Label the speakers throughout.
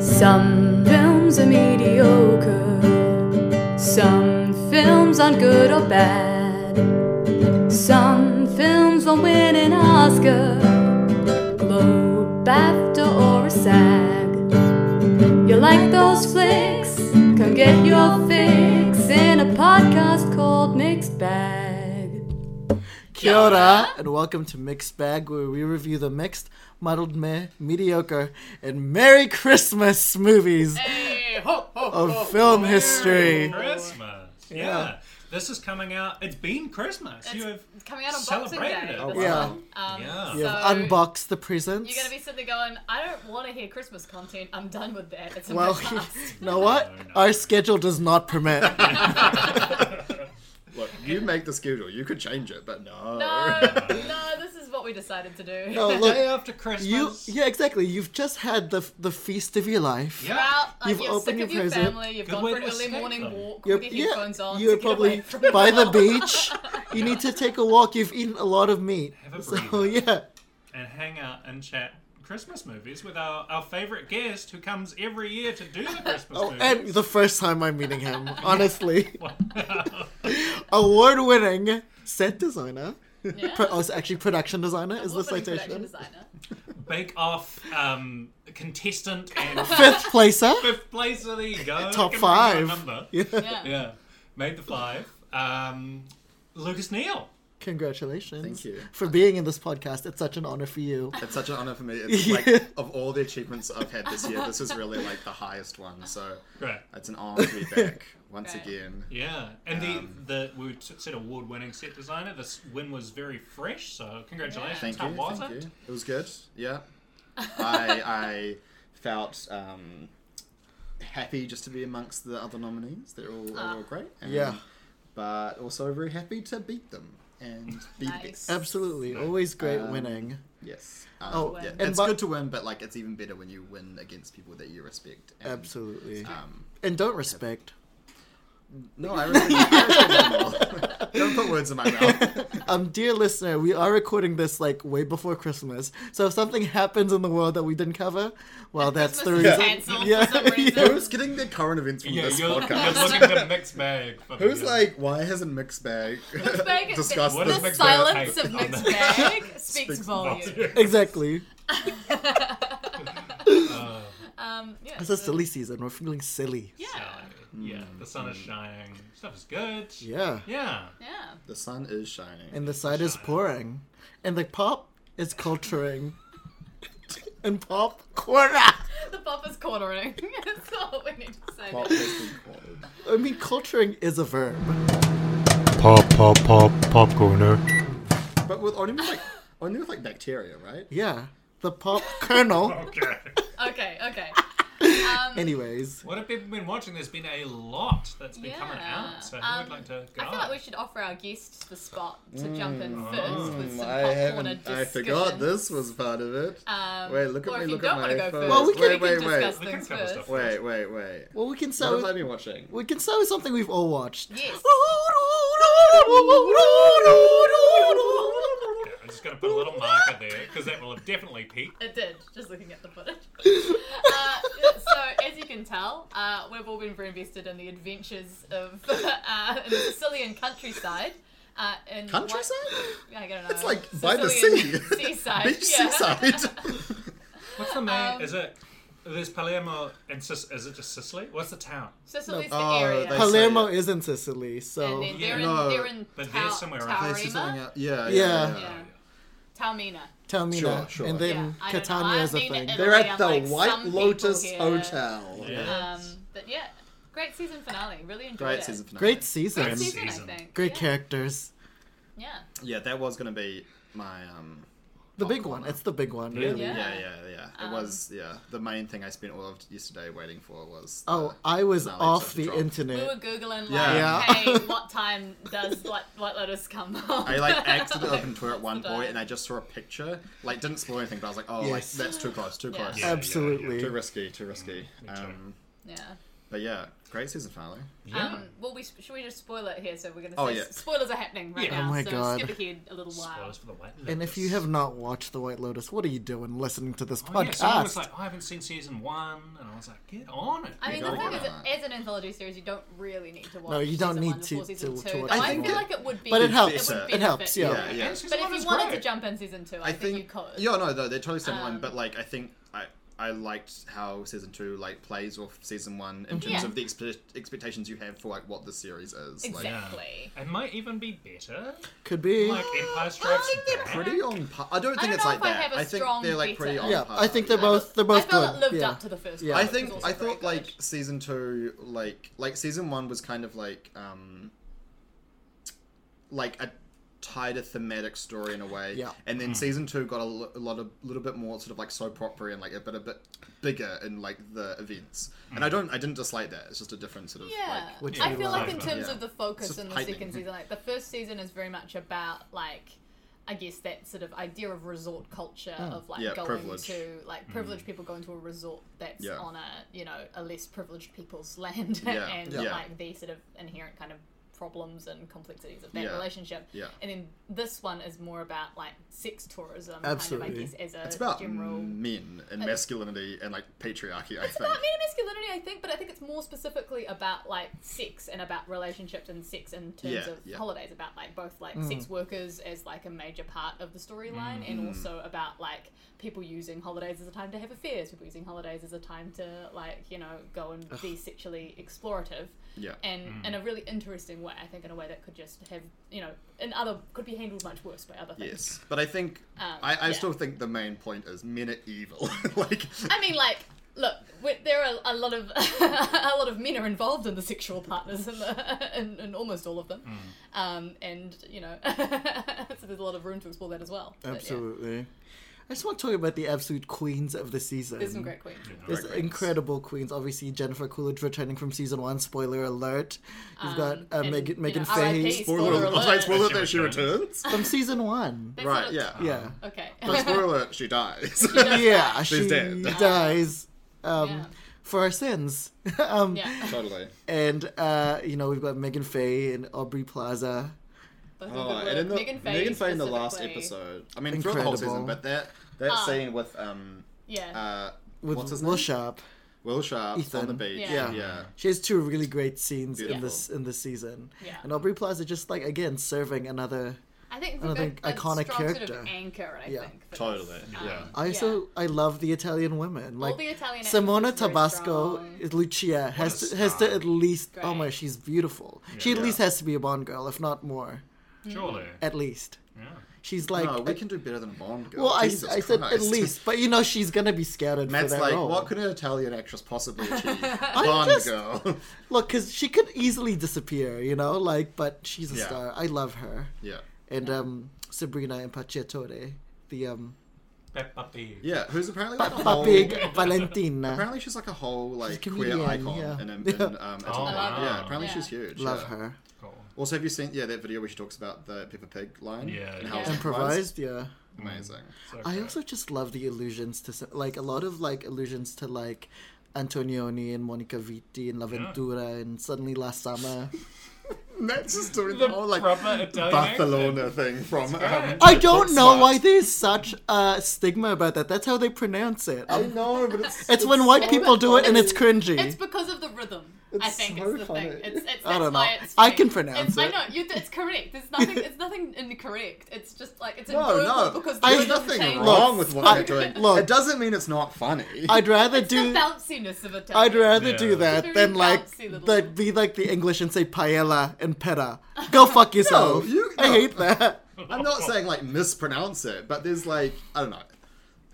Speaker 1: Some films are mediocre, some films aren't good or bad, some films won't win an Oscar, Globe, BAFTA, or a SAG. You like those flicks? Come get your fix in a podcast called Mixed Bag.
Speaker 2: Kia ora, and welcome to Mixed Bag, where we review the mixed, muddled meh, mediocre, and Merry Christmas movies of film history.
Speaker 3: Christmas. Yeah. This is coming out. It's been Christmas. you have
Speaker 4: It's coming out on Boxing
Speaker 3: celebrated
Speaker 4: Day.
Speaker 3: it.
Speaker 4: This
Speaker 2: Yeah.
Speaker 4: one. Um,
Speaker 3: Yeah.
Speaker 2: Oh, You have
Speaker 4: So-
Speaker 2: unboxed the presents.
Speaker 4: You're gonna be sitting there going, I don't want to hear Christmas content. I'm done with that. It's in my
Speaker 2: well,
Speaker 4: past.
Speaker 2: you know what?
Speaker 3: No, no.
Speaker 2: Our schedule does not permit.
Speaker 5: Look, you make the schedule. You could change it, but
Speaker 4: no,
Speaker 5: no.
Speaker 4: no, this is what we decided to do.
Speaker 2: No,
Speaker 3: the day
Speaker 2: look,
Speaker 3: after Christmas.
Speaker 2: you, yeah, exactly. You've just had the the feast of your life.
Speaker 3: Yeah.
Speaker 4: Well, like,
Speaker 2: You've
Speaker 4: you're
Speaker 2: opened
Speaker 4: sick
Speaker 2: your
Speaker 4: of your
Speaker 2: present.
Speaker 4: family. You've
Speaker 3: Good
Speaker 4: gone
Speaker 3: way
Speaker 4: for an
Speaker 3: to
Speaker 4: early
Speaker 3: escape
Speaker 4: morning
Speaker 3: them.
Speaker 4: walk
Speaker 2: You're,
Speaker 4: with your
Speaker 2: yeah,
Speaker 4: headphones on.
Speaker 2: you're
Speaker 4: to get
Speaker 2: probably
Speaker 4: away from the
Speaker 2: by the
Speaker 4: world.
Speaker 2: beach. You need to take a walk. You've eaten a lot of meat.
Speaker 3: Have a
Speaker 2: So,
Speaker 3: breather.
Speaker 2: yeah.
Speaker 3: And hang out and chat Christmas movies with our, our favorite guest who comes every year to do the Christmas
Speaker 2: Oh,
Speaker 3: movies.
Speaker 2: and the first time I'm meeting him, honestly. Award winning set designer.
Speaker 4: Yeah.
Speaker 2: Pro- oh, it's actually production designer is the
Speaker 4: Award-winning production
Speaker 2: citation.
Speaker 4: designer.
Speaker 3: Bake Off um, contestant and
Speaker 2: Fifth placer.
Speaker 3: fifth place. There you go.
Speaker 2: Top
Speaker 3: Can bring out a
Speaker 2: five.
Speaker 3: Number.
Speaker 2: Yeah.
Speaker 4: Yeah.
Speaker 3: Yeah. Made the five. Um, Lucas Neal.
Speaker 2: Congratulations.
Speaker 5: Thank you.
Speaker 2: For being in this podcast. It's such an honor for you.
Speaker 5: It's such an honor for me. It's like of all the achievements I've had this year, this is really like the highest one. So
Speaker 3: Right.
Speaker 5: it's an honor to be back once
Speaker 4: Right.
Speaker 5: again.
Speaker 3: Yeah, and
Speaker 5: Um,
Speaker 3: the the we t- said award-winning set designer. This win was very fresh, so congratulations.
Speaker 5: Thank
Speaker 3: How
Speaker 5: you.
Speaker 3: was
Speaker 5: thank
Speaker 3: it?
Speaker 5: you. It was good. Yeah. I I felt um, happy just to be amongst the other nominees. They're all, they're all great. And,
Speaker 2: Yeah.
Speaker 5: But also very happy to beat them and be
Speaker 4: Nice.
Speaker 5: the best.
Speaker 2: Absolutely. Always great
Speaker 5: Um,
Speaker 2: winning.
Speaker 5: Yes. Um,
Speaker 2: Oh,
Speaker 5: yeah.
Speaker 2: and
Speaker 5: It's
Speaker 2: by-
Speaker 5: good to win, but like it's even better when you win against people that you respect. And,
Speaker 2: Absolutely.
Speaker 5: Um,
Speaker 2: and don't respect.
Speaker 5: no, I really I respect them all. Don't put words in my mouth.
Speaker 2: Um, dear listener, we are recording this like way before Christmas. So if something happens in the world that we didn't cover, well, that's the
Speaker 4: Christmas
Speaker 2: reason.
Speaker 4: is cancelled
Speaker 2: Yeah.
Speaker 4: for some
Speaker 2: Yeah.
Speaker 4: reason.
Speaker 5: Who's getting the current events from
Speaker 3: Yeah,
Speaker 5: this
Speaker 3: you're, you're
Speaker 5: podcast?
Speaker 3: looking at a mixed bag. for the
Speaker 5: Who's
Speaker 3: year.
Speaker 5: like, why hasn't Mixed Bag
Speaker 4: Bag-
Speaker 5: discussed
Speaker 3: What
Speaker 5: this?
Speaker 3: is
Speaker 4: The
Speaker 3: Mixed Bag
Speaker 4: silence
Speaker 3: hate
Speaker 4: of
Speaker 3: on
Speaker 4: mixed
Speaker 3: the-
Speaker 4: bag speaks
Speaker 5: Speaks
Speaker 4: volume.
Speaker 2: Exactly.
Speaker 3: Uh,
Speaker 4: Um, yeah,
Speaker 2: It's a
Speaker 4: so-
Speaker 2: silly season. We're feeling silly.
Speaker 4: Yeah,
Speaker 3: yeah,
Speaker 5: Mm,
Speaker 3: the sun is shining. Stuff is good.
Speaker 2: Yeah.
Speaker 3: Yeah.
Speaker 4: yeah.
Speaker 5: The sun is shining.
Speaker 2: And the side is pouring. And the pop is culturing. and pop corner.
Speaker 4: The buffer's cornering. That's all we need to say.
Speaker 5: Pop has been called.
Speaker 2: I mean, culturing is a verb.
Speaker 6: Pop, pop, pop, popcorner.
Speaker 5: But with only with like only with like bacteria, right?
Speaker 2: Yeah. The pop kernel.
Speaker 3: Okay.
Speaker 4: Okay, okay. Um,
Speaker 2: Anyways.
Speaker 3: what have people been watching? There's been a lot that's been coming
Speaker 4: Yeah.
Speaker 3: out. So who
Speaker 4: Um,
Speaker 3: would like to go?
Speaker 4: I feel like we should offer our guests the spot to jump in
Speaker 3: Oh.
Speaker 4: first with some
Speaker 5: Mm. I
Speaker 4: popcorn
Speaker 5: haven't.
Speaker 4: and
Speaker 5: I forgot this was part of it.
Speaker 4: Um,
Speaker 5: Wait, look at
Speaker 4: or
Speaker 5: me,
Speaker 4: if
Speaker 5: look
Speaker 4: you
Speaker 5: at
Speaker 4: don't wanna
Speaker 5: my
Speaker 4: go
Speaker 5: phone.
Speaker 2: Well, we
Speaker 4: first,
Speaker 2: can-
Speaker 4: we
Speaker 5: wait,
Speaker 4: can
Speaker 5: wait,
Speaker 4: discuss
Speaker 3: wait. We can
Speaker 4: things
Speaker 3: cover
Speaker 4: first.
Speaker 3: stuff.
Speaker 5: Wait, wait, wait.
Speaker 2: Well, we can start
Speaker 5: What have I
Speaker 2: with,
Speaker 5: been watching?
Speaker 2: we can start with something we've all watched. Uh,
Speaker 4: Yes.
Speaker 3: Yeah, I'm just gonna put a little marker there because that will have definitely peaked.
Speaker 4: It did, just looking at the footage. uh, so, as you can tell, uh, we've all been very invested in the adventures of uh, in the Sicilian countryside. Uh, in one-
Speaker 5: Countryside?
Speaker 4: I don't know.
Speaker 5: It's like by the sea.
Speaker 4: Sicilian Seaside.
Speaker 5: Beach
Speaker 4: yeah.
Speaker 5: seaside.
Speaker 3: What's the main?
Speaker 4: Um,
Speaker 3: is it? There's Palermo and Sis, is it just Sicily? What's the town?
Speaker 4: Sicily's
Speaker 5: No.
Speaker 4: the
Speaker 5: Oh,
Speaker 4: area.
Speaker 5: they-
Speaker 2: Palermo is in Sicily,
Speaker 4: and
Speaker 2: so
Speaker 4: then
Speaker 3: Yeah.
Speaker 4: they're
Speaker 5: No,
Speaker 4: in, they're in
Speaker 3: but
Speaker 4: Tau-
Speaker 3: they're somewhere around.
Speaker 5: Place is something
Speaker 4: Taurima.
Speaker 5: else. Yeah, yeah.
Speaker 2: Yeah.
Speaker 5: yeah.
Speaker 4: Yeah.
Speaker 5: Oh,
Speaker 4: Taumina.
Speaker 2: tell me
Speaker 5: Sure,
Speaker 2: that.
Speaker 5: sure.
Speaker 2: And
Speaker 4: Yeah,
Speaker 2: then
Speaker 4: I don't know.
Speaker 2: Catania is
Speaker 4: I
Speaker 2: a
Speaker 4: mean,
Speaker 2: thing.
Speaker 4: it-
Speaker 5: They're at
Speaker 4: I'm
Speaker 5: the
Speaker 4: like, some
Speaker 5: White
Speaker 4: people
Speaker 5: Lotus
Speaker 4: here-
Speaker 5: Hotel.
Speaker 3: Yeah.
Speaker 4: Um, but yeah, great season finale. Really enjoyed
Speaker 5: Great
Speaker 4: it.
Speaker 5: season finale.
Speaker 2: Great
Speaker 4: Great
Speaker 3: Great
Speaker 2: seasons.
Speaker 4: season,
Speaker 3: season.
Speaker 4: I think.
Speaker 2: Great
Speaker 4: yeah.
Speaker 2: characters.
Speaker 4: Yeah.
Speaker 5: Yeah, that was gonna be my um.
Speaker 2: The
Speaker 5: Oh,
Speaker 2: big
Speaker 5: come
Speaker 2: one.
Speaker 5: on.
Speaker 2: It's the big one,
Speaker 3: Yeah.
Speaker 2: really.
Speaker 4: Yeah. Um,
Speaker 5: Yeah, yeah, yeah. It was yeah. The main thing I spent all of yesterday waiting for was. the-
Speaker 2: Oh, I was
Speaker 5: Knowledge
Speaker 2: off
Speaker 5: of
Speaker 2: the
Speaker 5: drop.
Speaker 4: We were
Speaker 2: internet.
Speaker 4: googling like,
Speaker 5: Yeah.
Speaker 2: Yeah.
Speaker 4: hey, what time does what what letters come up?
Speaker 5: I like accidentally opened Twitter at
Speaker 4: what's
Speaker 5: one
Speaker 4: the
Speaker 5: point
Speaker 4: time?
Speaker 5: and I just saw a picture. Like didn't spoil anything, but I was like, oh,
Speaker 2: Yes.
Speaker 5: like that's too close, too
Speaker 4: Yeah.
Speaker 5: close,
Speaker 3: Yeah.
Speaker 2: Absolutely.
Speaker 5: too risky, too risky. Um,
Speaker 4: yeah.
Speaker 5: But yeah, great season finale.
Speaker 3: Yeah.
Speaker 4: Um, well, we should we just spoil it here? So we're gonna.
Speaker 5: Oh,
Speaker 4: say
Speaker 5: yeah.
Speaker 4: Spoilers are happening right
Speaker 3: Yeah.
Speaker 4: now.
Speaker 2: Oh my
Speaker 4: so
Speaker 2: God.
Speaker 4: skip ahead a little while.
Speaker 3: Spoilers for the White
Speaker 2: And if you
Speaker 3: Lotus.
Speaker 2: have not watched The White Lotus, what are you doing listening to this
Speaker 3: Oh, yeah, someone
Speaker 2: podcast?
Speaker 3: was like, I haven't seen season one, and I was like, get on it.
Speaker 4: I mean,
Speaker 5: You
Speaker 4: the
Speaker 5: gotta
Speaker 4: thing is,
Speaker 5: get on
Speaker 4: as an anthology series, you don't really need to watch.
Speaker 2: No, you don't
Speaker 4: season
Speaker 2: need
Speaker 4: one before
Speaker 2: to-
Speaker 4: season
Speaker 2: to- to
Speaker 4: two,
Speaker 2: watch
Speaker 4: though I
Speaker 2: season
Speaker 4: feel
Speaker 2: one.
Speaker 4: like it would be.
Speaker 2: But it helps.
Speaker 4: would
Speaker 5: It
Speaker 4: benefit
Speaker 2: helps,
Speaker 4: you.
Speaker 2: yeah.
Speaker 5: Yeah, yeah.
Speaker 3: season
Speaker 4: But if
Speaker 3: one
Speaker 4: you
Speaker 3: is
Speaker 4: wanted to
Speaker 3: great.
Speaker 4: jump in season two, I,
Speaker 5: I
Speaker 4: think, you
Speaker 5: think.
Speaker 4: could.
Speaker 5: Yeah, no, though they're totally separate one,
Speaker 4: Um,
Speaker 5: but like I think I I liked how season two like plays off season one in terms
Speaker 4: Yeah.
Speaker 5: of the expe- expectations you have for like what the series is. Like,
Speaker 4: Exactly.
Speaker 3: It might even be better.
Speaker 2: Could be.
Speaker 3: Like Empire Strikes
Speaker 4: think they're
Speaker 3: Back.
Speaker 5: pretty on par. I don't think
Speaker 4: don't
Speaker 5: it's
Speaker 4: know
Speaker 5: like
Speaker 4: if I
Speaker 5: that.
Speaker 4: have a
Speaker 5: I think
Speaker 4: strong
Speaker 5: they're like pretty
Speaker 4: better.
Speaker 5: on
Speaker 2: yeah,
Speaker 5: par.
Speaker 2: I think they're
Speaker 5: yeah.
Speaker 2: both they're both
Speaker 4: I felt
Speaker 2: good.
Speaker 4: it lived
Speaker 2: yeah.
Speaker 4: up to the first
Speaker 2: Yeah.
Speaker 4: one.
Speaker 5: I
Speaker 4: which
Speaker 5: think
Speaker 4: was also
Speaker 5: I
Speaker 4: very
Speaker 5: thought like
Speaker 4: good.
Speaker 5: season two, like like season one was kind of like um like a tighter thematic story in a way.
Speaker 2: Yeah.
Speaker 5: And then season two got a, lo- a lot of little bit more sort of like soap opera and like a bit a bit bigger in like the events. And I don't I didn't dislike that. It's just a different sort of
Speaker 4: Yeah,
Speaker 5: like
Speaker 2: Which
Speaker 4: I
Speaker 2: we
Speaker 4: feel
Speaker 2: love.
Speaker 4: like in terms
Speaker 5: Yeah.
Speaker 4: of the focus
Speaker 5: It's
Speaker 4: in the
Speaker 5: tightening.
Speaker 4: second season, like the first season is very much about like, I guess that sort of idea of resort culture
Speaker 2: Hmm.
Speaker 4: of like
Speaker 5: Yeah,
Speaker 4: going
Speaker 5: privilege. Hmm.
Speaker 4: to like privileged people going to a resort that's
Speaker 5: Yeah.
Speaker 4: on a you know a less privileged people's land
Speaker 5: Yeah.
Speaker 4: and
Speaker 5: Yeah.
Speaker 4: like the sort of inherent kind of problems and complexities of that
Speaker 5: Yeah.
Speaker 4: relationship.
Speaker 5: Yeah.
Speaker 4: And then this one is more about like sex tourism, kind
Speaker 2: Absolutely.
Speaker 4: of I guess as a
Speaker 5: it's about
Speaker 4: general.
Speaker 5: men and masculinity and like patriarchy, I
Speaker 4: It's
Speaker 5: think.
Speaker 4: about men and masculinity, I think, but I think it's more specifically about like sex and about relationships and sex in terms
Speaker 5: Yeah,
Speaker 4: of
Speaker 5: yeah.
Speaker 4: holidays, about like both like sex workers as like a major part of the storyline,
Speaker 5: Mm.
Speaker 4: and also about like people using holidays as a time to have affairs, people using holidays as a time to like you know go and be sexually explorative,
Speaker 5: Yeah.
Speaker 4: and
Speaker 5: Mm.
Speaker 4: in a really interesting way, I think, in a way that could just have you know, in other could be handled much worse by other things.
Speaker 5: Yes, but I think
Speaker 4: Um,
Speaker 5: I, I
Speaker 4: yeah.
Speaker 5: still think the main point is men are evil. like,
Speaker 4: I mean, like, look, we- there are a lot of a lot of men are involved in the sexual partners, in, the, in, in almost all of them,
Speaker 5: Hmm.
Speaker 4: um, and you know, so there's a lot of room to explore that as well. But, yeah,
Speaker 2: Absolutely. I just want to talk about the absolute queens of the season.
Speaker 4: there's some great queens.
Speaker 2: There's
Speaker 5: Great queens.
Speaker 2: incredible queens. Obviously, Jennifer Coolidge returning from season one. Spoiler alert. You've got uh,
Speaker 4: Um, and,
Speaker 2: Megan,
Speaker 4: you
Speaker 2: Megan
Speaker 4: know, RIP.
Speaker 2: Fahey
Speaker 5: spoiler,
Speaker 4: Spoiler
Speaker 5: alert! I was like,
Speaker 3: alert.
Speaker 5: spoiler that she returns.
Speaker 2: from season one.
Speaker 4: That's
Speaker 5: Right,
Speaker 4: not-
Speaker 5: yeah.
Speaker 2: Yeah.
Speaker 4: Okay.
Speaker 5: But spoiler alert, she dies.
Speaker 2: Yeah, she
Speaker 5: dead.
Speaker 2: dies um,
Speaker 4: Yeah.
Speaker 2: for our sins. um,
Speaker 4: yeah.
Speaker 5: totally.
Speaker 2: And, uh, you know, we've got Megan Faye and Aubrey Plaza.
Speaker 4: Both
Speaker 5: Oh,
Speaker 4: of them
Speaker 5: and in
Speaker 4: were-
Speaker 5: the,
Speaker 4: Megan Faye.
Speaker 5: Megan Faye in the last
Speaker 4: specifically.
Speaker 5: episode. I mean, throughout the whole season,
Speaker 2: Incredible.
Speaker 5: but that that scene with um
Speaker 4: Yeah.
Speaker 5: uh
Speaker 2: With
Speaker 5: what's his
Speaker 2: Will
Speaker 5: name?
Speaker 2: Sharp.
Speaker 5: Will Sharp
Speaker 2: Ethan.
Speaker 5: on the beach.
Speaker 4: Yeah.
Speaker 5: yeah.
Speaker 2: She has two really great scenes in
Speaker 5: Beautiful.
Speaker 2: this in this season.
Speaker 4: Yeah.
Speaker 2: And Aubrey Plaza just like again serving another
Speaker 4: I think it's
Speaker 2: I
Speaker 4: a
Speaker 2: think
Speaker 4: good, a
Speaker 2: iconic
Speaker 4: strong sort
Speaker 2: character.
Speaker 4: of anchor. I
Speaker 2: Yeah.
Speaker 4: think. for this. Um,
Speaker 5: Totally. Yeah.
Speaker 2: I also I love the Italian women. Like
Speaker 4: the Italian actors
Speaker 2: Simona
Speaker 4: is very
Speaker 2: Tabasco,
Speaker 4: strong.
Speaker 2: Lucia has
Speaker 3: a
Speaker 2: to, has to
Speaker 3: star.
Speaker 2: at least. Oh
Speaker 4: Great.
Speaker 2: my, she's beautiful. she at
Speaker 5: Yeah.
Speaker 2: least has to be a Bond girl, if not more.
Speaker 3: Surely.
Speaker 2: At least
Speaker 3: Yeah.
Speaker 2: she's like.
Speaker 5: no, we can do better than Bond. Girl.
Speaker 2: well, I,
Speaker 5: Jesus
Speaker 2: I said at
Speaker 5: Christ.
Speaker 2: least, but you know she's gonna be scouted
Speaker 5: Matt's
Speaker 2: for that
Speaker 5: like,
Speaker 2: role.
Speaker 5: what
Speaker 2: Look, 'cause
Speaker 5: could an Italian actress possibly achieve? Bond
Speaker 2: just-
Speaker 5: girl.
Speaker 2: Look, because she could easily disappear, you know. Like, but she's a
Speaker 5: Yeah.
Speaker 2: star. I love her.
Speaker 5: yeah.
Speaker 2: And um, Sabrina Impacciatore, the um,
Speaker 3: Peppa Pig.
Speaker 5: Yeah, who's apparently like a whole,
Speaker 2: Papig Valentina.
Speaker 5: Oh. apparently she's like a whole like
Speaker 2: a
Speaker 5: queer
Speaker 2: comedian,
Speaker 5: icon
Speaker 2: yeah.
Speaker 5: in, in um, Italy.
Speaker 3: Oh, wow.
Speaker 5: Yeah, apparently
Speaker 4: Yeah.
Speaker 5: she's huge.
Speaker 2: Love
Speaker 5: yeah.
Speaker 2: her.
Speaker 3: Cool.
Speaker 5: Also, have you seen yeah that video where she talks about the Peppa Pig line?
Speaker 3: Yeah,
Speaker 5: and how
Speaker 4: yeah.
Speaker 5: it's
Speaker 2: Improvised,
Speaker 5: improvised.
Speaker 2: yeah.
Speaker 5: Amazing.
Speaker 3: So
Speaker 2: I
Speaker 3: good.
Speaker 2: also just love the allusions to s- like a lot of like allusions to like Antonioni and Monica Vitti and La Ventura and suddenly last summer.
Speaker 5: Matt's just doing
Speaker 3: The
Speaker 5: the whole like
Speaker 3: proper Italian
Speaker 5: Barcelona thing from. Um,
Speaker 3: great.
Speaker 2: I don't know
Speaker 5: Smart.
Speaker 2: why there's such a stigma about that. That's how they pronounce it.
Speaker 5: I know, but it's
Speaker 2: It's when white people do it and it's cringy.
Speaker 4: It's because of the rhythm. I
Speaker 5: It's
Speaker 4: think
Speaker 5: so
Speaker 4: it's the
Speaker 5: funny.
Speaker 4: thing. It's, it's,
Speaker 2: I
Speaker 4: that's
Speaker 2: don't
Speaker 4: why
Speaker 2: know.
Speaker 4: It's
Speaker 2: I
Speaker 4: funny.
Speaker 2: can pronounce
Speaker 4: it's, I
Speaker 2: it.
Speaker 4: know you, it's correct. There's nothing. It's nothing incorrect. It's just like it's
Speaker 5: no,
Speaker 4: enjoyable
Speaker 5: Oh, no.
Speaker 4: because
Speaker 5: There's
Speaker 4: the rhythm
Speaker 5: nothing
Speaker 4: changes.
Speaker 5: wrong with what
Speaker 2: I-
Speaker 5: they're doing.
Speaker 2: look.
Speaker 5: it doesn't mean it's not funny.
Speaker 2: I'd rather
Speaker 4: It's the
Speaker 2: do.
Speaker 4: bounciness of it.
Speaker 2: I'd rather
Speaker 3: Yeah.
Speaker 2: do that
Speaker 4: Very
Speaker 2: than like
Speaker 4: bouncy little-
Speaker 2: that be like the English and say paella and pera. Go fuck yourself.
Speaker 5: you-
Speaker 2: I
Speaker 5: no.
Speaker 2: hate that.
Speaker 5: I'm not saying like mispronounce it, but there's like I don't know.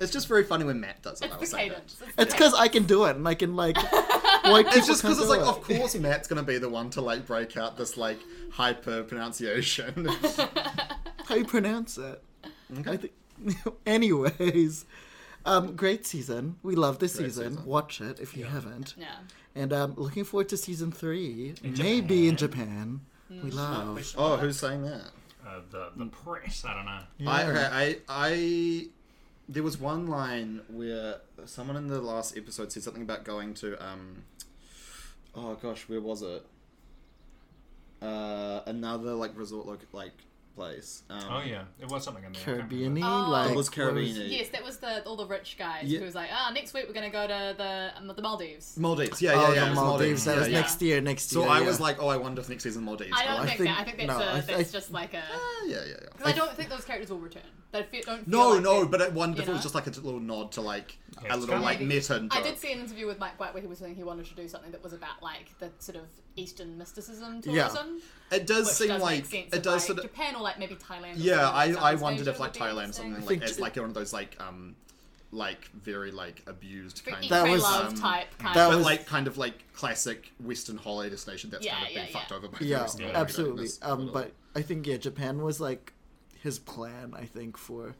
Speaker 5: It's just very funny when Matt does it. I will
Speaker 4: It's the
Speaker 5: say that.
Speaker 4: cadence. It's
Speaker 2: It's because I can do it and I can like. White people
Speaker 5: It's just because
Speaker 2: can't
Speaker 5: it's
Speaker 2: do
Speaker 5: like,
Speaker 2: it.
Speaker 5: of course, Matt's gonna be the one to like break out this like hyper pronunciation.
Speaker 2: how you pronounce it. I think. Anyways, um, great season. We love this
Speaker 5: Great
Speaker 2: season.
Speaker 5: season.
Speaker 2: Watch it if you haven't.
Speaker 4: yeah.
Speaker 2: And um, looking forward to season three, maybe in Japan. We love.
Speaker 5: oh, Mm. who's saying that?
Speaker 3: Uh, the, the press, I don't know.
Speaker 5: I, okay, I, I, there was one line where someone in the last episode said something about going to um, oh gosh, where was it? Uh, another like resort like like place. Um,
Speaker 3: Oh yeah, it was something in there. I can't
Speaker 2: Caribbean.
Speaker 3: remember.
Speaker 4: Oh.
Speaker 2: Like
Speaker 5: It was
Speaker 2: what
Speaker 5: Caribbean.
Speaker 4: Yes, that was the all the rich guys
Speaker 5: Yeah.
Speaker 4: who was like, ah, next week we're gonna go to the um, the Maldives.
Speaker 5: Maldives. Yeah, yeah,
Speaker 2: oh,
Speaker 5: yeah. it
Speaker 2: the
Speaker 5: was
Speaker 2: Maldives. That
Speaker 5: yeah,
Speaker 2: was
Speaker 5: yeah.
Speaker 2: next year. Next
Speaker 5: So
Speaker 2: year.
Speaker 5: I
Speaker 2: yeah.
Speaker 5: was like, oh, I wonder if next season's Maldives.
Speaker 4: I don't
Speaker 2: I
Speaker 5: but
Speaker 4: think, that. I
Speaker 2: think-
Speaker 4: think that's
Speaker 2: no,
Speaker 4: a,
Speaker 2: I
Speaker 4: that's
Speaker 2: think-
Speaker 4: just like a.
Speaker 5: Ah, yeah, yeah, yeah.
Speaker 4: Because I don't think those characters will return. They fe- don't. Feel
Speaker 5: No,
Speaker 4: like
Speaker 5: no,
Speaker 4: they-
Speaker 5: but it wondered if
Speaker 4: you
Speaker 5: it was
Speaker 4: know?
Speaker 5: just like a little nod to like
Speaker 2: Oh,
Speaker 3: Yeah,
Speaker 5: a little
Speaker 3: it's
Speaker 5: like
Speaker 4: Maybe.
Speaker 5: meta.
Speaker 4: I
Speaker 5: joke.
Speaker 4: did see an interview with Mike White where he was saying he wanted to do something that was about like the sort of Eastern mysticism
Speaker 2: Yeah.
Speaker 4: tourism,
Speaker 5: It does
Speaker 4: which
Speaker 5: seem
Speaker 4: does
Speaker 5: like
Speaker 4: make sense.
Speaker 5: it
Speaker 4: of,
Speaker 5: does
Speaker 4: like,
Speaker 5: sort of.
Speaker 4: Japan or like maybe Thailand. or
Speaker 5: Yeah, I,
Speaker 4: something like
Speaker 5: I
Speaker 4: Southeast
Speaker 5: wondered
Speaker 4: Asia
Speaker 5: if like
Speaker 4: would be
Speaker 5: Thailand or
Speaker 4: interesting.
Speaker 5: something like
Speaker 2: think
Speaker 5: as
Speaker 2: j-
Speaker 5: like one of those like um like very like abused
Speaker 4: For
Speaker 5: kind
Speaker 4: eat,
Speaker 5: of
Speaker 2: That
Speaker 4: pray,
Speaker 2: was-
Speaker 4: love
Speaker 5: um,
Speaker 4: type kind
Speaker 2: that
Speaker 4: of.
Speaker 5: but
Speaker 2: was-
Speaker 5: like kind of like classic Western holiday destination that's
Speaker 4: Yeah,
Speaker 5: kind of
Speaker 4: yeah,
Speaker 5: been fucked
Speaker 4: yeah.
Speaker 5: over by
Speaker 2: yeah,
Speaker 5: tourists and everything.
Speaker 2: absolutely.
Speaker 5: That's
Speaker 2: Um,
Speaker 5: little-
Speaker 2: but I think yeah, Japan was like his plan. I think for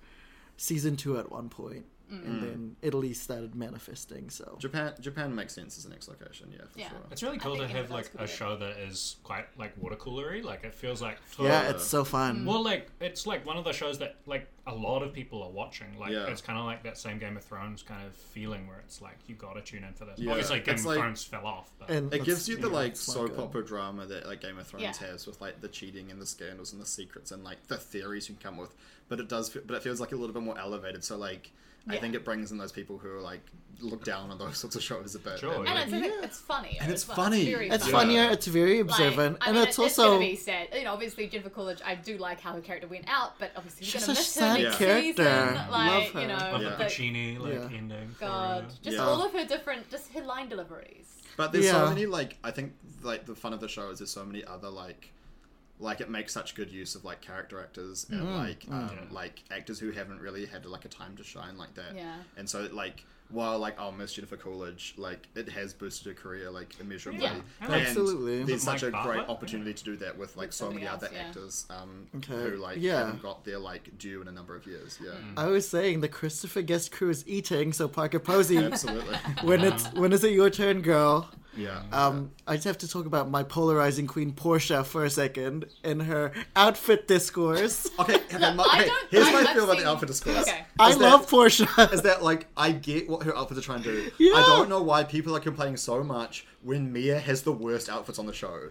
Speaker 2: season two at one point, and then Italy started manifesting. So
Speaker 5: Japan Japan makes sense as an next location, yeah, for
Speaker 4: Yeah.
Speaker 5: sure.
Speaker 3: It's really
Speaker 4: I
Speaker 3: cool to
Speaker 4: think it
Speaker 3: have
Speaker 4: does
Speaker 3: like
Speaker 4: could
Speaker 3: a
Speaker 4: be.
Speaker 3: show that is quite like water coolery. Like it feels like
Speaker 2: yeah,
Speaker 5: Yeah.
Speaker 2: it's so
Speaker 5: Mm.
Speaker 2: fun.
Speaker 3: Well, like it's like one of the shows that like a lot of people are watching. Like
Speaker 5: Yeah.
Speaker 3: it's kind of like that same Game of Thrones kind of feeling where it's like you got to tune in for this.
Speaker 5: Yeah.
Speaker 3: Obviously, Game
Speaker 5: It's
Speaker 3: of
Speaker 5: like-
Speaker 3: Thrones fell off, but
Speaker 2: and
Speaker 5: It
Speaker 2: that's-
Speaker 5: gives you the
Speaker 2: yeah,
Speaker 5: like
Speaker 2: it's not
Speaker 5: soap
Speaker 2: good.
Speaker 5: opera drama that like Game of Thrones
Speaker 4: Yeah.
Speaker 5: has with like the cheating and the scandals and the secrets and like the theories you can come with. But it does, fe- but it feels like a little bit more elevated. So like, I
Speaker 4: Yeah.
Speaker 5: think it brings in those people who are like look down on those sorts of shows a bit.
Speaker 3: Sure,
Speaker 5: And,
Speaker 3: yeah.
Speaker 4: and
Speaker 5: like,
Speaker 4: it's, like, it's funny.
Speaker 5: And
Speaker 4: as
Speaker 5: it's
Speaker 4: well.
Speaker 5: funny.
Speaker 4: very
Speaker 2: It's
Speaker 5: Yeah.
Speaker 2: funnier. It's very
Speaker 4: Like,
Speaker 2: observant,
Speaker 4: I
Speaker 2: and
Speaker 4: mean,
Speaker 2: it's
Speaker 4: it-
Speaker 2: also
Speaker 4: gonna be sad. You know, obviously Jennifer Coolidge. I do like how her character went out, but obviously
Speaker 2: She's
Speaker 4: you're gonna
Speaker 2: such a
Speaker 4: miss
Speaker 2: sad
Speaker 4: her next
Speaker 2: character.
Speaker 4: Season. Like,
Speaker 2: Love
Speaker 4: you
Speaker 2: her.
Speaker 4: know,
Speaker 3: of
Speaker 5: Yeah.
Speaker 3: the
Speaker 4: like,
Speaker 3: Puccini like
Speaker 2: Yeah.
Speaker 3: ending. For,
Speaker 4: God, just
Speaker 5: Yeah.
Speaker 4: all of her different, just her line deliveries.
Speaker 5: But there's
Speaker 2: Yeah.
Speaker 5: so many like I think like the fun of the show is there's so many other like like it makes such good use of like character actors and
Speaker 2: Mm.
Speaker 5: like um,
Speaker 3: Yeah.
Speaker 5: like actors who haven't really had like a time to shine like that.
Speaker 4: Yeah.
Speaker 5: And so like while like oh Miss Jennifer Coolidge like it has boosted her career like immeasurably.
Speaker 4: Yeah.
Speaker 5: And
Speaker 2: Absolutely.
Speaker 5: There's such
Speaker 3: Mike
Speaker 5: a great
Speaker 3: Bartlett?
Speaker 5: opportunity to do that with like so
Speaker 4: somebody
Speaker 5: many
Speaker 4: else,
Speaker 5: other
Speaker 4: yeah.
Speaker 5: actors um
Speaker 2: Okay.
Speaker 5: who like
Speaker 2: Yeah.
Speaker 5: haven't got their like due in a number of years. Yeah.
Speaker 2: I was saying the Christopher Guest crew is eating, so Parker Posey.
Speaker 5: Absolutely.
Speaker 2: when it's when is it your turn, girl?
Speaker 5: yeah.
Speaker 2: Um, I just have to talk about my polarizing queen Portia for a second and her outfit discourse.
Speaker 5: Okay, okay, my,
Speaker 4: I
Speaker 5: okay,
Speaker 4: don't-
Speaker 5: here's
Speaker 4: I-
Speaker 5: my
Speaker 4: I've
Speaker 5: feel about the
Speaker 4: seen-
Speaker 5: outfit discourse.
Speaker 4: Okay.
Speaker 2: I
Speaker 5: Is that-
Speaker 2: love Portia.
Speaker 5: is that like I get what her outfits are trying to do.
Speaker 2: Yeah.
Speaker 5: I don't know why people are complaining so much when Mia has the worst outfits on the show.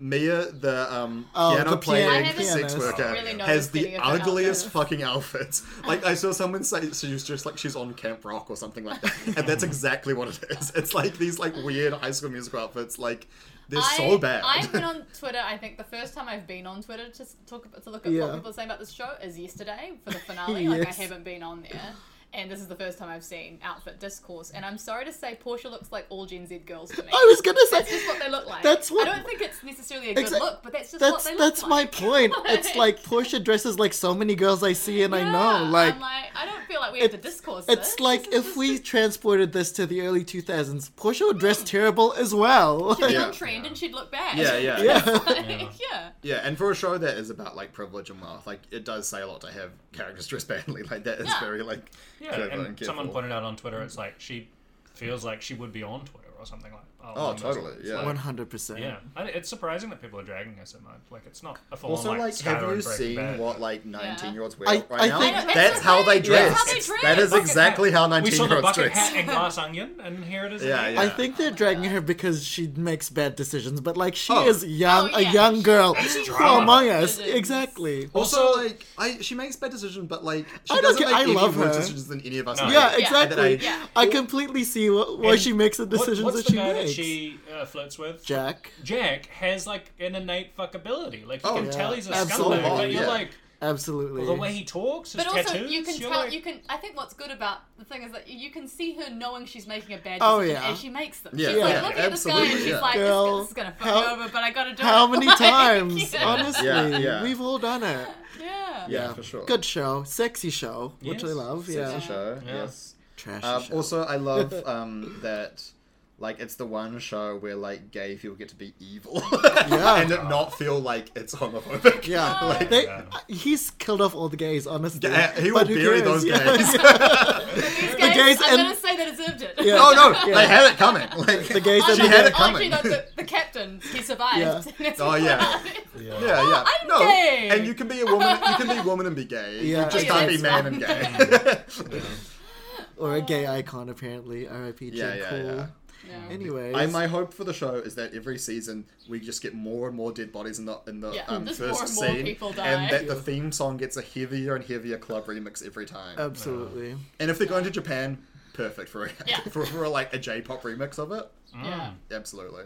Speaker 5: Mia, the um,
Speaker 2: Oh,
Speaker 5: piano
Speaker 2: the piano-
Speaker 5: playing
Speaker 4: I
Speaker 5: sex
Speaker 2: pianist.
Speaker 5: worker,
Speaker 4: Really noticed
Speaker 5: has the
Speaker 4: any of her
Speaker 5: ugliest
Speaker 4: outfits.
Speaker 5: fucking outfits. Like I saw someone say she was just like she's on Camp Rock or something like that, and that's exactly what it is. It's like these like weird High School Musical outfits. Like they're
Speaker 4: I,
Speaker 5: so bad.
Speaker 4: I've been on Twitter. I think the first time I've been on Twitter to s- talk ab- to look at
Speaker 2: Yeah.
Speaker 4: what people are saying about this show is yesterday for the finale. Like I
Speaker 2: Yes.
Speaker 4: haven't been on there, and this is the first time I've seen outfit discourse. And I'm sorry to say, Portia looks like all Gen Z girls to me.
Speaker 2: I was gonna
Speaker 4: that's just
Speaker 2: say
Speaker 4: what they look like.
Speaker 2: That's what-
Speaker 4: I don't think it's necessarily a good
Speaker 2: Exact-
Speaker 4: look, but that's just what
Speaker 2: that's
Speaker 4: they look
Speaker 2: that's my
Speaker 4: like.
Speaker 2: point. It's like Portia dresses like so many girls I see and I know.
Speaker 4: Yeah,
Speaker 2: Like
Speaker 4: I'm like, I don't feel like we have to
Speaker 2: it's-
Speaker 4: discourse. eh? this.
Speaker 2: it's like if we transported this to the early two thousands, Portia would dress terrible as well.
Speaker 4: She'd be
Speaker 5: Yeah.
Speaker 4: on trend and she'd look bad.
Speaker 5: yeah, yeah,
Speaker 2: yeah.
Speaker 4: yeah.
Speaker 5: Yeah, and for a show that is about like privilege and wealth, like it does say a lot to have characters dressed badly. Like that is
Speaker 4: Yeah.
Speaker 5: very like
Speaker 3: yeah,
Speaker 5: clever
Speaker 3: and,
Speaker 5: and
Speaker 3: someone
Speaker 5: careful.
Speaker 3: pointed out on Twitter, it's like she feels like she would be on Twitter or something like.
Speaker 5: Oh,
Speaker 3: that's-
Speaker 5: totally.
Speaker 3: it's
Speaker 5: Yeah.
Speaker 2: One hundred percent.
Speaker 3: Yeah, I- it's surprising that people are dragging her so much. Like, it's not a full
Speaker 5: Also,
Speaker 3: on,
Speaker 5: like,
Speaker 3: like,
Speaker 5: have
Speaker 3: Skylar
Speaker 5: you
Speaker 3: and Breaking
Speaker 5: seen
Speaker 3: Bad.
Speaker 5: what like nineteen-year-olds wear
Speaker 2: I-
Speaker 5: right
Speaker 2: I
Speaker 5: now?
Speaker 2: think-
Speaker 4: I know,
Speaker 5: that's
Speaker 4: that's
Speaker 5: how
Speaker 4: what
Speaker 5: they
Speaker 4: they- that's
Speaker 5: dress.
Speaker 4: how they
Speaker 5: It's-
Speaker 4: dress.
Speaker 5: That is
Speaker 4: Bucket
Speaker 5: exactly how
Speaker 3: We saw the
Speaker 5: nineteen-year-olds
Speaker 3: bucket
Speaker 5: dress.
Speaker 3: hat and glass onion, and here it is.
Speaker 5: Yeah,
Speaker 3: again.
Speaker 5: yeah.
Speaker 2: I think they're dragging her because she makes bad decisions, but like she
Speaker 5: Oh.
Speaker 2: is young,
Speaker 4: Oh,
Speaker 2: a
Speaker 4: yeah.
Speaker 2: young girl
Speaker 4: It's
Speaker 2: from
Speaker 3: drama.
Speaker 2: among us.
Speaker 4: Decisions.
Speaker 2: Exactly.
Speaker 5: Also, like, I she makes bad decisions, but like she
Speaker 2: I don't
Speaker 5: doesn't
Speaker 2: care-
Speaker 5: make
Speaker 2: I
Speaker 5: any
Speaker 2: love
Speaker 5: worse
Speaker 2: her.
Speaker 5: decisions than any of us.
Speaker 3: No.
Speaker 5: make.
Speaker 2: Yeah,
Speaker 4: Yeah.
Speaker 2: exactly.
Speaker 5: And I-
Speaker 4: Yeah.
Speaker 2: I completely see wh- why
Speaker 3: And
Speaker 2: she makes the decisions
Speaker 3: what, what's
Speaker 2: that
Speaker 3: the
Speaker 2: she
Speaker 3: guy
Speaker 2: makes.
Speaker 3: that she uh, flirts with?
Speaker 2: Jack,
Speaker 3: Jack has like an innate fuckability. Like you
Speaker 5: Oh,
Speaker 3: can
Speaker 5: yeah.
Speaker 3: tell he's a
Speaker 2: Absolutely.
Speaker 3: scumbag, but you're
Speaker 5: Yeah.
Speaker 3: like
Speaker 2: absolutely.
Speaker 3: the way he talks, his
Speaker 4: But also,
Speaker 3: tattoos.
Speaker 4: you can
Speaker 3: you're
Speaker 4: tell.
Speaker 3: like,
Speaker 4: You can. I think what's good about the thing is that you can see her knowing she's making a bad decision
Speaker 2: Oh, yeah.
Speaker 4: as she makes them.
Speaker 5: Yeah,
Speaker 4: she's
Speaker 2: yeah,
Speaker 4: like looking at this guy and
Speaker 5: absolutely,
Speaker 4: she's
Speaker 5: yeah.
Speaker 4: like,
Speaker 2: Girl,
Speaker 4: "This, this is gonna fuck
Speaker 2: how-
Speaker 4: me over, but I gotta do it."
Speaker 2: How many
Speaker 4: Like,
Speaker 2: times?
Speaker 4: yeah.
Speaker 2: Honestly,
Speaker 5: Yeah, yeah.
Speaker 2: we've all done it.
Speaker 4: Yeah.
Speaker 5: Yeah, for sure.
Speaker 2: Good show, sexy show, which
Speaker 3: Yes.
Speaker 2: I love. yeah,
Speaker 5: Sexy show.
Speaker 3: Yeah.
Speaker 5: Yes.
Speaker 2: trash.
Speaker 5: Um,
Speaker 2: show.
Speaker 5: also, I love um, that like it's the one show where like gay people get to be evil and it not feel like it's homophobic.
Speaker 2: yeah,
Speaker 5: like
Speaker 2: they,
Speaker 3: Yeah.
Speaker 2: uh, he's killed off all the gays. Honestly,
Speaker 5: Yeah, he will
Speaker 2: But who
Speaker 5: bury
Speaker 2: cares?
Speaker 5: those
Speaker 2: Yeah.
Speaker 5: gays.
Speaker 4: These
Speaker 2: The
Speaker 4: guys,
Speaker 2: gays
Speaker 4: I'm
Speaker 2: and-
Speaker 4: gonna say they deserved it.
Speaker 2: Yeah.
Speaker 5: no, no,
Speaker 2: Yeah.
Speaker 5: they had it coming. Like
Speaker 2: The gays
Speaker 4: Oh,
Speaker 2: and
Speaker 5: she
Speaker 2: the
Speaker 5: had
Speaker 2: gays.
Speaker 5: it coming.
Speaker 4: Actually, no, the, the captain, he survived.
Speaker 5: Oh, yeah.
Speaker 3: yeah.
Speaker 5: Yeah, yeah.
Speaker 4: I'm
Speaker 5: no,
Speaker 4: gay.
Speaker 5: and you can be a woman. You can be a woman and be gay.
Speaker 2: Yeah.
Speaker 5: You just
Speaker 4: Yeah,
Speaker 5: can't be
Speaker 4: that's
Speaker 5: man and gay.
Speaker 2: or a gay icon apparently. R.I.P. Jim
Speaker 5: Yeah, yeah,
Speaker 2: Cool.
Speaker 5: yeah.
Speaker 2: Anyways,
Speaker 5: I, my hope for the show is that every season we just get more and more dead bodies in the in the
Speaker 4: Yeah,
Speaker 5: um,
Speaker 4: just
Speaker 5: first
Speaker 4: more and more
Speaker 5: scene,
Speaker 4: people die.
Speaker 5: and that the theme song gets a heavier and heavier club remix every time.
Speaker 2: absolutely.
Speaker 5: and if they're going to Japan, perfect for a,
Speaker 4: Yeah.
Speaker 5: for, for a, like a J-pop remix of it.
Speaker 3: mm.
Speaker 4: Yeah.
Speaker 5: Absolutely.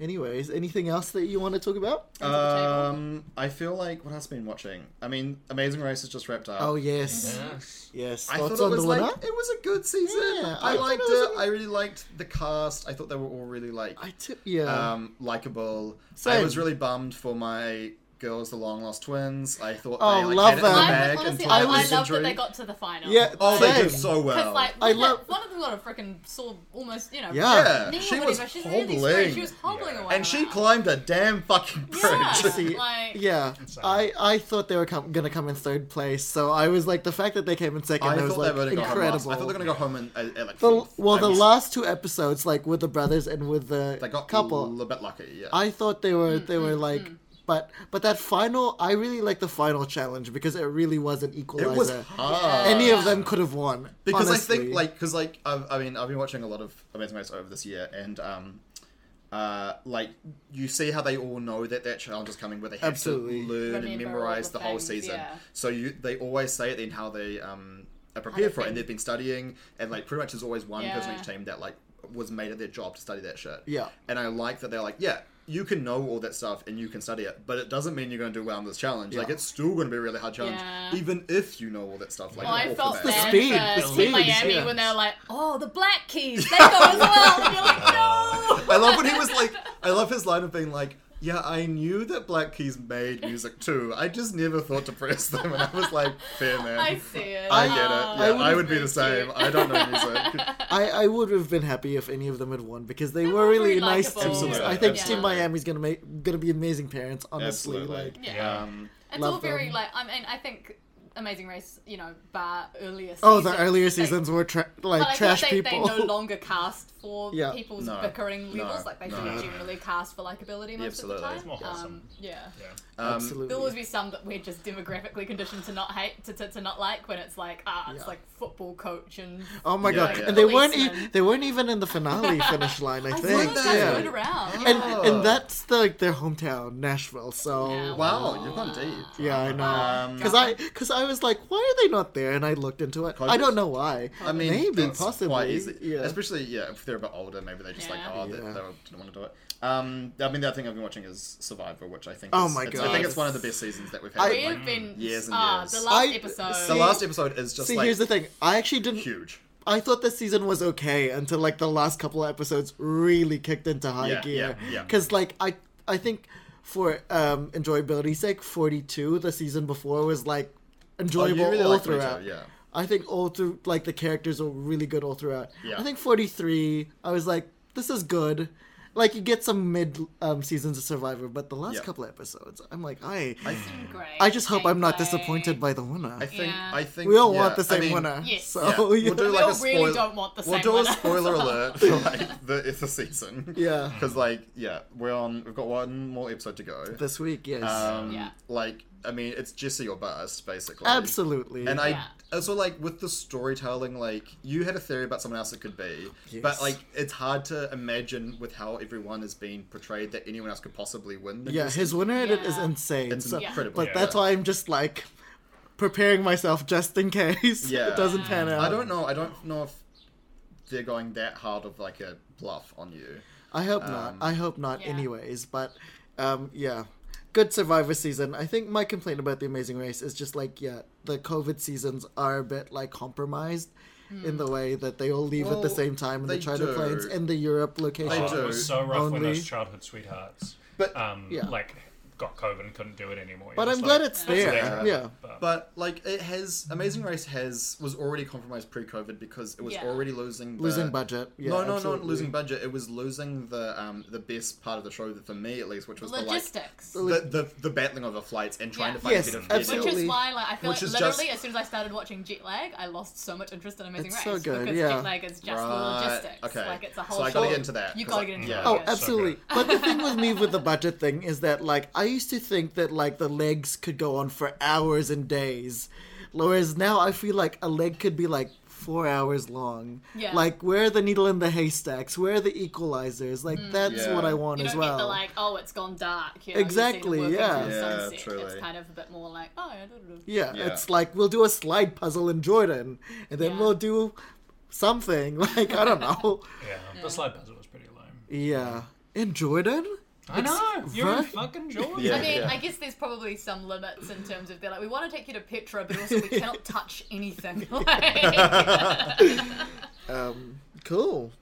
Speaker 2: Anyways, anything else that you want to talk about?
Speaker 5: Um, I feel like what else have I been watching? I mean, Amazing Race has just wrapped up.
Speaker 2: Oh yes,
Speaker 7: Yes.
Speaker 2: yes.
Speaker 5: I
Speaker 2: Thoughts
Speaker 5: thought
Speaker 2: on the
Speaker 5: it was
Speaker 2: winner?
Speaker 5: like it was a good season.
Speaker 2: Yeah, I
Speaker 5: I,
Speaker 2: thought
Speaker 5: liked
Speaker 2: it
Speaker 5: it.
Speaker 2: was a-
Speaker 5: I really liked the cast. I thought they were all really like
Speaker 2: I tip. Yeah.
Speaker 5: um, likable. I
Speaker 2: Same.
Speaker 5: was really bummed for my girls, the long lost twins. I thought
Speaker 2: Oh,
Speaker 5: they like,
Speaker 2: love
Speaker 5: had
Speaker 2: them.
Speaker 5: it in the
Speaker 2: I
Speaker 4: I
Speaker 5: bag
Speaker 4: was honestly, I,
Speaker 5: until the
Speaker 4: I
Speaker 5: injury.
Speaker 4: love that they got to the final.
Speaker 2: yeah.
Speaker 5: Oh, they
Speaker 2: same.
Speaker 5: did so
Speaker 4: Because
Speaker 5: well.
Speaker 4: like
Speaker 2: I
Speaker 4: one
Speaker 2: love-
Speaker 4: of- one of them got a freaking saw almost you know
Speaker 2: Yeah.
Speaker 5: yeah,
Speaker 4: knee
Speaker 5: she
Speaker 4: or
Speaker 5: was
Speaker 4: whatever. She's really
Speaker 5: hobbling,
Speaker 4: straight. She was hobbling away.
Speaker 5: and she
Speaker 4: like that.
Speaker 5: climbed a damn fucking bridge.
Speaker 4: Yeah.
Speaker 2: See,
Speaker 4: like-
Speaker 2: yeah, I, I thought they were com- gonna come in third place, so I was like, the fact that they came in second,
Speaker 5: I
Speaker 2: I,
Speaker 5: thought
Speaker 2: was
Speaker 5: they
Speaker 2: like,
Speaker 5: were gonna go home last.
Speaker 2: incredible.
Speaker 5: I thought they were gonna go home and uh, uh, like
Speaker 2: the,
Speaker 5: fourth.
Speaker 2: well,
Speaker 5: I
Speaker 2: the
Speaker 5: was-
Speaker 2: last two episodes, like with the brothers and with the
Speaker 5: they got
Speaker 2: couple,
Speaker 5: a little bit lucky. Yeah,
Speaker 2: I thought they were
Speaker 4: Mm,
Speaker 2: they were like, but but that final, I really like the final challenge because it really was an equalizer.
Speaker 5: it was hard.
Speaker 2: Any of them could have won
Speaker 5: because
Speaker 2: honestly.
Speaker 5: I think like because like I've, I mean I've been watching a lot of Amazing Race over this year and um uh like you see how they all know that that challenge is coming where they have
Speaker 2: Absolutely.
Speaker 5: to learn and
Speaker 4: Remember all
Speaker 5: memorize
Speaker 4: the
Speaker 5: the, whole
Speaker 4: things,
Speaker 5: season
Speaker 4: yeah.
Speaker 5: so you they always say it then how they um are prepared for it and
Speaker 4: think.
Speaker 5: they've been studying and like pretty much there's always one person on
Speaker 4: Yeah.
Speaker 5: each team that like was made it their job to study that shit
Speaker 2: Yeah.
Speaker 5: and I like that they're like yeah you can know all that stuff and you can study it, but it doesn't mean you're going to do well on this challenge. Like
Speaker 2: Yeah.
Speaker 5: it's still going to be a really hard challenge,
Speaker 4: Yeah.
Speaker 5: even if you know all that stuff. Like
Speaker 4: Well, I
Speaker 5: off
Speaker 4: felt
Speaker 5: the bat.
Speaker 2: The
Speaker 4: bad
Speaker 2: speed,
Speaker 4: for
Speaker 2: the
Speaker 4: Team
Speaker 2: speed,
Speaker 4: Miami
Speaker 2: yeah.
Speaker 4: when they were like, "Oh, the Black Keys, they go as well." And you're like, "No."
Speaker 5: I love when he was like, I love his line of being like, yeah, I knew that Black Keys made music too. I just never thought to press them. And I was like, fair man.
Speaker 4: I see it. Ah.
Speaker 5: I get it. Yeah,
Speaker 2: I
Speaker 5: I,
Speaker 2: would
Speaker 5: would be the same. I don't know music.
Speaker 2: I, I would have been happy if any of them had won because they were
Speaker 4: were
Speaker 2: really
Speaker 4: very
Speaker 2: nice
Speaker 4: likable.
Speaker 2: teams. I
Speaker 5: Absolutely,
Speaker 2: think
Speaker 4: yeah.
Speaker 2: Team Miami's gonna make gonna be amazing parents. Honestly,
Speaker 5: Absolutely.
Speaker 2: like
Speaker 4: Yeah.
Speaker 5: Um,
Speaker 4: It's
Speaker 2: Love
Speaker 4: all very
Speaker 2: them.
Speaker 4: like I mean I think Amazing Race, you know, bar earlier seasons.
Speaker 2: oh, the earlier
Speaker 4: they-
Speaker 2: seasons were tra-
Speaker 4: but
Speaker 2: like
Speaker 4: I feel
Speaker 2: trash
Speaker 4: like they, they
Speaker 2: people.
Speaker 4: no longer cast for
Speaker 2: Yeah.
Speaker 4: people's
Speaker 5: No.
Speaker 4: bickering
Speaker 5: No.
Speaker 4: levels. Like they do
Speaker 5: No.
Speaker 4: generally cast for likability most of the
Speaker 5: absolutely.
Speaker 4: time.
Speaker 5: It's
Speaker 3: more
Speaker 4: um,
Speaker 3: wholesome.
Speaker 4: yeah.
Speaker 5: um,
Speaker 4: There'll
Speaker 2: Absolutely.
Speaker 4: always be some that we're just demographically conditioned to not hate, to, to, to not like when it's like, ah, it's
Speaker 2: Yeah.
Speaker 4: like football coach and.
Speaker 2: Oh my
Speaker 5: Yeah,
Speaker 2: god!
Speaker 5: yeah.
Speaker 2: And they weren't e-
Speaker 4: Policemen.
Speaker 2: they weren't even in the finale finish line. I,
Speaker 4: I
Speaker 2: think.
Speaker 4: saw those guys
Speaker 2: yeah.
Speaker 4: going around.
Speaker 2: And
Speaker 5: Yeah.
Speaker 2: and that's the, like their hometown, Nashville. So
Speaker 4: Yeah.
Speaker 5: wow, you've gone deep.
Speaker 2: yeah, I know.
Speaker 5: Um,
Speaker 2: Because I because I was like, why are they not there? And I looked into it. I don't know why.
Speaker 5: I mean,
Speaker 2: maybe
Speaker 5: that's
Speaker 2: possibly.
Speaker 5: quite easy.
Speaker 2: Yeah.
Speaker 5: Especially, yeah, if they're a bit older, maybe they just
Speaker 4: Yeah.
Speaker 5: like, oh, they,
Speaker 2: Yeah.
Speaker 5: they didn't want to do it. Um, I mean, the other thing I've been watching is Survivor, which I think.
Speaker 2: Oh
Speaker 5: is,
Speaker 2: my
Speaker 5: it's-
Speaker 2: God.
Speaker 5: I think it's one of the best seasons that we've had.
Speaker 2: I-
Speaker 4: We
Speaker 5: like,
Speaker 4: have been.
Speaker 5: Mm, years and
Speaker 4: ah,
Speaker 5: years.
Speaker 4: the last
Speaker 2: I-
Speaker 4: episode.
Speaker 5: the last episode is just
Speaker 2: See,
Speaker 5: like
Speaker 2: here's the thing. I actually didn't.
Speaker 5: huge.
Speaker 2: I thought this season was okay until like the last couple of episodes really kicked into high
Speaker 5: Yeah,
Speaker 2: gear.
Speaker 5: yeah, yeah.
Speaker 2: Because like I I think for um enjoyability's sake, forty two the season before was like
Speaker 5: Oh, you
Speaker 2: enjoyable
Speaker 5: really
Speaker 2: all
Speaker 5: like Rachel,
Speaker 2: throughout.
Speaker 5: Yeah.
Speaker 2: I think all through like the characters are really good all throughout.
Speaker 5: Yeah.
Speaker 2: I think forty three. I was like, this is good. Like you get some mid um, seasons of Survivor, but the last
Speaker 5: Yeah.
Speaker 2: couple of episodes, I'm like, I
Speaker 5: I,
Speaker 4: Great.
Speaker 2: I just hope I'm not
Speaker 4: gameplay.
Speaker 2: disappointed by the winner.
Speaker 5: I think
Speaker 4: Yeah.
Speaker 5: I think
Speaker 2: we all
Speaker 5: yeah,
Speaker 2: want the same
Speaker 5: I mean,
Speaker 2: winner.
Speaker 4: Yes.
Speaker 2: So
Speaker 5: Yeah,
Speaker 2: yeah.
Speaker 5: we'll do like
Speaker 4: all
Speaker 5: a
Speaker 4: really
Speaker 5: spoiler.
Speaker 4: don't want the
Speaker 5: we'll
Speaker 4: same
Speaker 5: do
Speaker 4: winner.
Speaker 5: a spoiler alert for like the it's the season.
Speaker 2: Yeah.
Speaker 5: because like yeah, we're on. We've got one more episode to go.
Speaker 2: this week, yes,
Speaker 5: Um,
Speaker 4: Yeah.
Speaker 5: Like I mean, it's Jesse or bust basically.
Speaker 2: absolutely.
Speaker 5: And I
Speaker 4: Yeah.
Speaker 5: also like with the storytelling, like you had a theory about someone else it could be,
Speaker 2: Yes.
Speaker 5: but like it's hard to imagine with how everyone is being portrayed that anyone else could possibly win.
Speaker 2: yeah,
Speaker 5: Because
Speaker 2: his winner edit is
Speaker 4: Yeah.
Speaker 2: insane.
Speaker 5: it's
Speaker 2: so-
Speaker 5: incredible.
Speaker 2: But that's why I'm just like preparing myself just in case
Speaker 5: Yeah.
Speaker 2: it doesn't pan out.
Speaker 4: Um,
Speaker 5: I don't know. I don't know if they're going that hard of like a bluff on you.
Speaker 2: I hope
Speaker 5: um,
Speaker 2: not. I hope not.
Speaker 4: Yeah.
Speaker 2: Anyways, but um, yeah, good Survivor season. I think my complaint about the Amazing Race is just like yeah, the COVID seasons are a bit like compromised.
Speaker 4: Hmm.
Speaker 2: In the way that they all leave at the
Speaker 5: Well,
Speaker 2: same time and they,
Speaker 5: they
Speaker 2: try to
Speaker 5: do.
Speaker 2: plans in the Europe
Speaker 5: They
Speaker 2: location.
Speaker 5: do.
Speaker 3: it was so rough when
Speaker 2: Only-
Speaker 3: those childhood sweethearts,
Speaker 5: But-
Speaker 3: um,
Speaker 2: Yeah.
Speaker 3: like got COVID and couldn't do it anymore.
Speaker 2: But
Speaker 3: It
Speaker 2: I'm
Speaker 3: was
Speaker 2: glad
Speaker 3: like-
Speaker 2: it's
Speaker 3: it's
Speaker 2: there.
Speaker 3: there,
Speaker 2: Yeah.
Speaker 3: but-
Speaker 5: But like it has Amazing Race has was already compromised pre-COVID because it was
Speaker 4: Yeah.
Speaker 5: already losing the,
Speaker 2: Losing budget. Yeah,
Speaker 5: no, no,
Speaker 2: absolutely.
Speaker 5: not losing budget. It was losing the um the best part of the show for me at least, which was
Speaker 4: Logistics.
Speaker 5: the like the, the the battling over flights and trying
Speaker 4: Yeah.
Speaker 5: to find
Speaker 2: Yes,
Speaker 5: a bit of
Speaker 2: absolutely.
Speaker 4: Which is why, like, I feel
Speaker 5: Which
Speaker 4: like
Speaker 5: is
Speaker 4: literally
Speaker 5: just-
Speaker 4: as soon as I started watching Jet Lag, I lost so much interest in Amazing
Speaker 2: It's
Speaker 4: Race
Speaker 2: so good,
Speaker 4: because
Speaker 2: yeah.
Speaker 4: Jet Lag is just the
Speaker 5: Right,
Speaker 4: logistics.
Speaker 5: okay.
Speaker 4: Like it's a
Speaker 5: So
Speaker 4: whole.
Speaker 5: I gotta
Speaker 4: show.
Speaker 5: get into that,
Speaker 4: You
Speaker 5: 'cause
Speaker 4: gotta
Speaker 5: I-
Speaker 4: get into
Speaker 5: yeah.
Speaker 4: that.
Speaker 2: Oh,
Speaker 4: yeah.
Speaker 2: absolutely. but the thing with me with the budget thing is that, like, I used to think that, like, the legs could go on for hours and days. Whereas now I feel like a leg could be like four hours long.
Speaker 4: Yeah.
Speaker 2: Like where are the needle in the haystacks? Where are the equalizers? Like that's
Speaker 5: Yeah.
Speaker 2: what I want
Speaker 4: Mm. You
Speaker 2: as
Speaker 4: don't
Speaker 2: well.
Speaker 4: get the like, oh, it's gone dark. You know, you see the
Speaker 2: Exactly,
Speaker 4: working
Speaker 2: yeah.
Speaker 4: to the
Speaker 5: Yeah,
Speaker 4: sunset. It's
Speaker 5: truly.
Speaker 4: kind of a bit more like, oh, I don't know.
Speaker 2: yeah,
Speaker 5: Yeah.
Speaker 2: it's like we'll do a slide puzzle in Jordan, and then
Speaker 4: Yeah.
Speaker 2: we'll do something like I don't know.
Speaker 3: Yeah, the slide puzzle was pretty lame.
Speaker 2: yeah, in Jordan.
Speaker 3: I know. You're in
Speaker 2: right?
Speaker 3: fucking Jordan.
Speaker 5: Yeah.
Speaker 4: I mean,
Speaker 5: yeah.
Speaker 4: I guess there's probably some limits in terms of they're like, we want to take you to Petra, but also we cannot touch anything. Like-
Speaker 2: Um, cool.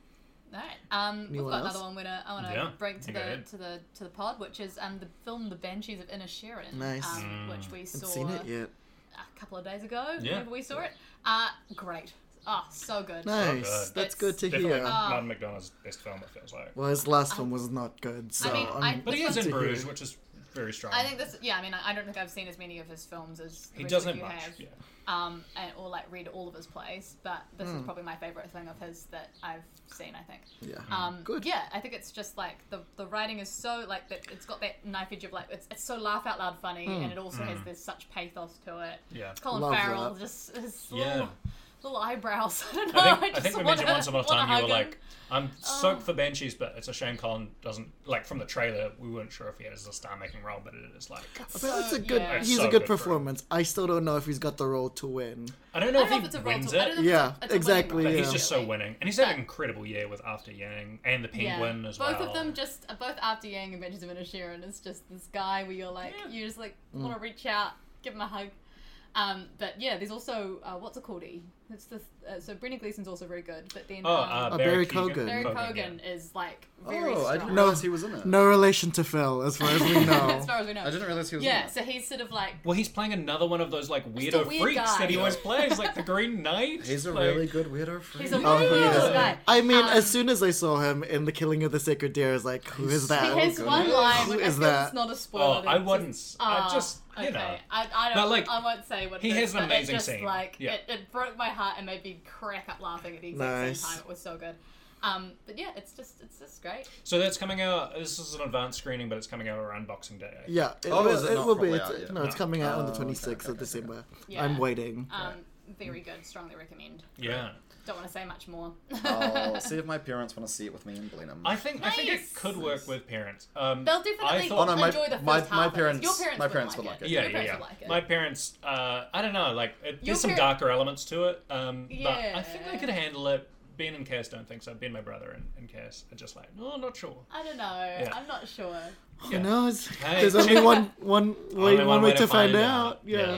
Speaker 4: Alright, Um, we've
Speaker 2: Anyone
Speaker 4: got
Speaker 2: else?
Speaker 4: another one we're gonna, I want to
Speaker 3: Yeah,
Speaker 4: bring to
Speaker 3: you go
Speaker 4: the
Speaker 3: ahead.
Speaker 4: to the to the pod, which is um the film The Banshees of Inisherin,
Speaker 2: Nice.
Speaker 4: um, which we saw
Speaker 2: Haven't seen it yet.
Speaker 4: a couple of days ago.
Speaker 3: Mm. Yeah.
Speaker 4: whenever we saw it, uh, great. Oh, so good.
Speaker 2: Nice.
Speaker 3: good.
Speaker 2: That's good to
Speaker 3: Definitely
Speaker 2: hear.
Speaker 4: uh,
Speaker 3: Martin McDonough's best film, it feels like.
Speaker 2: Well, his last one was not good, so
Speaker 4: I mean, I-
Speaker 2: I'm-
Speaker 3: But he is
Speaker 2: To
Speaker 3: in
Speaker 2: hear.
Speaker 3: Bruges, which is very strong.
Speaker 4: I think this. Yeah, I mean, I, I don't think I've seen as many of his films as the
Speaker 3: he
Speaker 4: rest of
Speaker 3: doesn't
Speaker 4: you
Speaker 3: much.
Speaker 4: have.
Speaker 3: Yeah.
Speaker 4: Um, and, or like read all of his plays, but this
Speaker 2: Hmm.
Speaker 4: is probably my favorite thing of his that I've seen. I think.
Speaker 2: yeah.
Speaker 3: Mm.
Speaker 4: Um,
Speaker 2: Good.
Speaker 4: Yeah, I think it's just like the the writing is so like that. It's got that knife edge of like it's, it's so laugh out loud funny, and it also has this such pathos to it.
Speaker 3: Mm. Yeah.
Speaker 4: Colin
Speaker 2: Love
Speaker 4: Farrell
Speaker 2: that.
Speaker 4: just his
Speaker 3: Yeah.
Speaker 4: little, little eyebrows. I don't know.
Speaker 3: I think, I
Speaker 4: just
Speaker 3: think we
Speaker 4: wanna,
Speaker 3: mentioned once upon a
Speaker 4: wanna
Speaker 3: time you were
Speaker 4: hug him. Oh.
Speaker 3: like, I'm stoked for Banshees, but it's a shame Colin doesn't, like, from the trailer, we weren't sure if he has a star making role, but it is like.
Speaker 2: But it's a
Speaker 4: So,
Speaker 2: good.
Speaker 4: yeah.
Speaker 2: He's
Speaker 3: So
Speaker 2: a good
Speaker 3: good for him.
Speaker 2: performance. I still don't know if he's got the role to win.
Speaker 3: I don't
Speaker 4: I
Speaker 3: know
Speaker 4: don't know if
Speaker 3: if
Speaker 4: it's
Speaker 3: he
Speaker 4: a role
Speaker 3: wins
Speaker 4: to- I
Speaker 3: it.
Speaker 4: don't know if
Speaker 2: Yeah,
Speaker 4: it's a- it's a winning
Speaker 2: exactly,
Speaker 4: role,
Speaker 2: yeah.
Speaker 3: He's just so
Speaker 4: really.
Speaker 3: winning, and he's had an incredible year with After Yang and the Penguin as well.
Speaker 4: Both of them just uh, both after Yang and Benjamin and Sharon is just this guy where you're like
Speaker 3: Yeah.
Speaker 4: you just like
Speaker 5: Mm.
Speaker 4: want to reach out, give him a hug. Um, but yeah, there's also uh, what's it called? E? It's the uh, so Brendan Gleeson's also very good, but then
Speaker 3: Oh, uh,
Speaker 4: um,
Speaker 2: Oh,
Speaker 3: Barry
Speaker 2: Barry
Speaker 3: Keoghan.
Speaker 2: Keoghan.
Speaker 4: Barry Cogan
Speaker 3: yeah.
Speaker 4: is like very
Speaker 5: Oh, I
Speaker 4: strong.
Speaker 5: didn't realize he was in it.
Speaker 2: No relation to Phil, as far as we know.
Speaker 4: as far as we know.
Speaker 5: I didn't realize he was
Speaker 4: yeah,
Speaker 5: in it.
Speaker 4: so he's sort of like
Speaker 3: Well, he's playing another one of those like
Speaker 4: Just a
Speaker 3: weirdo
Speaker 4: weird
Speaker 3: freaks
Speaker 4: guy.
Speaker 3: that he always plays, like the Green Knight.
Speaker 5: He's a
Speaker 3: like,
Speaker 5: really good weirdo freak.
Speaker 4: he's a
Speaker 2: Oh,
Speaker 4: really
Speaker 2: he
Speaker 4: little
Speaker 2: is.
Speaker 4: guy.
Speaker 2: I mean,
Speaker 4: Um,
Speaker 2: as soon as I saw him in The Killing of the Sacred Deer, I was like, who is
Speaker 4: he
Speaker 2: that?
Speaker 4: has
Speaker 5: Oh,
Speaker 4: one
Speaker 5: goodness.
Speaker 4: line.
Speaker 2: Who
Speaker 4: Which
Speaker 2: is
Speaker 4: I feel
Speaker 2: that?
Speaker 4: It's not a spoiler.
Speaker 3: Oh, I
Speaker 4: that's
Speaker 3: wouldn't.
Speaker 4: just-
Speaker 3: I
Speaker 4: Ah,
Speaker 3: just, you
Speaker 4: okay.
Speaker 3: know.
Speaker 4: I, I don't.
Speaker 3: But, like,
Speaker 4: I won't say what.
Speaker 3: he
Speaker 4: it is,
Speaker 3: has an
Speaker 4: but it
Speaker 3: amazing
Speaker 4: just,
Speaker 3: scene.
Speaker 4: Like
Speaker 3: Yeah.
Speaker 4: it, it broke my heart and made me crack up laughing at the exact
Speaker 2: Nice.
Speaker 4: same time. It was so good. Um, but yeah, it's just it's just great.
Speaker 3: So that's coming out. This is an advanced screening, but it's coming out around Boxing Day. I think.
Speaker 2: Yeah, it,
Speaker 5: Oh,
Speaker 2: will-
Speaker 5: is it
Speaker 2: it
Speaker 5: not
Speaker 2: will be.
Speaker 5: properly
Speaker 2: It's,
Speaker 5: out yet?
Speaker 2: No, it's
Speaker 3: No.
Speaker 2: coming out
Speaker 4: Oh,
Speaker 2: on the
Speaker 5: okay,
Speaker 2: 26th
Speaker 5: okay,
Speaker 2: of
Speaker 5: okay,
Speaker 2: December.
Speaker 4: Yeah.
Speaker 2: I'm waiting.
Speaker 4: Um, very good. Strongly recommend.
Speaker 3: Yeah.
Speaker 4: Don't want to say much more.
Speaker 5: I'll Oh, see if my parents want to see it with me in Blenheim.
Speaker 3: I think I think
Speaker 4: Nice.
Speaker 3: it could work with parents. Um,
Speaker 4: They'll
Speaker 3: I
Speaker 4: definitely
Speaker 3: thought,
Speaker 5: Oh, no, my-
Speaker 4: enjoy the first
Speaker 5: my-
Speaker 4: half.
Speaker 5: my
Speaker 4: of it.
Speaker 5: parents-
Speaker 4: Your parents,
Speaker 5: my parents
Speaker 4: would like it.
Speaker 3: yeah,
Speaker 4: Your
Speaker 3: yeah,
Speaker 4: parents
Speaker 3: yeah.
Speaker 4: would like it.
Speaker 3: My parents, uh, I don't know, like it,
Speaker 4: Your
Speaker 3: there's some
Speaker 4: parent-
Speaker 3: darker elements to it, um, but I think
Speaker 4: Yeah.
Speaker 3: they could handle it. Ben and Cass don't think so. Ben, my brother, and, and Cass are just like, oh, not sure.
Speaker 4: I don't know. I'm not sure.
Speaker 2: Who knows?
Speaker 3: Hey.
Speaker 2: There's only one one way, one way, to find, out. Yeah.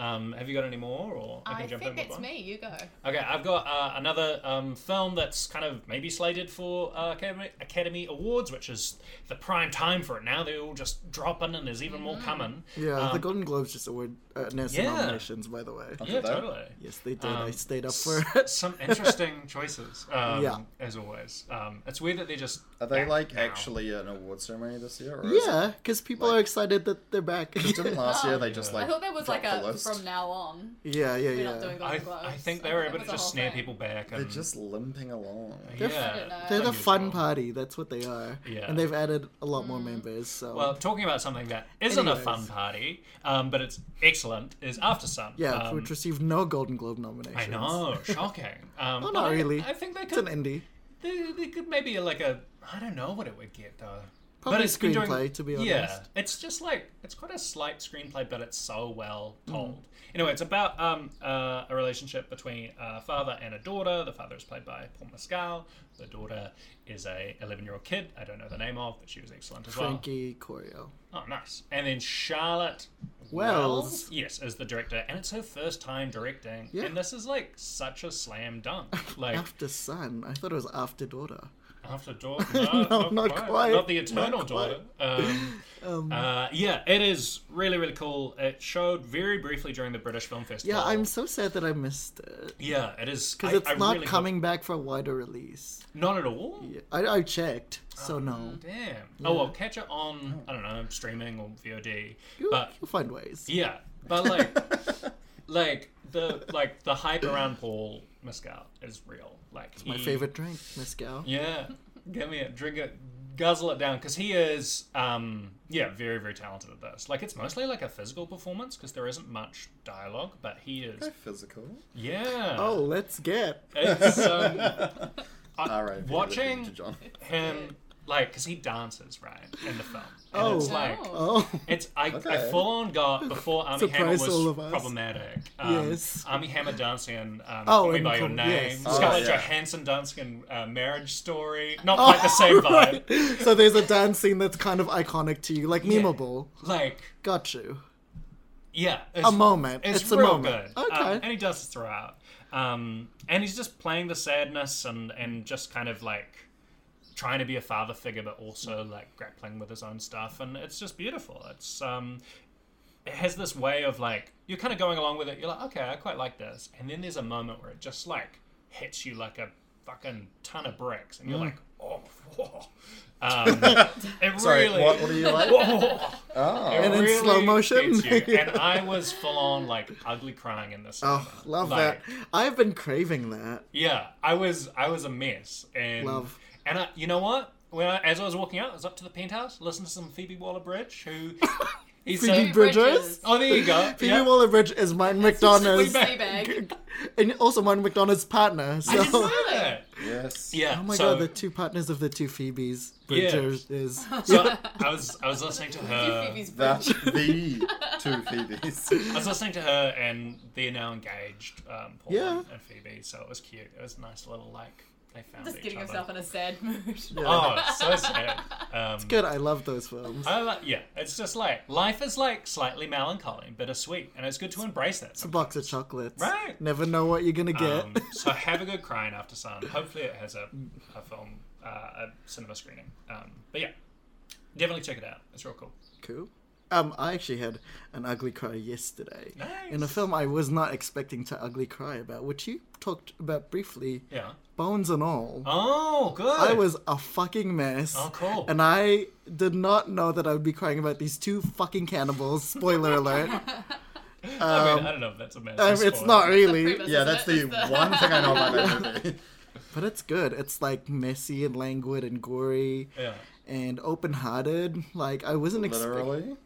Speaker 4: Yeah.
Speaker 3: Um, have you got any more, or I
Speaker 4: I,
Speaker 3: can jump
Speaker 4: think
Speaker 3: in with
Speaker 4: that's
Speaker 3: one?
Speaker 4: me. You go.
Speaker 3: Okay, I've got uh, another um, film that's kind of maybe slated for uh, Academy, Academy Awards, which is the prime time for it now. They're all just dropping, and there's even more
Speaker 4: Mm.
Speaker 3: coming.
Speaker 2: Yeah, the
Speaker 3: Um,
Speaker 2: Golden Globes just award uh, announced the
Speaker 3: Yeah.
Speaker 2: nominations, by the way.
Speaker 3: yeah,
Speaker 5: that.
Speaker 3: totally.
Speaker 2: Yes, they did. I
Speaker 3: Um,
Speaker 2: stayed up
Speaker 3: s-
Speaker 2: for it.
Speaker 3: some interesting choices. Um,
Speaker 2: Yeah.
Speaker 3: as always. Um, it's weird that they just
Speaker 5: Are they
Speaker 3: act
Speaker 5: like
Speaker 3: now.
Speaker 5: actually an award ceremony this year? Or is
Speaker 2: Yeah,
Speaker 5: it-
Speaker 2: because people
Speaker 5: like-
Speaker 2: are excited that they're back.
Speaker 5: Didn't last year they
Speaker 3: Oh.
Speaker 5: just
Speaker 3: I
Speaker 5: like.
Speaker 4: I thought there was like
Speaker 5: dropped the
Speaker 4: a
Speaker 5: list?
Speaker 4: from now on.
Speaker 2: yeah, yeah,
Speaker 4: We're not
Speaker 2: yeah.
Speaker 4: doing
Speaker 3: I,
Speaker 4: Golden Globes.
Speaker 3: I think they were able
Speaker 4: it
Speaker 3: to
Speaker 4: was a
Speaker 3: just
Speaker 4: whole
Speaker 3: snare
Speaker 4: thing.
Speaker 3: people back.
Speaker 5: They're
Speaker 3: And,
Speaker 5: just limping along.
Speaker 3: yeah,
Speaker 4: I don't know.
Speaker 2: They're the fun
Speaker 3: unusual.
Speaker 2: party. That's what they are.
Speaker 3: Yeah.
Speaker 2: And they've added a lot
Speaker 4: Mm-hmm.
Speaker 2: more members. So
Speaker 3: Well, talking about something that isn't a fun
Speaker 2: Anyways.
Speaker 3: party, um, but it's excellent, is After Sun.
Speaker 2: yeah,
Speaker 3: um,
Speaker 2: which received no Golden Globe nominations.
Speaker 3: I know, shocking. Um,
Speaker 2: Well,
Speaker 3: but
Speaker 2: not
Speaker 3: I-
Speaker 2: really.
Speaker 3: I, think they
Speaker 2: It's an
Speaker 3: could.
Speaker 2: indie.
Speaker 3: they, they could maybe like a. I don't know what it would get though.
Speaker 2: Probably
Speaker 3: it's been
Speaker 2: screenplay, to be
Speaker 3: Yeah,
Speaker 2: honest.
Speaker 3: it's just like it's quite a slight screenplay, but it's so well
Speaker 2: Mm.
Speaker 3: told. Anyway, it's about um, uh, a relationship between a father and a daughter. The father is played by Paul Mescal. The daughter is a 11 year old kid. I don't know the name of, but she was excellent as
Speaker 2: Frankie Corio.
Speaker 3: well. Oh, nice. And then Charlotte
Speaker 2: Wells.
Speaker 3: Yes, as the director, and it's her first time directing.
Speaker 2: Yeah.
Speaker 3: And this is like such a slam dunk. Like
Speaker 2: After Son. I thought it was After Daughter.
Speaker 3: After Dawn. No,
Speaker 2: not
Speaker 3: not,
Speaker 2: quite.
Speaker 3: quite. Not the Eternal
Speaker 2: Not quite.
Speaker 3: Daughter. Um, uh, yeah, it is really, really cool. It showed very briefly during the British Film Festival.
Speaker 2: Yeah, I'm so sad that I missed it.
Speaker 3: Yeah, it is.
Speaker 2: Because
Speaker 3: I-
Speaker 2: it's
Speaker 3: I
Speaker 2: not
Speaker 3: really
Speaker 2: coming back for a wider release.
Speaker 3: hope- not at all?
Speaker 2: Yeah, I, I checked, so
Speaker 3: Um,
Speaker 2: no.
Speaker 3: Damn. Oh, well, catch it on, I don't know, streaming or VOD.
Speaker 2: You'll,
Speaker 3: But
Speaker 2: you'll find ways.
Speaker 3: yeah, but like, like the like the hype around Paul Mescal is real. Like
Speaker 2: My favorite drink, Mescal.
Speaker 3: Yeah, give me it. Drink it. guzzle it down because he is, um, yeah, very very talented at this. Like it's mostly like a physical performance because there isn't much dialogue, but he is,
Speaker 5: Physical.
Speaker 3: yeah.
Speaker 2: Oh, let's get.
Speaker 3: It's, um, I-
Speaker 5: All right.
Speaker 3: watching
Speaker 5: To John.
Speaker 3: him like because he dances right in the film. And
Speaker 2: Oh.
Speaker 3: it's like
Speaker 2: Oh,
Speaker 3: it's I, I
Speaker 5: Okay.
Speaker 3: full on got before Army Hammer
Speaker 2: Surprise all
Speaker 3: was
Speaker 2: of us.
Speaker 3: problematic. Um,
Speaker 2: Yes.
Speaker 3: Army Hammer dancing in um,
Speaker 2: Oh,
Speaker 3: Call Me
Speaker 2: in
Speaker 3: by Your
Speaker 2: Call-
Speaker 3: Name.
Speaker 2: yes.
Speaker 5: Oh,
Speaker 3: Scarlett
Speaker 5: yeah.
Speaker 3: Johansson dancing in uh, Marriage Story. Not quite the same vibe.
Speaker 2: right. So there's a dance scene that's kind of iconic to you, like
Speaker 3: Yeah.
Speaker 2: memeable.
Speaker 3: Like
Speaker 2: Got you.
Speaker 3: yeah, it's,
Speaker 2: A moment.
Speaker 3: It's,
Speaker 2: It's, a
Speaker 3: real
Speaker 2: moment.
Speaker 3: good. Um,
Speaker 2: Okay.
Speaker 3: and he does it throughout. Um, and he's just playing the sadness and and just kind of like trying to be a father figure, but also like grappling with his own stuff. And it's just beautiful. It's um, it has this way of like you're kind of going along with it. You're like, okay, I quite like this. And then there's a moment where it just like hits you like a fucking ton of bricks, and you're
Speaker 2: Mm.
Speaker 3: like, oh. Whoa. Um, it
Speaker 5: Sorry,
Speaker 3: really.
Speaker 5: what, what are you like?
Speaker 3: Whoa.
Speaker 5: Oh.
Speaker 3: It
Speaker 2: And in slow motion.
Speaker 3: gets you. And I was full on like ugly crying in this.
Speaker 2: Oh,
Speaker 3: moment.
Speaker 2: love
Speaker 3: Like,
Speaker 2: that. I've been craving that.
Speaker 3: Yeah, I was I was a mess. And
Speaker 2: Love.
Speaker 3: and I, you know what? When I, as I was walking out, I was up to the penthouse, listened to some Phoebe Waller-Bridge, who he
Speaker 2: Phoebe
Speaker 3: said,
Speaker 2: Bridges.
Speaker 3: "Oh, there you go,
Speaker 2: Phoebe
Speaker 3: Yeah.
Speaker 2: Waller-Bridge is Martin
Speaker 3: Way
Speaker 2: McDonough's,
Speaker 3: back.
Speaker 4: Fleabag.
Speaker 2: and also Martin McDonough's partner. So.
Speaker 3: I didn't know that.
Speaker 5: Yes.
Speaker 3: Yeah.
Speaker 2: Oh my
Speaker 3: so,
Speaker 2: god, the two partners of the two Phoebes.
Speaker 3: Yeah.
Speaker 2: Bridgers is.
Speaker 3: so I was I was listening to her.
Speaker 4: Phoebe's
Speaker 5: That's
Speaker 4: bridge.
Speaker 5: the two Phoebes.
Speaker 3: I was listening to her, and they're now engaged, um, Paul
Speaker 2: Yeah.
Speaker 3: and, and Phoebe. So it was cute. It was a nice little like they found
Speaker 4: Just
Speaker 3: each
Speaker 4: getting
Speaker 3: other.
Speaker 4: himself in a sad mood.
Speaker 3: Oh, it's so sad. Um,
Speaker 2: Good, I love those films.
Speaker 3: I like, yeah, it's just like life is like slightly melancholy and bittersweet, and it's good to embrace that.
Speaker 2: It's a box of chocolates.
Speaker 3: Right.
Speaker 2: Never know what you're gonna get.
Speaker 3: Um, so have a good crying after sun. Hopefully, it has a, a film, uh, a cinema screening. Um, but yeah, definitely check it out. It's real cool.
Speaker 2: cool. Um, I actually had an ugly cry yesterday
Speaker 3: Nice.
Speaker 2: in a film I was not expecting to ugly cry about, which you talked about briefly.
Speaker 3: Yeah.
Speaker 2: Bones and all.
Speaker 3: Oh, good.
Speaker 2: I was a fucking mess.
Speaker 3: Oh, cool.
Speaker 2: And I did not know that I would be crying about these two fucking cannibals. Spoiler alert.
Speaker 3: I, mean, I don't know if that's a mess.
Speaker 2: Um, it's not really.
Speaker 4: Premise,
Speaker 5: Yeah,
Speaker 4: isn't
Speaker 5: that's
Speaker 4: it?
Speaker 5: the
Speaker 4: It's the-
Speaker 5: one thing I know about that movie.
Speaker 2: But it's good. It's like messy and languid and gory
Speaker 3: Yeah.
Speaker 2: and open hearted. Like I wasn't expecting.
Speaker 5: Literally.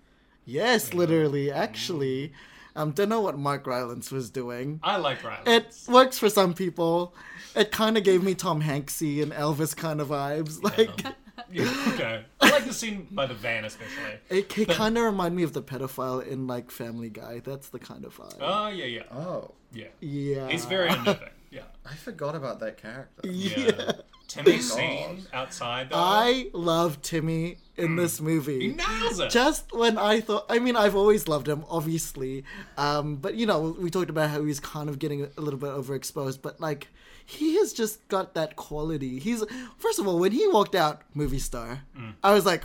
Speaker 2: Yes, literally, actually. Um, don't know what Mark Rylance was doing.
Speaker 3: I like Riley.
Speaker 2: It works for some people. It kind of gave me Tom Hanksy and Elvis kind of vibes. Like
Speaker 3: Yeah, okay. I like the scene by the van especially.
Speaker 2: it, it kind of reminded me of the pedophile in like Family Guy. That's the kind of vibe.
Speaker 3: Oh yeah, yeah,
Speaker 5: Oh,
Speaker 3: yeah.
Speaker 2: yeah,
Speaker 3: He's very unnerving. Yeah.
Speaker 5: I forgot about that character.
Speaker 3: Yeah.
Speaker 2: Yeah.
Speaker 3: Timmy's scene outside though.
Speaker 2: I love Timmy
Speaker 3: Mm.
Speaker 2: in this movie.
Speaker 3: He nails it.
Speaker 2: just when I thought, I mean, I've always loved him, obviously. Um, but you know, we talked about how he's kind of getting a little bit overexposed, but like, he has just got that quality. He's, first of all, when he walked out, movie star,
Speaker 3: Mm.
Speaker 2: I was like,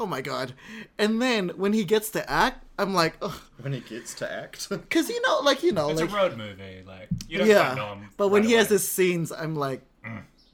Speaker 2: oh my god. And then when he gets to act, I'm like,
Speaker 5: When he gets to act.
Speaker 2: because you know, like, you know,
Speaker 3: It's
Speaker 2: like,
Speaker 3: a road movie, like you don't quite know
Speaker 2: yeah.
Speaker 3: him.
Speaker 2: But when
Speaker 3: right
Speaker 2: he has
Speaker 3: away.
Speaker 2: his scenes, I'm like,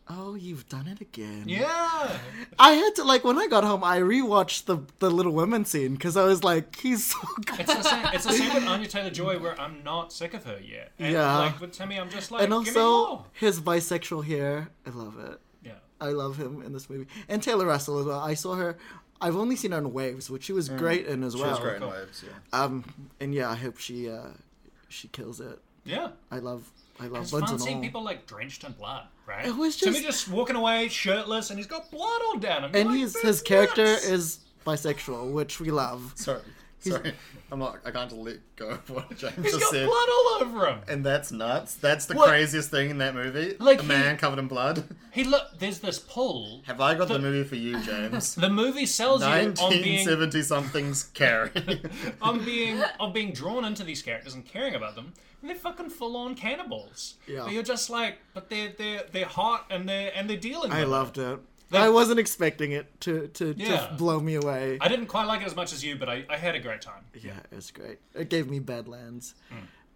Speaker 2: oh, you've done it again.
Speaker 3: Mm. yeah,
Speaker 2: I had to like when I got home, I rewatched the the Little Women scene because I was like, he's so good.
Speaker 3: it's the same. It's the same with Anya Taylor Joy, where I'm not sick of her yet. And,
Speaker 2: Yeah.
Speaker 3: like with Timmy, I'm just like,
Speaker 2: and
Speaker 3: give me more.
Speaker 2: also his bisexual hair, I love it.
Speaker 3: Yeah,
Speaker 2: I love him in this movie, and Taylor Russell as well. I saw her. I've only seen her in Waves, which she was
Speaker 3: Mm.
Speaker 2: great in as
Speaker 5: She
Speaker 2: well.
Speaker 5: was great in
Speaker 3: cool.
Speaker 5: Waves, yeah.
Speaker 2: Um, and yeah, I hope she uh, she kills it.
Speaker 3: yeah.
Speaker 2: I love I love
Speaker 3: It's
Speaker 2: Buns
Speaker 3: fun
Speaker 2: and
Speaker 3: seeing
Speaker 2: all.
Speaker 3: people like drenched in blood, right?
Speaker 2: It was
Speaker 3: Timmy just walking away shirtless, and he's got blood all down him.
Speaker 2: and
Speaker 3: Like,
Speaker 2: he's
Speaker 3: that's
Speaker 2: his character
Speaker 3: nuts.
Speaker 2: is bisexual, which we love.
Speaker 5: Sorry. Sorry. I'm not, I can't let go of what James
Speaker 3: He's
Speaker 5: just
Speaker 3: got
Speaker 5: said.
Speaker 3: blood all over him.
Speaker 5: And that's nuts. That's the
Speaker 3: What?
Speaker 5: craziest thing in that movie.
Speaker 3: Like
Speaker 5: a
Speaker 3: he-
Speaker 5: man covered in blood.
Speaker 3: He look. There's this pull.
Speaker 5: Have I got the, movie for you, James?
Speaker 3: The movie sells you on being
Speaker 5: 1970 something's Carrie.
Speaker 3: on being on being drawn into these characters and caring about them, and they're fucking full on cannibals.
Speaker 2: Yeah.
Speaker 3: But you're just like, but they're they're they're hot and they're and they're dealing.
Speaker 2: I
Speaker 3: with
Speaker 2: loved it.
Speaker 3: Like-
Speaker 2: I wasn't expecting it to to,
Speaker 3: Yeah.
Speaker 2: to blow me away.
Speaker 3: It. I didn't quite like it as much as you, but I, I had a great time.
Speaker 2: Yeah, it was great. It gave me Badlands.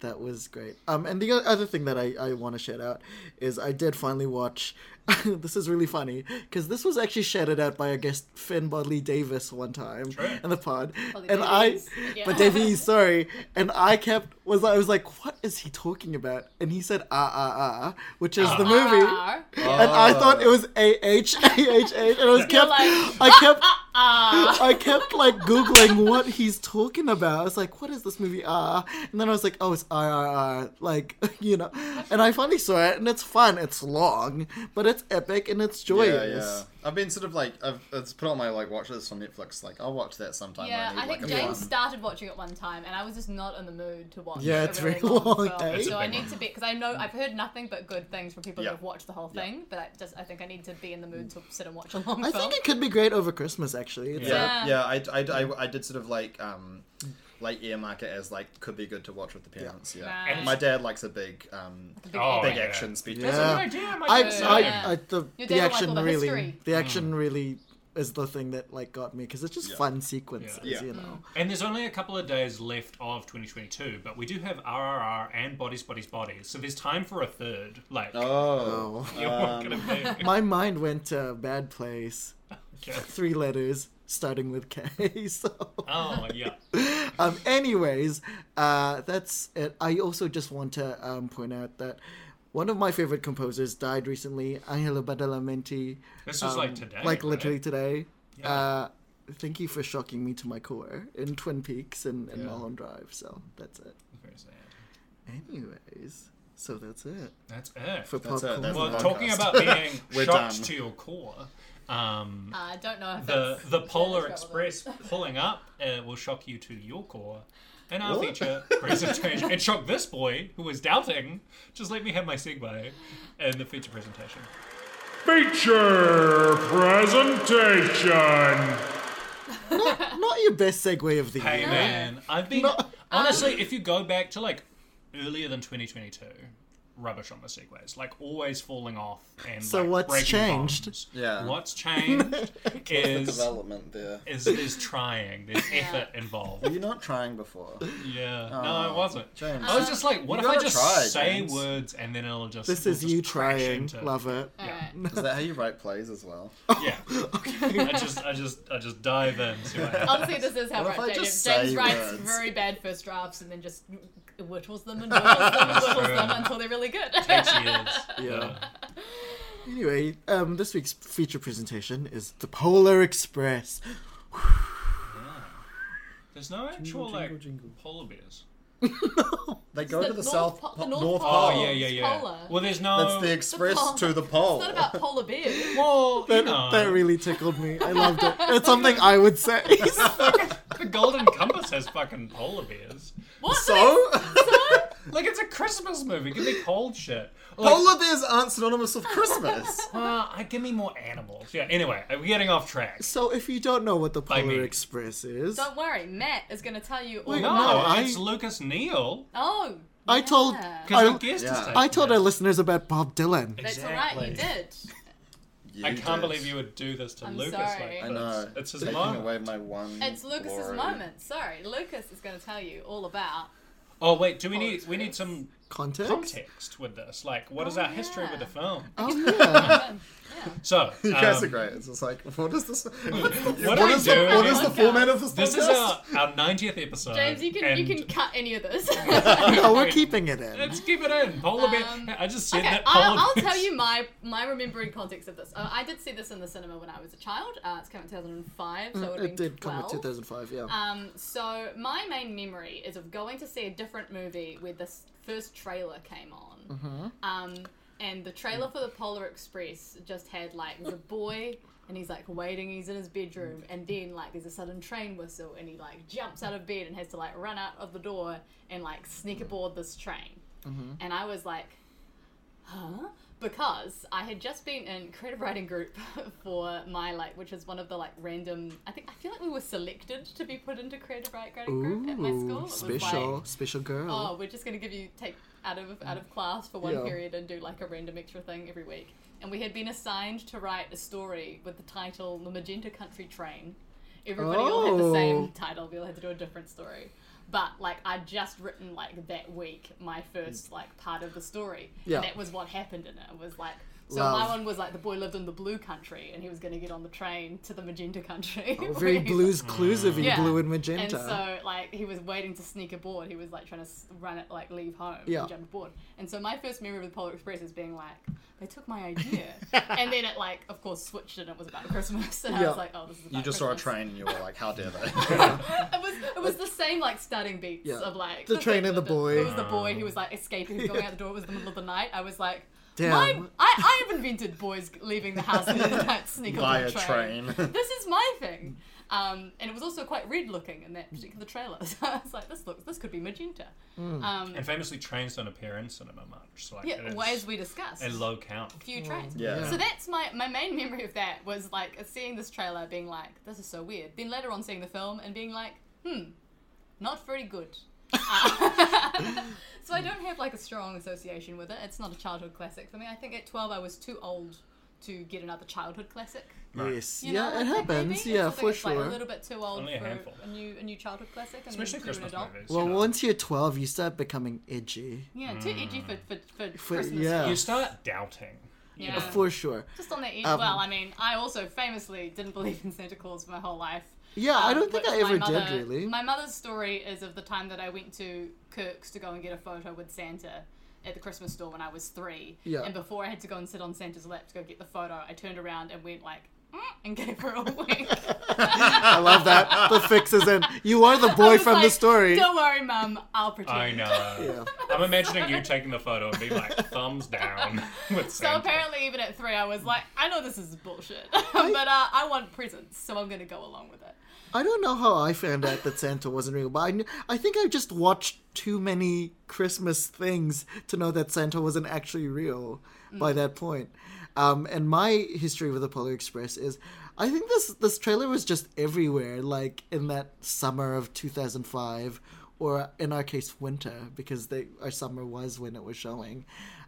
Speaker 2: That was great. Um, and the o- other thing that I, I want to shout out is I did finally watch. this is really funny because this was actually shouted out by our guest Finn Bodley Davis one time in the pod,
Speaker 4: Bodley
Speaker 2: and
Speaker 4: Davies.
Speaker 2: I,
Speaker 4: Yeah.
Speaker 2: but Davies, sorry, and I kept was I was like, what is he talking about? And he said ah ah ah, which is the movie.
Speaker 4: Ah,
Speaker 2: And
Speaker 5: Oh.
Speaker 2: I thought it was A H A H H, and I was kept,
Speaker 4: like,
Speaker 2: I kept,
Speaker 4: ah.
Speaker 2: I kept like googling what he's talking about. I was like, "What is this movie?" Ah, and then I was like, "Oh, it's RRR." Like, you know. And I finally saw it, and it's fun. It's long, but it's epic and it's
Speaker 5: Yeah,
Speaker 2: joyous.
Speaker 5: yeah. I've been sort of like I've it's put on my like watch list on Netflix. Like I'll watch that sometime.
Speaker 4: Yeah,
Speaker 5: when
Speaker 4: I
Speaker 5: need,
Speaker 4: think
Speaker 5: like, a
Speaker 4: James
Speaker 5: fun-
Speaker 4: started watching it one time, and I was just not in the mood to watch.
Speaker 2: Yeah,
Speaker 4: a
Speaker 2: it's
Speaker 4: really
Speaker 2: very long,
Speaker 4: film.
Speaker 2: eh? It's a
Speaker 4: So I
Speaker 5: big
Speaker 4: need to be because I know I've heard nothing but good things from people
Speaker 5: Yeah.
Speaker 4: who have watched the whole
Speaker 5: Yeah.
Speaker 4: thing. But I just I think I need to be in the mood to sit and watch a long
Speaker 2: I
Speaker 4: film.
Speaker 2: think it could be great over Christmas. Actually, it's uh, like-
Speaker 4: Yeah.
Speaker 5: Yeah, yeah. I, I, I, I did sort of like um, like earmark it as like could be good to watch with the parents. Yeah.
Speaker 4: Right.
Speaker 3: And
Speaker 5: My dad likes a big um,
Speaker 4: It's a big
Speaker 3: Oh,
Speaker 5: big
Speaker 3: yeah.
Speaker 5: action speech.
Speaker 2: Yeah.
Speaker 3: That's a good idea. My
Speaker 2: I,
Speaker 3: dad.
Speaker 2: I,
Speaker 4: Yeah.
Speaker 2: I, the,
Speaker 4: Your dad
Speaker 2: the
Speaker 4: will like
Speaker 2: action
Speaker 4: all the
Speaker 2: really,
Speaker 4: history.
Speaker 2: the action really is the thing that like got me because it's just
Speaker 5: Mm. Yeah.
Speaker 2: fun sequences,
Speaker 5: Yeah.
Speaker 2: you
Speaker 5: Yeah.
Speaker 2: know.
Speaker 3: And there's only a couple of days left of 2022, but we do have RRR and Bodies, Bodies, Bodies, so there's time for a third. Like,
Speaker 5: Oh.
Speaker 2: Oh.
Speaker 3: you're not gonna be.
Speaker 2: My mind went to a bad place.
Speaker 3: Okay.
Speaker 2: Three letters starting with K. So.
Speaker 3: Oh yeah.
Speaker 2: um, anyways, uh, that's it. I also just want to um, point out that one of my favorite composers died recently, Angelo Badalamenti.
Speaker 3: This was
Speaker 2: um,
Speaker 3: like today.
Speaker 2: Like literally
Speaker 3: right?
Speaker 2: today.
Speaker 3: Yeah.
Speaker 2: Uh, thank you for shocking me to my core in Twin Peaks and, and Mulholland Drive. So that's it.
Speaker 3: Very sad.
Speaker 2: Anyways, so that's it
Speaker 3: That's it.
Speaker 2: for
Speaker 5: That's
Speaker 2: pop
Speaker 5: it, that's
Speaker 3: well,
Speaker 5: the
Speaker 3: talking
Speaker 5: podcast.
Speaker 3: about being
Speaker 5: We're
Speaker 3: shocked
Speaker 5: done.
Speaker 3: to your core, um,
Speaker 4: Uh, I don't know if
Speaker 3: the
Speaker 4: that's
Speaker 3: the Polar
Speaker 4: relevant.
Speaker 3: Express pulling up uh, will shock you to your core. In our feature presentation, it shocked this boy who was doubting. Just let me have my segue in the feature presentation.
Speaker 6: Feature presentation.
Speaker 2: Not your best segue of the
Speaker 3: Hey
Speaker 2: year.
Speaker 3: man, I've been honestly. If you go back to like earlier than 2022, rubbish on the segues, like always falling off. And
Speaker 2: So
Speaker 3: like,
Speaker 2: what's
Speaker 3: breaking
Speaker 2: changed?
Speaker 3: bones.
Speaker 5: Yeah.
Speaker 3: what's changed is
Speaker 5: Development there.
Speaker 3: is is trying. There's effort
Speaker 5: Were
Speaker 3: involved.
Speaker 5: you not trying before?
Speaker 3: Yeah, no, I wasn't.
Speaker 5: James.
Speaker 3: I was just like, what
Speaker 5: You
Speaker 3: if I
Speaker 5: gotta
Speaker 3: just
Speaker 5: try,
Speaker 3: say
Speaker 5: James.
Speaker 3: words and then it'll just
Speaker 2: This
Speaker 3: we'll
Speaker 2: is
Speaker 3: just
Speaker 2: you
Speaker 3: crash
Speaker 2: trying.
Speaker 3: into-
Speaker 2: Love it.
Speaker 4: Alright.
Speaker 5: Is that how you write plays as well?
Speaker 3: Yeah. I just I just I just dive in. See what happens.
Speaker 4: Honestly, this is how
Speaker 5: What if I
Speaker 4: right, James,
Speaker 5: just
Speaker 4: James
Speaker 5: say
Speaker 4: writes
Speaker 5: words?
Speaker 4: very bad first drafts and then just whittles them and whittles them and whittles them until they're really good.
Speaker 3: Takes years.
Speaker 2: Yeah. Anyway, um, this week's feature presentation is the Polar Express.
Speaker 3: There's no actual like
Speaker 5: jingle.
Speaker 3: polar bears.
Speaker 5: They go to the,
Speaker 4: North
Speaker 5: south,
Speaker 4: Po-
Speaker 5: po-
Speaker 4: the North
Speaker 3: Oh,
Speaker 4: Oh,
Speaker 3: yeah, yeah,
Speaker 4: it's
Speaker 3: Oh, yeah.
Speaker 4: polar.
Speaker 3: Well, there's no.
Speaker 5: That's the express
Speaker 4: pole.
Speaker 5: to the pole.
Speaker 4: It's not about polar bears.
Speaker 3: well, you
Speaker 2: That,
Speaker 3: know,
Speaker 2: that really tickled me. I loved it. It's something I would say.
Speaker 3: the Golden Compass has fucking polar bears.
Speaker 4: What?
Speaker 5: so
Speaker 3: Like it's a Christmas movie. Give me cold shit. Like,
Speaker 5: polar bears aren't synonymous with Christmas.
Speaker 3: uh, I- give me more animals. Yeah. Anyway, I'm getting off track.
Speaker 2: so if you don't know what the Polar
Speaker 3: me.
Speaker 2: Express is,
Speaker 4: Don't worry, Matt is going to tell you all.
Speaker 2: Wait,
Speaker 3: No,
Speaker 2: No, I-
Speaker 3: it's Lucas Neal.
Speaker 4: Oh,
Speaker 2: I told
Speaker 4: yeah.
Speaker 3: Because our
Speaker 2: I,
Speaker 3: guest is
Speaker 5: yeah.
Speaker 3: taking
Speaker 2: I told
Speaker 3: it.
Speaker 2: our listeners about Bob Dylan.
Speaker 4: that's all right. You did.
Speaker 5: You
Speaker 3: I can't
Speaker 5: did.
Speaker 3: believe you would do this to
Speaker 4: I'm
Speaker 3: Lucas.
Speaker 4: sorry.
Speaker 3: Like
Speaker 5: I
Speaker 3: this.
Speaker 5: know.
Speaker 3: It's his
Speaker 5: taking
Speaker 3: moment.
Speaker 5: away my one.
Speaker 4: It's Lucas's
Speaker 5: glory.
Speaker 4: moment. Sorry, Lucas is going to tell you all about.
Speaker 3: Oh wait, do we need
Speaker 4: Politics.
Speaker 3: we need some
Speaker 2: Context?
Speaker 3: context with this? Like, what is
Speaker 4: Oh,
Speaker 3: our history with the film?
Speaker 2: Oh yeah.
Speaker 3: So
Speaker 5: You guys
Speaker 3: um,
Speaker 5: are great. It's just like, what is this?
Speaker 3: What, are we
Speaker 5: is the,
Speaker 3: doing?
Speaker 5: what is the format of this?
Speaker 3: this is
Speaker 5: podcast?
Speaker 3: our, our 90th episode.
Speaker 4: James, you can you
Speaker 3: and
Speaker 4: can cut any of this.
Speaker 2: no, we're keeping it in.
Speaker 3: Let's keep it in. Polar bear.
Speaker 4: Um,
Speaker 3: I just said
Speaker 4: Okay,
Speaker 3: that. Polar
Speaker 4: I'll, I'll
Speaker 3: bears-
Speaker 4: tell you my my remembering context of this. Uh, I did see this in the cinema when I was a child. Uh, it's come out in 2005, so it
Speaker 5: Mm,
Speaker 4: would have
Speaker 2: It
Speaker 4: been
Speaker 2: did come out
Speaker 4: 12.
Speaker 2: 2005. Yeah.
Speaker 4: Um, so my main memory is of going to see a different movie where this first trailer came
Speaker 5: Mm-hmm.
Speaker 4: on. Um, and the trailer for the Polar Express just had like the boy and he's like waiting, he's in his bedroom, and then like there's a sudden train whistle and he like jumps out of bed and has to like run out of the door and like sneak aboard this train.
Speaker 2: Mm-hmm.
Speaker 4: And I was like, huh? Because I had just been in creative writing group for my like, which is one of the like random. I think I feel like we were selected to be put into creative wri- writing group at my school. It
Speaker 2: Ooh,
Speaker 4: was
Speaker 2: special,
Speaker 4: like,
Speaker 2: special girl.
Speaker 4: oh, we're just gonna give you take out of out of class for one
Speaker 2: Yeah.
Speaker 4: period and do like a random extra thing every week. And we had been assigned to write a story with the title "The Magenta Country Train." Everybody all had the
Speaker 2: Oh.
Speaker 4: same title. We all had to do a different story. But like I'd just written like that week my first like part of the story.
Speaker 2: Mm. Yeah.
Speaker 4: And that was what happened in it. Was like so my
Speaker 2: Love.
Speaker 4: one was like the boy lived in the blue country and he was gonna get on the train to the magenta country.
Speaker 2: Oh, Very
Speaker 4: where he-
Speaker 2: blues clues of
Speaker 4: Yeah.
Speaker 2: blue and magenta.
Speaker 4: oh, And so, like, he was waiting to sneak aboard. He was like trying to s- run it, like, leave home.
Speaker 2: Yeah.
Speaker 4: And jump aboard. And so, my first memory of the Polar Express is being like, they took my idea. and then it, like, of course, switched and it was about Christmas. And I
Speaker 2: Yeah.
Speaker 4: was like, oh, this is about
Speaker 5: You just saw a
Speaker 4: Christmas.
Speaker 5: train and you were like, how dare they?
Speaker 4: It was, it was the same, like, starting beats
Speaker 2: Yeah.
Speaker 4: of, like,
Speaker 2: The train and the boy.
Speaker 4: It was the boy who was, like, escaping, he was going out the door. It was the middle of the night. I was like,
Speaker 2: Damn.
Speaker 4: My, I, I have invented boys leaving the house in the middle of the night to sneak
Speaker 5: By
Speaker 4: on
Speaker 5: a
Speaker 4: the
Speaker 5: train.
Speaker 4: this is my thing. Um, and it was also quite red looking in that particular trailer. So I was like, this looks, this could be magenta.
Speaker 2: Hmm.
Speaker 4: Um,
Speaker 3: And famously, trains don't appear in cinema much. So like,
Speaker 4: yeah, well, as we discussed,
Speaker 3: a
Speaker 4: a
Speaker 3: low count.
Speaker 4: few trains.
Speaker 2: Hmm.
Speaker 5: Yeah.
Speaker 4: So that's my, my main memory of that was like seeing this trailer, being like, this is so weird. Then later on seeing the film and being like, hmm, not very good. Uh, so I don't have like a strong association with it. It's not a childhood classic for me. I think at 12 I was too old to get another childhood classic.
Speaker 2: Yes.
Speaker 4: You
Speaker 2: yeah,
Speaker 4: know, I
Speaker 2: it
Speaker 4: think
Speaker 2: happens.
Speaker 4: maybe.
Speaker 2: Yeah,
Speaker 4: It's
Speaker 2: for
Speaker 4: something that's,
Speaker 2: sure.
Speaker 4: Like a little bit too old
Speaker 3: Only a
Speaker 4: for
Speaker 3: handful.
Speaker 4: a new a new childhood classic, and
Speaker 3: Especially
Speaker 4: then you're an
Speaker 3: Christmas
Speaker 4: adult.
Speaker 3: movies.
Speaker 2: well,
Speaker 3: you know.
Speaker 2: once you're 12, you start becoming edgy.
Speaker 4: Yeah, too edgy for for, for,
Speaker 2: Mm. For-
Speaker 4: Christmas.
Speaker 2: yeah.
Speaker 4: films.
Speaker 3: you start doubting.
Speaker 4: Yeah.
Speaker 2: For sure.
Speaker 4: Just on that edge.
Speaker 2: Um,
Speaker 4: well, I mean, I also famously didn't believe in Santa Claus my whole life.
Speaker 2: Yeah, I
Speaker 4: um,
Speaker 2: don't think
Speaker 4: which
Speaker 2: I
Speaker 4: my
Speaker 2: ever
Speaker 4: mother-
Speaker 2: did really.
Speaker 4: My mother's story is of the time that I went to Kirk's to go and get a photo with Santa at the Christmas store when I was three.
Speaker 2: Yeah.
Speaker 4: And before I had to go and sit on Santa's lap to go get the photo, I turned around and went like, "Mm," and gave her a wink.
Speaker 2: I love that. The fix is in. You are the boy
Speaker 4: was
Speaker 2: from the
Speaker 4: like,
Speaker 2: story.
Speaker 4: Don't worry, Mum. I'll pretend.
Speaker 3: I know.
Speaker 2: Yeah.
Speaker 3: I'm imagining you taking the photo and being like, thumbs down. With
Speaker 4: So apparently, even at three, I was like, I know this is bullshit, but uh, I want presents, so I'm gonna go along with it.
Speaker 2: I don't know how I found out that Santa wasn't real, but I, kn- I think I just watched too many Christmas things to know that Santa wasn't actually real by that point. Um, and my history with the Polar Express is, I think this this trailer was just everywhere, like in that summer of 2005, or in our case, winter, because they, our summer was when it was showing.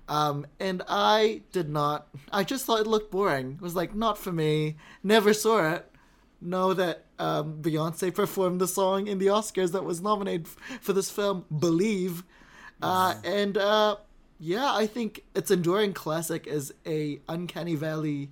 Speaker 2: Um, and I did not. I just thought it looked boring. It was like not for me. Never saw it know that um, Beyonce performed the song in the Oscars that was nominated f- for this film, Believe. Uh,
Speaker 4: Mm-hmm.
Speaker 2: and uh, yeah, I think its enduring classic as a uncanny valley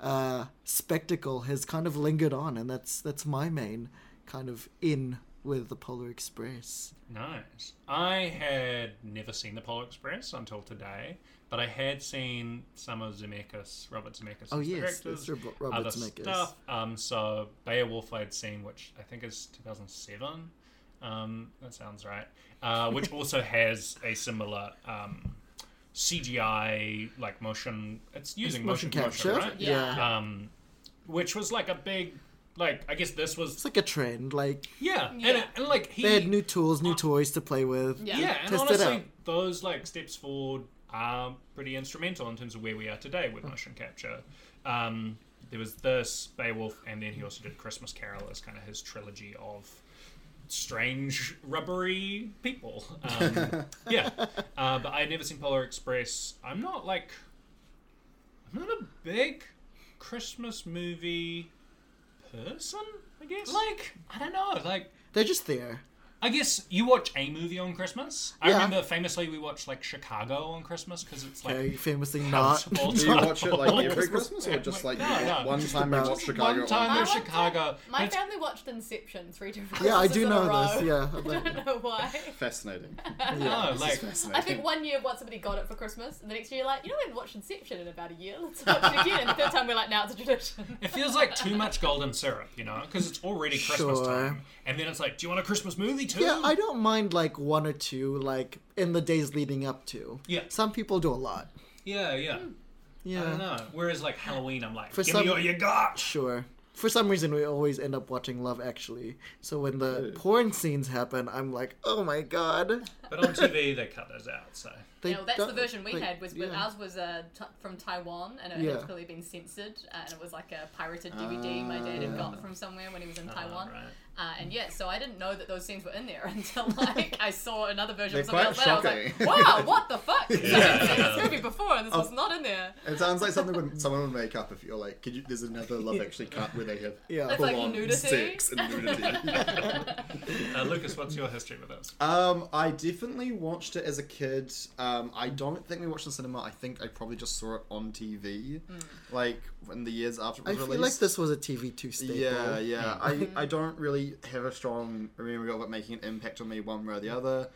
Speaker 2: uh, spectacle has kind of lingered on, and that's that's my main kind of in with the Polar Express.
Speaker 3: Nice. I had never seen the Polar Express until today, but I had seen some of Zemeckis, Robert Zemeckis.
Speaker 2: Oh,
Speaker 3: as the
Speaker 2: yes,
Speaker 3: directors,
Speaker 2: that's Rob- Robert
Speaker 3: other
Speaker 2: Zemeckis.
Speaker 3: Stuff. Um, so Beowulf I had seen, which I think is 2007. Um, that sounds right. Uh, which also has a similar um, CGI, like motion. It's using
Speaker 2: Motion
Speaker 3: motion,
Speaker 2: capture,
Speaker 3: right?
Speaker 2: yeah.
Speaker 3: Um, which was like a big, like I guess this
Speaker 2: It's
Speaker 3: was
Speaker 2: like a trend. Like
Speaker 3: yeah, And,
Speaker 4: Yeah.
Speaker 3: and like he
Speaker 2: they had new tools, new toys to play with.
Speaker 4: Oh. Yeah.
Speaker 3: yeah, and
Speaker 2: Test it out.
Speaker 3: honestly, those like steps forward are pretty instrumental in terms of where we are today with motion capture. Um, there was this Beowulf, and then he also did Christmas Carol as kind of his trilogy of strange rubbery people. Um, yeah, uh, but I had never seen Polar Express. I'm not like I'm not a big Christmas movie person. I guess like I don't know like.
Speaker 2: They're just there.
Speaker 3: I guess you watch a movie on Christmas. I
Speaker 2: Yeah.
Speaker 3: remember famously we watced like Chicago on Christmas because it's like
Speaker 2: Very famously not.
Speaker 3: house all
Speaker 5: Do you
Speaker 3: time.
Speaker 5: watch it like every
Speaker 3: Christmas.
Speaker 5: Christmas or just like
Speaker 3: No,
Speaker 5: you-
Speaker 3: no,
Speaker 5: one
Speaker 3: just
Speaker 5: time you
Speaker 2: about-
Speaker 5: watch Chicago?
Speaker 3: One time
Speaker 5: on-
Speaker 4: I
Speaker 3: in
Speaker 4: watched it-
Speaker 3: Chicago.
Speaker 4: My
Speaker 3: and it's-
Speaker 4: family watched Inception three different.
Speaker 2: Yeah, I
Speaker 4: Christmases
Speaker 2: do
Speaker 4: in a
Speaker 2: know
Speaker 4: row.
Speaker 2: this. Yeah,
Speaker 4: I
Speaker 2: about-
Speaker 4: don't know why.
Speaker 5: Fascinating.
Speaker 3: no,
Speaker 5: This
Speaker 3: like
Speaker 5: is fascinating.
Speaker 4: I think one year, what somebody got it for Christmas, and the next year, you're like, you know, we've watched Inception in about a year. Let's watch it again. And the third time, we're like, now it's a tradition.
Speaker 3: it feels like too much golden syrup, you know, because it's already Christmas
Speaker 2: Sure.
Speaker 3: time, and then it's like, do you want a Christmas movie too?
Speaker 2: Yeah, I don't mind like one or two, like in the days leading up to.
Speaker 3: Yeah.
Speaker 2: Some people do a lot.
Speaker 3: yeah, yeah.
Speaker 2: Yeah.
Speaker 3: I don't know. Whereas like Halloween, I'm like,
Speaker 2: For
Speaker 3: give
Speaker 2: some-
Speaker 3: me all you got.
Speaker 2: Sure. For some reason, we always end up watching Love Actually. So when the porn scenes happen, I'm like, oh my god.
Speaker 3: But on TV, they cut those out, so
Speaker 2: They
Speaker 4: no, that's
Speaker 2: don't-
Speaker 4: the version we
Speaker 2: they-
Speaker 4: had. Was, was
Speaker 2: yeah.
Speaker 4: ours was uh, t- from Taiwan, and it
Speaker 2: Yeah. Ah,
Speaker 4: had clearly been censored, uh, and it was like a pirated DVD my dad had got from somewhere when he was in Taiwan.
Speaker 3: right.
Speaker 4: Uh, and yeah, so I didn't know that those scenes were in there until like I saw another version of
Speaker 5: They're
Speaker 4: something else.
Speaker 5: quite
Speaker 4: later. I was like,
Speaker 5: shocking.
Speaker 4: wow, what the fuck? I haven't seen this movie before, and this was not in there.
Speaker 5: It sounds like something would, someone would make up if you're like, could you, there's another Love Actually cut where they have
Speaker 2: Yeah. It's
Speaker 4: like
Speaker 5: full-on
Speaker 4: nudity.
Speaker 5: sex and nudity.
Speaker 3: Uh, Lucas, what's your history with this?
Speaker 5: um, I definitely watched it as a kid. Um, I don't think we watched it in cinema. I think I probably just saw it on TV,
Speaker 4: Mm.
Speaker 5: like in the years after it
Speaker 2: I
Speaker 5: was
Speaker 2: feel
Speaker 5: released.
Speaker 2: like this was a TV two staple.
Speaker 5: Yeah, yeah. I, I don't really have a strong memory of it making an impact on me one way or the other.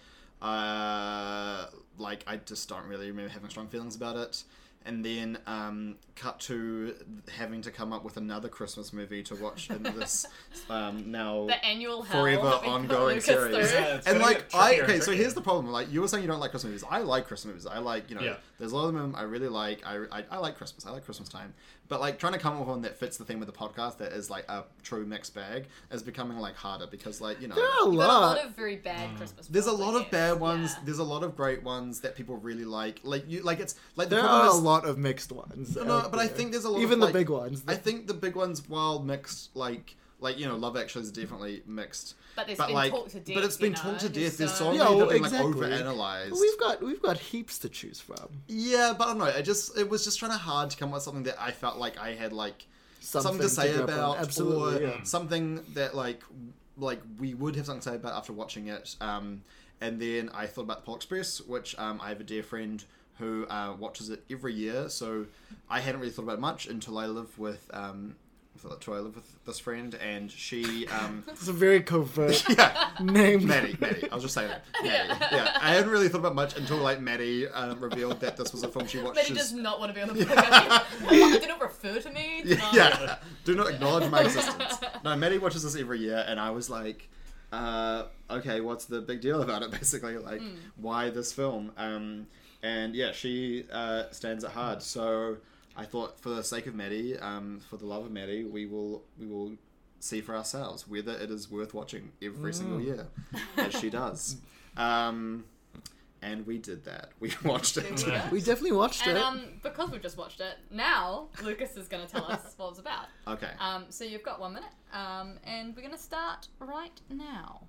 Speaker 5: Uh, like, I just don't really remember having strong feelings about it. And then um, cut to having to come up with another Christmas movie to watch in this um, now
Speaker 4: The annual hell
Speaker 5: forever
Speaker 4: that we put
Speaker 5: ongoing
Speaker 4: Lucas
Speaker 5: series.
Speaker 4: through.
Speaker 3: Yeah, it's
Speaker 5: Eh, and
Speaker 3: gonna
Speaker 5: like
Speaker 3: get
Speaker 5: I
Speaker 3: trickier and
Speaker 5: okay, so
Speaker 3: trickier.
Speaker 5: here's the problem. Like you were saying, you don't like Christmas movies. I like Christmas movies. I like you know,
Speaker 3: Yeah.
Speaker 5: there's a lot of them I really like. I, I I like Christmas. I like Christmas time. But like trying to come up with one that fits the theme of the podcast that is like a true mixed bag is becoming like harder because like you know.
Speaker 2: There are a
Speaker 4: We've got a lot
Speaker 2: lot.
Speaker 4: of very bad Christmas.
Speaker 5: Mm. There's a
Speaker 4: films, I
Speaker 5: lot of
Speaker 4: guess.
Speaker 5: bad ones.
Speaker 4: Yeah.
Speaker 5: There's a lot of great ones that people really like. Like you, like it's like the
Speaker 2: There
Speaker 5: problem
Speaker 2: are a
Speaker 5: is-
Speaker 2: lot of mixed ones.
Speaker 5: no,
Speaker 2: out
Speaker 5: but I
Speaker 2: there.
Speaker 5: think there's a lot
Speaker 2: Even
Speaker 5: of,
Speaker 2: the
Speaker 5: like-
Speaker 2: big ones.
Speaker 5: I think the big ones, while mixed, like like you know, Love Actually is definitely mixed.
Speaker 4: But there's
Speaker 5: but
Speaker 4: been
Speaker 5: like,
Speaker 4: talked to death,
Speaker 5: but it's
Speaker 4: you
Speaker 5: been
Speaker 4: know,
Speaker 5: talked to death. There's
Speaker 4: so-
Speaker 5: so many
Speaker 2: Yeah,
Speaker 5: that
Speaker 2: well,
Speaker 5: have been
Speaker 2: exactly.
Speaker 5: like overanalyzed.
Speaker 2: we've got we've got heaps to choose from.
Speaker 5: Yeah, but I don't know. It just it was just trying to hard to come up with something that I felt like I had like something,
Speaker 2: Something
Speaker 5: to
Speaker 2: to
Speaker 5: say
Speaker 2: grab on.
Speaker 5: about,
Speaker 2: Absolutely,
Speaker 5: or
Speaker 2: yeah.
Speaker 5: something that like w- like we would have something to say about after watching it. Um, and then I thought about the Pole Express, which um, I have a dear friend who uh, watches it every year. So I hadn't really thought about it much until I lived with um, until I lived with this friend, and she um,
Speaker 2: It's a very covert
Speaker 5: yeah.
Speaker 2: name.
Speaker 5: Maddie, Maddie. I was just saying that. Maddie. Yeah, I hadn't really thought about much until like Maddie um, revealed that this was a film she watched.
Speaker 4: But he does not want to be on the podcast. Did not refer to me? Do
Speaker 5: yeah,
Speaker 4: not-
Speaker 5: yeah. Do not acknowledge my existence. No, Maddie watches this every year, and I was like, uh, okay, what's the big deal about it? Basically, like, why this film? Um, and yeah, she uh, stands it hard. So I thought, for the sake of Maddie, um, for the love of Maddie, we will we will see for ourselves whether it is worth watching every single year, as she does. Um, and we did that. We watched it.
Speaker 4: Yeah.
Speaker 2: We definitely watched
Speaker 4: And
Speaker 2: it.
Speaker 4: um, because we've just watched it, now Lucas is going to tell us what it's about.
Speaker 5: Okay.
Speaker 4: Um, so you've got one minute, um, and we're going to start right now.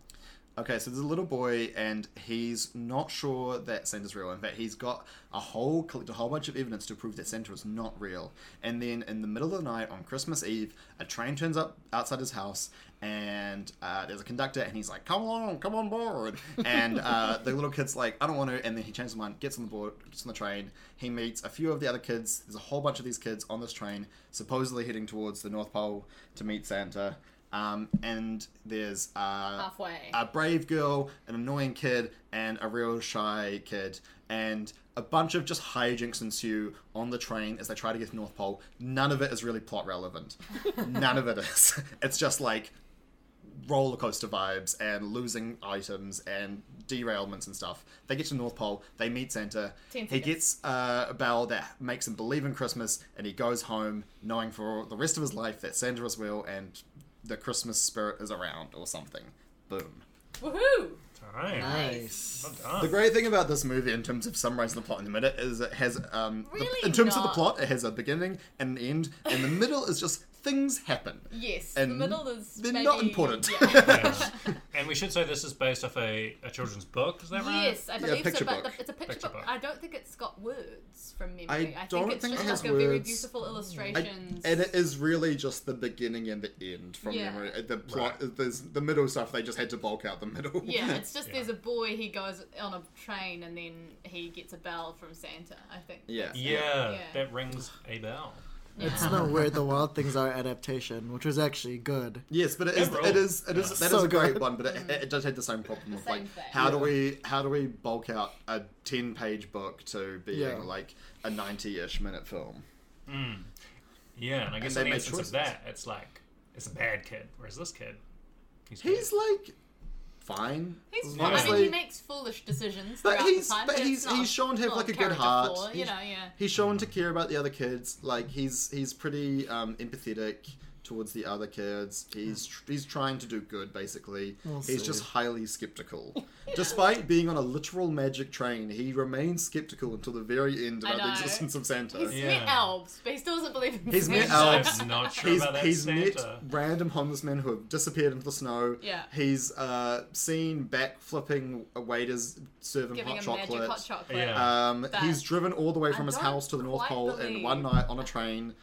Speaker 5: Okay, so there's a little boy, and he's not sure that Santa's real. In fact, he's got a whole collect- a whole bunch of evidence to prove that Santa is not real. And then, in the middle of the night on Christmas Eve, a train turns up outside his house, and uh, there's a conductor, and he's like, "Come along, come on board." And uh, the little kid's like, "I don't want to." And then he changes his mind, gets on the board, gets on the train. He meets a few of the other kids. There's a whole bunch of these kids on this train, supposedly heading towards the North Pole to meet Santa. Um, and there's uh,
Speaker 4: Halfway.
Speaker 5: a brave girl, an annoying kid, and a real shy kid. And a bunch of just hijinks ensue on the train as they try to get to North Pole. None of it is really plot relevant. None of it is. It's just like roller coaster vibes and losing items and derailments and stuff. They get to North Pole, they meet Santa.
Speaker 4: Ten
Speaker 5: He
Speaker 4: seconds.
Speaker 5: gets uh, a bell that makes him believe in Christmas, and he goes home knowing for the rest of his life that Santa is real and the Christmas spirit is around or something. Boom.
Speaker 4: Woohoo!
Speaker 3: All right.
Speaker 2: nice.
Speaker 3: Well done.
Speaker 5: The great thing about this movie, in terms of summarizing the plot in a minute, is it has, um, the-
Speaker 4: Really
Speaker 5: in terms of the
Speaker 4: not.
Speaker 5: plot, it has a beginning and an end, and the middle is just things happen.
Speaker 4: Yes,
Speaker 5: And
Speaker 4: the middle is
Speaker 5: They're
Speaker 4: maybe-
Speaker 5: not important.
Speaker 4: Yeah.
Speaker 3: Yeah. and we should say this is based off a, a children's book, is that right?
Speaker 4: Yes, I believe so,
Speaker 5: picture
Speaker 4: but
Speaker 5: book.
Speaker 4: the, it's a picture,
Speaker 3: Picture
Speaker 4: book.
Speaker 3: book.
Speaker 4: I don't think it's got words from memory. I,
Speaker 5: don't
Speaker 4: think it's
Speaker 5: think
Speaker 4: just
Speaker 5: it has
Speaker 4: like a very
Speaker 5: words.
Speaker 4: beautiful
Speaker 5: I-
Speaker 4: illustrations.
Speaker 5: and it is really just the beginning and the end from
Speaker 4: Yeah.
Speaker 5: memory. Uh, The plot, there's the middle stuff. They just had to bulk out the middle.
Speaker 4: yeah, it's just
Speaker 3: Yeah.
Speaker 4: there's a boy, he goes on a train, and then he gets a bell from Santa, I think.
Speaker 5: yeah,
Speaker 3: Yeah,
Speaker 4: Yeah.
Speaker 3: that rings a bell.
Speaker 2: It's not where the Wild Things Are adaptation, which was actually good.
Speaker 5: Yes, but it is.
Speaker 3: Emerald.
Speaker 5: It is. It is.
Speaker 3: Yeah.
Speaker 5: That is
Speaker 2: So
Speaker 5: a great
Speaker 2: good.
Speaker 5: one, but it, it does have the same problem of
Speaker 4: Mm. same
Speaker 5: like,
Speaker 4: thing.
Speaker 5: how do we how do we bulk out a ten page book to being
Speaker 2: Yeah.
Speaker 5: like a ninety ish minute film?
Speaker 3: Yeah, and I guess
Speaker 5: they
Speaker 3: in the
Speaker 5: made
Speaker 3: instance
Speaker 5: choices.
Speaker 3: of that, it's like, it's a bad kid. Whereas this kid, he's,
Speaker 5: He's
Speaker 3: good.
Speaker 5: like fine.
Speaker 4: He's, I mean,
Speaker 5: Honestly-
Speaker 4: he makes foolish decisions
Speaker 5: But
Speaker 4: throughout
Speaker 5: he's-
Speaker 4: the time.
Speaker 5: but
Speaker 4: it's
Speaker 5: he's-
Speaker 4: not
Speaker 5: he's shown to have,
Speaker 4: not
Speaker 5: like, a good
Speaker 4: character
Speaker 5: heart.
Speaker 4: flaw, you
Speaker 5: He's-
Speaker 4: know, yeah.
Speaker 5: he's shown to care about the other kids. Like he's he's pretty um, empathetic towards the other kids. He's tr- he's trying to do good, basically.
Speaker 2: We'll
Speaker 5: he's
Speaker 2: see.
Speaker 5: just highly skeptical. Despite being on a literal magic train, he remains skeptical until the very end
Speaker 4: I
Speaker 5: about the
Speaker 4: know.
Speaker 5: existence of Santa.
Speaker 4: He's met
Speaker 3: Yeah.
Speaker 4: elves, but he still doesn't believe in
Speaker 5: uh, He's
Speaker 4: Santa.
Speaker 5: met elves.
Speaker 3: I'm not sure
Speaker 5: he's,
Speaker 3: about that
Speaker 5: he's
Speaker 3: Santa.
Speaker 5: met random homelessmen who have disappeared into the snow.
Speaker 4: uh, Yeah.
Speaker 5: He's uh, seen back flipping waiters serving
Speaker 4: Giving
Speaker 5: hot
Speaker 4: him magic
Speaker 5: chocolate.
Speaker 4: hot chocolate.
Speaker 3: Yeah.
Speaker 5: Um,
Speaker 4: That-
Speaker 5: he's driven all the way from
Speaker 4: I
Speaker 5: his
Speaker 4: don't
Speaker 5: house to the North
Speaker 4: quite
Speaker 5: Pole in one
Speaker 4: believe-
Speaker 5: night on a train.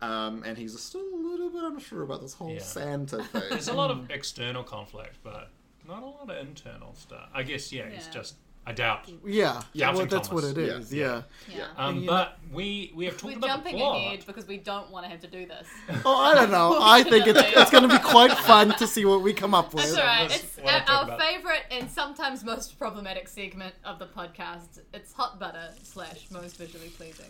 Speaker 5: Um, and he's still a little bit unsure about this whole
Speaker 3: Yeah.
Speaker 5: Santa
Speaker 3: There's a
Speaker 5: thing.
Speaker 3: lot of external conflict, but not a lot of internal stuff. I guess, yeah, he's
Speaker 4: Yeah.
Speaker 3: just, I doubt.
Speaker 2: Yeah, yeah.
Speaker 3: Doubting
Speaker 2: Well, that's what
Speaker 3: Thomas.
Speaker 2: it is.
Speaker 5: Yeah.
Speaker 2: Yeah.
Speaker 4: Yeah.
Speaker 3: Um,
Speaker 2: you
Speaker 3: but we we have talked
Speaker 4: We're
Speaker 3: about the
Speaker 4: jumping
Speaker 3: plot.
Speaker 4: ahead because we don't want to have to do this.
Speaker 2: Oh, I don't know. I think it's, it's going to be quite fun to see what we come up
Speaker 4: That's
Speaker 2: with.
Speaker 4: all right.
Speaker 3: that's
Speaker 4: It's
Speaker 3: what I'm
Speaker 4: our,
Speaker 3: talking about.
Speaker 4: favorite and sometimes most problematic segment of the podcast. It's hot butter slash most visually pleasing.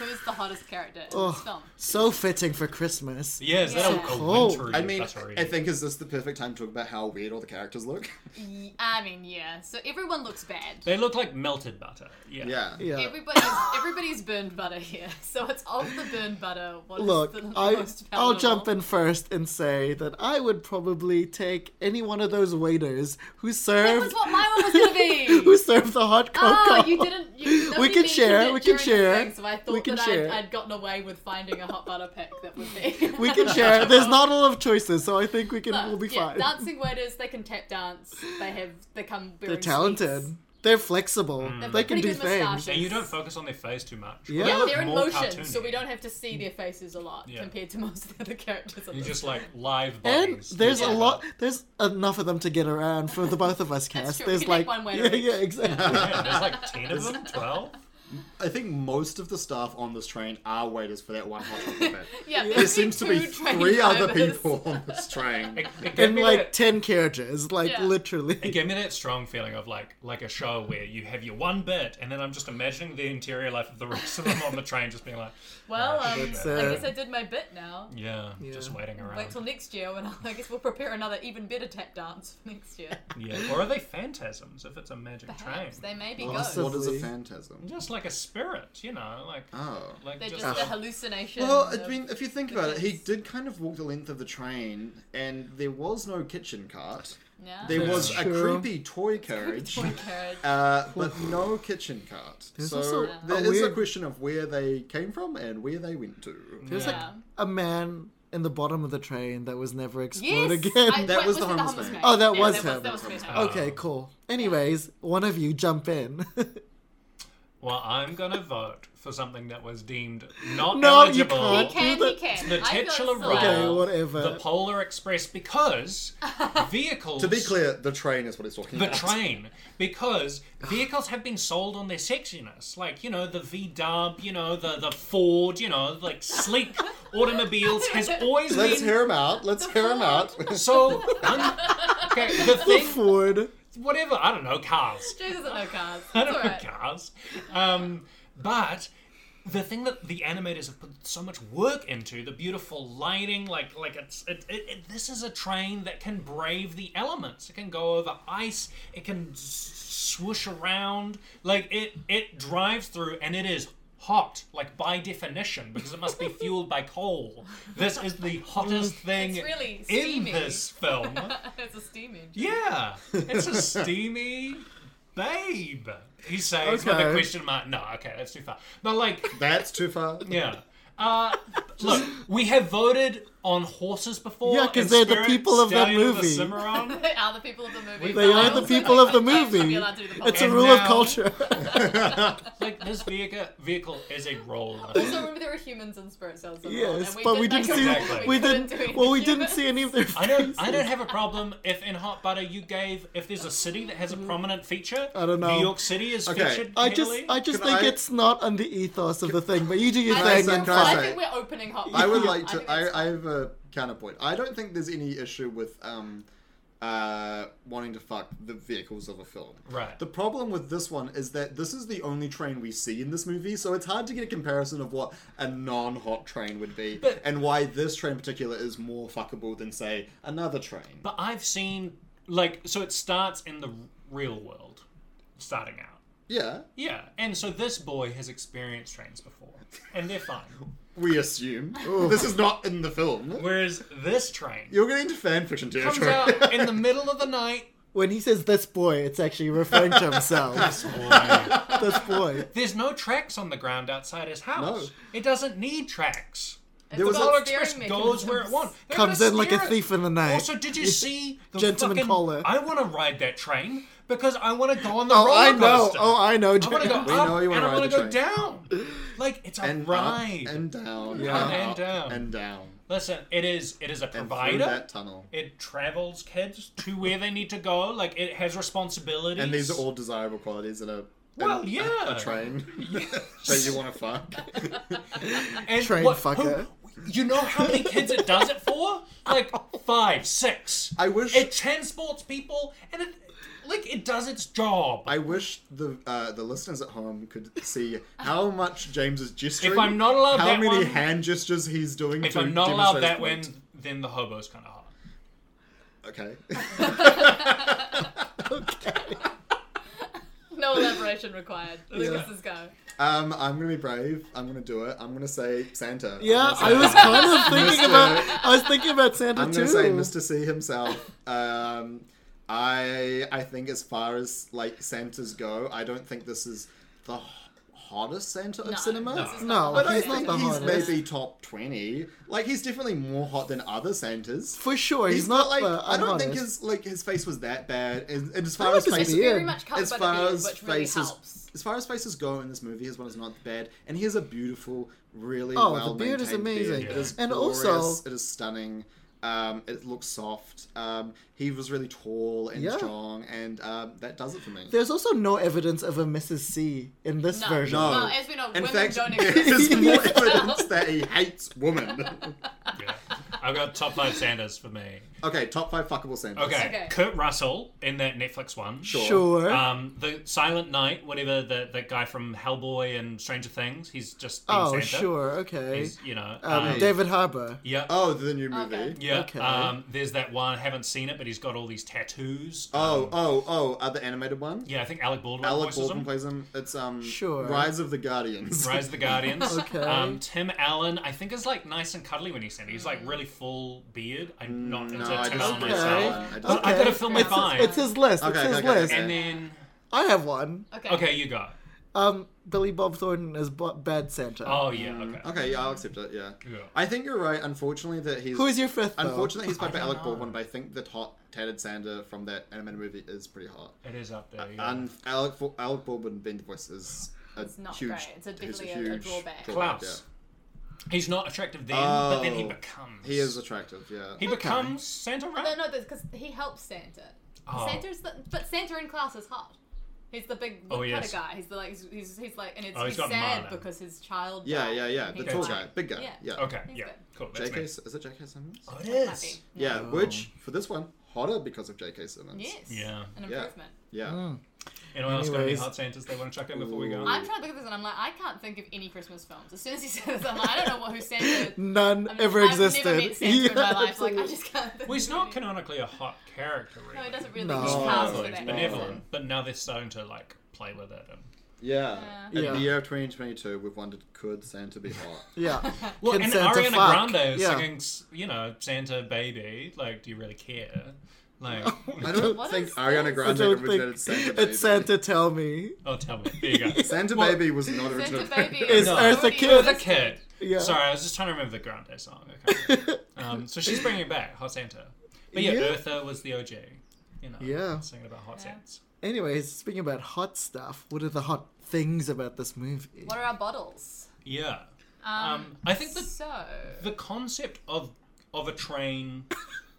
Speaker 4: Who is the hottest character in
Speaker 2: Oh.
Speaker 4: this film?
Speaker 2: So fitting for Christmas.
Speaker 3: Yeah, is that
Speaker 4: Yeah.
Speaker 3: a, a
Speaker 2: Cool.
Speaker 3: wintry
Speaker 5: I mean,
Speaker 3: buttery-
Speaker 5: I think is this the perfect time to talk about how weird all the characters look?
Speaker 4: Y- I mean, yeah. So everyone looks bad.
Speaker 3: They look like melted butter. Yeah.
Speaker 5: yeah.
Speaker 2: Yeah.
Speaker 4: Everybody's everybody's burned butter here. So it's of the burned butter. What is
Speaker 2: Look,
Speaker 4: the
Speaker 2: I
Speaker 4: most
Speaker 2: I'll
Speaker 4: palatable?
Speaker 2: jump in first and say that I would probably take any one of those waiters who
Speaker 4: That
Speaker 2: served
Speaker 4: was what my one was gonna
Speaker 2: who
Speaker 4: be.
Speaker 2: served the hot cocoa.
Speaker 4: Oh, you didn't. You,
Speaker 2: We
Speaker 4: nobody
Speaker 2: can
Speaker 4: mentioned
Speaker 2: share,
Speaker 4: it
Speaker 2: we can
Speaker 4: during the
Speaker 2: share,
Speaker 4: thing, so I thought
Speaker 2: we can
Speaker 4: that
Speaker 2: share.
Speaker 4: I'd, I'd gotten away with finding a hot butter pick that would be.
Speaker 2: We can share. There's not a lot of choices, so I think we can.
Speaker 4: But,
Speaker 2: we'll be
Speaker 4: yeah,
Speaker 2: fine.
Speaker 4: Dancing waiters, they can tap dance. They have they come.
Speaker 2: They're talented. They're flexible. They
Speaker 4: They're
Speaker 2: can
Speaker 4: pretty
Speaker 2: do
Speaker 4: good moustaches.
Speaker 2: things.
Speaker 3: And you don't focus on their face too much.
Speaker 2: Yeah.
Speaker 3: They
Speaker 4: Yeah,
Speaker 3: look
Speaker 4: they're in
Speaker 3: more
Speaker 4: motion,
Speaker 3: cartoony.
Speaker 4: so we don't have to see their faces a lot
Speaker 3: Yeah.
Speaker 4: compared to most of the other characters. in
Speaker 3: You
Speaker 4: this.
Speaker 3: just like live
Speaker 2: And
Speaker 3: bodies.
Speaker 2: there's a
Speaker 4: Yeah.
Speaker 2: lot. There's enough of them to get around for the both of us, Cass.
Speaker 4: true, we
Speaker 2: There's
Speaker 4: can
Speaker 2: like
Speaker 4: make one waiter
Speaker 2: yeah,
Speaker 4: each.
Speaker 2: yeah, exactly.
Speaker 3: Yeah, there's like ten of them, twelve.
Speaker 5: I think most of the staff on this train are waiters for that one hot chocolate bit.
Speaker 4: yeah,
Speaker 5: There seems to be three other people on this
Speaker 3: It,
Speaker 5: train.
Speaker 3: it gave
Speaker 2: In
Speaker 3: me
Speaker 2: like
Speaker 3: that,
Speaker 2: ten carriages, like
Speaker 4: Yeah.
Speaker 2: literally.
Speaker 3: it gave me that strong feeling of like like a show where you have your one bit, and then I'm just imagining the interior life of the rest of them on the train, just being like,
Speaker 4: Well,
Speaker 3: "Ah,
Speaker 4: um,
Speaker 3: shit,
Speaker 2: That's
Speaker 3: man."
Speaker 4: I
Speaker 2: it.
Speaker 4: guess I did my bit now.
Speaker 3: yeah, just
Speaker 2: Yeah.
Speaker 3: waiting around.
Speaker 4: Wait till next year when I'll, I guess we'll prepare another even better tap dance for next year.
Speaker 3: Yeah, or are they phantasms? If it's a magic
Speaker 4: Perhaps
Speaker 3: train,
Speaker 4: they may be
Speaker 5: What
Speaker 4: ghosts.
Speaker 2: Awesome.
Speaker 5: what is a phantasm?
Speaker 3: just like a spirit, you know, like
Speaker 5: Oh.
Speaker 3: like
Speaker 4: They're just
Speaker 3: just
Speaker 4: a hallucination.
Speaker 5: Well,
Speaker 4: of-
Speaker 5: I mean, if you think about it, he did kind of walk the length of the train, and there was no kitchen cart.
Speaker 4: yeah.
Speaker 5: There was
Speaker 2: That's
Speaker 5: a
Speaker 2: true.
Speaker 5: creepy toy carriage,
Speaker 4: Ah. Toy carriage.
Speaker 5: uh, but no kitchen cart.
Speaker 2: also
Speaker 5: so
Speaker 2: a
Speaker 5: there is a
Speaker 2: weird-
Speaker 5: question of where they came from and where they went to.
Speaker 2: There's
Speaker 4: Yeah.
Speaker 2: like a man in the bottom of the train that was never
Speaker 4: Yes,
Speaker 2: explored again.
Speaker 4: I-
Speaker 5: That
Speaker 4: wait,
Speaker 5: was the
Speaker 4: it
Speaker 5: homeless
Speaker 4: homeless
Speaker 5: man.
Speaker 2: Oh, that
Speaker 4: Yeah,
Speaker 2: was
Speaker 4: that
Speaker 2: him.
Speaker 4: that was Green Hand.
Speaker 2: Okay, cool. Anyways, one of you jump in.
Speaker 3: Well, I'm gonna vote for something that was deemed not
Speaker 2: No, you
Speaker 3: eligible.
Speaker 2: can't.
Speaker 4: He can, he can.
Speaker 3: The
Speaker 4: I feel
Speaker 3: titular
Speaker 4: sorry.
Speaker 3: role.
Speaker 2: okay,
Speaker 3: Wow. the
Speaker 2: whatever.
Speaker 3: Polar Express because vehicles.
Speaker 5: To be clear, the train is what he's talking
Speaker 3: The
Speaker 5: about.
Speaker 3: train, because vehicles have been sold on their sexiness, like you know the V Dub, you know the the Ford, you know like sleek automobiles has always
Speaker 5: Let's
Speaker 3: been
Speaker 5: hear him out. Let's hear him out.
Speaker 3: so. Un- okay, the
Speaker 2: The
Speaker 3: thing,
Speaker 2: Ford.
Speaker 3: whatever I don't know, cars.
Speaker 4: Jay doesn't know cars. It's
Speaker 3: I don't know
Speaker 4: alright.
Speaker 3: cars. Um, but the thing that the animators have put so much work into, the beautiful lighting, like like it's it, it, it, this is a train that can brave the elements. It can go over ice. It can s- swoosh around. Like it it drives through, and it is. Hot, like by definition, because it must be fueled by coal. This is the hottest thing
Speaker 4: It's really
Speaker 3: in
Speaker 4: steamy.
Speaker 3: this film.
Speaker 4: it's a steam engine.
Speaker 3: Yeah, it's a steamy babe. He says with a
Speaker 2: Okay.
Speaker 3: question mark. No, okay, that's too far. But like,
Speaker 5: That's too far.
Speaker 3: yeah. Uh, look, we have voted on horses before.
Speaker 2: Yeah, 'cause
Speaker 3: and
Speaker 2: they're the
Speaker 3: Spirit,
Speaker 2: people of that
Speaker 3: Stallion, the
Speaker 2: movie.
Speaker 3: Cimarron.
Speaker 4: They are the people of the movie.
Speaker 2: They
Speaker 4: but I
Speaker 2: are the
Speaker 4: also
Speaker 2: people
Speaker 4: think
Speaker 2: of the
Speaker 4: they should be
Speaker 2: movie.
Speaker 4: allowed to do the
Speaker 2: It's a
Speaker 3: And
Speaker 4: podcast.
Speaker 2: rule
Speaker 3: now-
Speaker 2: of culture.
Speaker 3: Like this vehicle, vehicle is a role.
Speaker 4: Also, remember there were humans in Spirit Cells. as well,
Speaker 2: yes,
Speaker 4: and we
Speaker 2: but
Speaker 4: did
Speaker 2: we
Speaker 4: make
Speaker 2: didn't
Speaker 4: a
Speaker 2: see.
Speaker 4: rule that
Speaker 3: Exactly.
Speaker 2: We
Speaker 4: couldn't do
Speaker 2: didn't.
Speaker 4: any
Speaker 2: Well, we didn't
Speaker 4: humans.
Speaker 2: see any of their.
Speaker 3: I don't. I don't have a problem if in Hot Butter you gave if there's a city that has a prominent feature.
Speaker 2: Mm-hmm. I don't know.
Speaker 3: New York City is
Speaker 5: Okay,
Speaker 3: featured.
Speaker 2: I just,
Speaker 3: heavily.
Speaker 2: I just
Speaker 5: Can
Speaker 2: think
Speaker 5: I-
Speaker 2: it's not on the ethos of the thing. But you do your
Speaker 4: I
Speaker 5: I
Speaker 2: thing
Speaker 5: say-
Speaker 2: and
Speaker 5: can I
Speaker 2: fine.
Speaker 4: I
Speaker 5: say-
Speaker 4: think we're opening hot.
Speaker 5: I would
Speaker 4: buttons.
Speaker 5: like to.
Speaker 4: think that's
Speaker 5: I, I have a counterpoint. I don't think there's any issue with um, uh, wanting to fuck the vehicles of a film.
Speaker 3: Right.
Speaker 5: The problem with this one is that this is the only train we see in this movie, so it's hard to get a comparison of what a non-hot train would be,
Speaker 3: But-
Speaker 5: and why this train in particular is more fuckable than say another train.
Speaker 3: But I've seen like so it starts in the real world, starting out.
Speaker 5: Yeah,
Speaker 3: Yeah, and so this boy has experienced trains before, and they're fine.
Speaker 5: we assume. This is not in the film.
Speaker 3: Whereas this train
Speaker 5: You're getting into fanfiction
Speaker 3: comes
Speaker 5: territory.
Speaker 3: out in the middle of the night.
Speaker 2: When he says this boy, it's actually referring to himself.
Speaker 3: Boy,
Speaker 2: this boy.
Speaker 3: There's no tracks on the ground outside his house. It doesn't need tracks.
Speaker 4: There
Speaker 2: was
Speaker 3: the
Speaker 2: a-
Speaker 3: Polar
Speaker 4: steering
Speaker 3: Express goes where it
Speaker 4: mechanisms.
Speaker 3: wants. They're
Speaker 2: Comes
Speaker 3: gonna
Speaker 2: in like a
Speaker 3: steer it.
Speaker 2: thief in the night.
Speaker 3: Also, did you see the
Speaker 2: Gentleman
Speaker 3: fucking,
Speaker 2: Polar.
Speaker 3: I want to ride that train because I want to go on the
Speaker 2: Oh,
Speaker 3: roller
Speaker 2: I know.
Speaker 3: coaster.
Speaker 2: Oh, I know.
Speaker 3: I want to go up
Speaker 5: We know you
Speaker 3: and
Speaker 5: wanna
Speaker 3: I
Speaker 5: ride
Speaker 3: want
Speaker 5: the
Speaker 3: to go down. Like it's a
Speaker 5: and
Speaker 3: ride.
Speaker 5: up and down.
Speaker 2: Yeah.
Speaker 5: and
Speaker 3: And
Speaker 5: up
Speaker 3: down.
Speaker 5: And down.
Speaker 3: Listen, it is it is a
Speaker 5: And
Speaker 3: provider.
Speaker 5: through that tunnel.
Speaker 3: It travels kids to where they need to go. Like it has responsibilities.
Speaker 5: And these are all desirable qualities in a in
Speaker 3: Well,
Speaker 5: a-
Speaker 3: yeah.
Speaker 5: a, train that you want to fuck.
Speaker 3: and
Speaker 2: Train
Speaker 3: what-
Speaker 2: fucker.
Speaker 3: who- you know how many kids it does it for? Like five, six.
Speaker 5: I wish-
Speaker 3: it transports people, and it like it does its job.
Speaker 5: I wish the uh, the listeners at home could see how much James is gesturing.
Speaker 3: If I'm not allowed
Speaker 5: how
Speaker 3: that
Speaker 5: many
Speaker 3: one-
Speaker 5: hand gestures he's doing.
Speaker 3: if
Speaker 5: to
Speaker 3: I'm not allowed that
Speaker 5: demonstrate
Speaker 3: win,
Speaker 5: his
Speaker 3: then the hobo's kind of hot.
Speaker 5: point.
Speaker 4: No elaboration required. Lucas is go.
Speaker 5: Okay. Um, I'm gonna be brave. I'm gonna do it. I'm gonna say Santa.
Speaker 2: Yeah,
Speaker 5: I'm
Speaker 2: I
Speaker 5: gonna
Speaker 2: was
Speaker 5: say-
Speaker 2: kind of thinking
Speaker 5: Mr.
Speaker 2: about. I was thinking about Santa
Speaker 5: I'm
Speaker 2: too.
Speaker 5: gonna say Mr. C himself. Um, I I think as far as like Santas go, I don't think this is the h- hottest Santa of
Speaker 4: No,
Speaker 5: cinema.
Speaker 4: this is
Speaker 2: No,
Speaker 4: not
Speaker 5: But
Speaker 4: the
Speaker 5: I
Speaker 2: he's
Speaker 4: hot
Speaker 5: think
Speaker 2: not the
Speaker 5: he's
Speaker 2: hottest.
Speaker 5: maybe top twenty. Like he's definitely more hot than other Santas.
Speaker 2: For sure, he's, not
Speaker 5: like
Speaker 2: the
Speaker 5: I don't think
Speaker 2: unhottest.
Speaker 5: his like his face was that bad. And, and as far
Speaker 2: like
Speaker 5: as
Speaker 2: his
Speaker 5: face,
Speaker 4: It's
Speaker 2: beard.
Speaker 4: very much covered
Speaker 5: as
Speaker 4: by the
Speaker 5: far
Speaker 4: beard,
Speaker 5: as
Speaker 4: which really
Speaker 5: faces
Speaker 4: helps.
Speaker 5: as far as faces go in this movie, his one is not bad, and he has a beautiful, really
Speaker 2: Oh, the
Speaker 5: well
Speaker 2: beard is amazing.
Speaker 5: It is
Speaker 2: And
Speaker 5: glorious,
Speaker 2: also-
Speaker 5: it is stunning. Um, it looks soft. Um, he was really tall and
Speaker 2: Yeah.
Speaker 5: strong, and um, that does it for me.
Speaker 2: There's also no evidence of a Mrs. C in this
Speaker 4: No.
Speaker 2: version.
Speaker 5: No.
Speaker 4: Well, as we know,
Speaker 5: in
Speaker 4: women
Speaker 5: fact,
Speaker 4: don't
Speaker 5: there's
Speaker 4: exist.
Speaker 5: more evidence that he hates women.
Speaker 3: Yeah. I've got top five Sanders for me.
Speaker 5: okay, top five fuckable Santas.
Speaker 3: Okay.
Speaker 4: Okay.
Speaker 3: Kurt Russell in that Netflix one.
Speaker 5: Sure.
Speaker 2: Sure.
Speaker 3: Um, the Silent Night, whatever the that guy from Hellboy and Stranger Things, he's just been
Speaker 2: oh,
Speaker 3: Santa.
Speaker 2: sure. Okay.
Speaker 3: He's, you know.
Speaker 2: um,
Speaker 3: um,
Speaker 2: David Harbour.
Speaker 3: yeah.
Speaker 5: Oh, the new movie.
Speaker 4: Okay.
Speaker 3: yeah.
Speaker 2: okay.
Speaker 3: Um, there's that one. I haven't seen it, but he's got all these tattoos.
Speaker 5: Oh,
Speaker 3: Um,
Speaker 5: oh, oh, other animated one?
Speaker 3: yeah. I think Alec Baldwin
Speaker 5: Alec
Speaker 3: voices
Speaker 5: Baldwin
Speaker 3: him.
Speaker 5: plays him. It's um
Speaker 2: Sure.
Speaker 5: Rise of the Guardians.
Speaker 3: Rise of the Guardians.
Speaker 2: Okay.
Speaker 3: Um, Tim Allen, I think, is like nice and cuddly when he's Santa. He's like really full beard. I'm not
Speaker 5: Mm, no,
Speaker 3: into
Speaker 5: I
Speaker 3: Tim
Speaker 5: just-
Speaker 3: Allen
Speaker 2: Okay.
Speaker 3: myself.
Speaker 5: I just-
Speaker 3: But I
Speaker 2: Okay.
Speaker 3: could have filmed my
Speaker 4: It's-
Speaker 3: fine.
Speaker 2: It's his list.
Speaker 5: Okay,
Speaker 2: it's his
Speaker 5: okay, okay,
Speaker 2: list.
Speaker 5: okay.
Speaker 3: and then
Speaker 2: I have one.
Speaker 4: Okay.
Speaker 3: okay, you go.
Speaker 2: Um, Billy Bob Thornton is bo- bad Santa.
Speaker 3: Oh yeah. Okay.
Speaker 5: Mm, Okay, yeah, I'll accept it. Yeah.
Speaker 3: Yeah.
Speaker 5: I think you're right. Unfortunately, that he's
Speaker 2: Who is your fifth? though?
Speaker 5: unfortunately he's played by
Speaker 3: I don't
Speaker 5: Alec
Speaker 3: know.
Speaker 5: Baldwin, but I think the hot tatted Santa from that animated movie is pretty hot.
Speaker 3: It is up there. Oh, Yeah.
Speaker 5: And Alec Alec Baldwin being the voice is a
Speaker 4: It's not
Speaker 5: huge,
Speaker 4: great. It's a-
Speaker 5: is
Speaker 4: definitely a- a drawback.
Speaker 3: Klaus. He's not attractive then, but then he
Speaker 5: Oh.
Speaker 3: becomes.
Speaker 5: yeah. He is attractive. Yeah.
Speaker 3: He becomes Santa, right?
Speaker 4: No, no, because he helps Santa.
Speaker 3: Oh.
Speaker 4: Santa's the, but Santa in class is hot. He's the big
Speaker 3: Oh,
Speaker 4: woodcutter
Speaker 3: yes.
Speaker 4: guy. He's the like he's, he's, he's like and it's
Speaker 3: Oh, he's
Speaker 4: he's
Speaker 3: got
Speaker 4: sad
Speaker 3: Marla.
Speaker 4: because his child.
Speaker 5: yeah,
Speaker 4: died.
Speaker 5: yeah, yeah.
Speaker 4: And
Speaker 5: The
Speaker 4: he's
Speaker 5: tall
Speaker 4: like-
Speaker 5: guy, big guy.
Speaker 4: Yeah.
Speaker 5: Yeah.
Speaker 3: Okay,
Speaker 4: He's
Speaker 3: yeah,
Speaker 4: good.
Speaker 3: cool. That's
Speaker 5: J.K.
Speaker 3: me.
Speaker 5: S- Is it J.K. Simmons?
Speaker 3: Oh, it is.
Speaker 4: Happy.
Speaker 5: Yeah, which for this one hotter because of J.K. Simmons.
Speaker 4: Yes.
Speaker 3: Yeah.
Speaker 4: An
Speaker 5: Yeah.
Speaker 4: improvement.
Speaker 5: Yeah.
Speaker 3: Anyone else got any
Speaker 2: Anyways.
Speaker 3: hot Santas they want to chuck in before we go?
Speaker 4: I'm trying to think of this, and I'm like, I can't think of any Christmas films. As soon as he says this, I'm like, I don't know what who Santa. is.
Speaker 2: None
Speaker 4: I mean,
Speaker 2: ever
Speaker 4: I've
Speaker 2: existed.
Speaker 4: Never met Santa in my
Speaker 2: Yeah,
Speaker 4: life. Like I
Speaker 2: absolutely.
Speaker 4: just can't. Think
Speaker 3: Well, he's
Speaker 4: of
Speaker 3: not
Speaker 4: any.
Speaker 3: canonically a hot character, really.
Speaker 4: No, he doesn't really.
Speaker 2: No.
Speaker 4: He's
Speaker 2: No,
Speaker 4: passed
Speaker 3: So
Speaker 4: for
Speaker 3: he's
Speaker 4: that.
Speaker 3: benevolent, but now they're starting to like play with it. And...
Speaker 5: Yeah. In
Speaker 2: Yeah.
Speaker 5: the year of 2022, we've wondered could Santa be hot?
Speaker 2: yeah.
Speaker 3: Well,
Speaker 2: Can
Speaker 3: and
Speaker 2: Santa
Speaker 3: Ariana
Speaker 2: fuck?
Speaker 3: Grande is
Speaker 2: Yeah.
Speaker 3: singing, s- you know, Santa baby. Like, do you really care? Like,
Speaker 5: I don't
Speaker 4: What
Speaker 5: think
Speaker 4: is
Speaker 5: Ariana
Speaker 4: this?
Speaker 2: I
Speaker 5: Grande
Speaker 2: don't think
Speaker 5: originated Santa Baby.
Speaker 2: it's Santa. Tell me.
Speaker 3: oh, tell me. There you go.
Speaker 5: Santa
Speaker 3: Well,
Speaker 5: Baby was not original.
Speaker 4: Santa baby
Speaker 2: Is
Speaker 3: No.
Speaker 2: Eartha
Speaker 4: already
Speaker 2: Kitt-
Speaker 3: Eartha
Speaker 4: existed.
Speaker 3: Kitt.
Speaker 2: Yeah.
Speaker 3: Sorry, I was just trying to remember the Grande song. Okay. um, so she's bringing it back Hot Santa. But yeah,
Speaker 2: Yeah.
Speaker 3: Eartha was the OG. You know,
Speaker 2: Yeah.
Speaker 3: singing about hot Santas.
Speaker 2: Anyways, speaking about hot stuff, what are the hot things about this movie?
Speaker 4: What are our bottles?
Speaker 3: Yeah.
Speaker 4: Um.
Speaker 3: Um, I think the
Speaker 4: So.
Speaker 3: the concept of of a train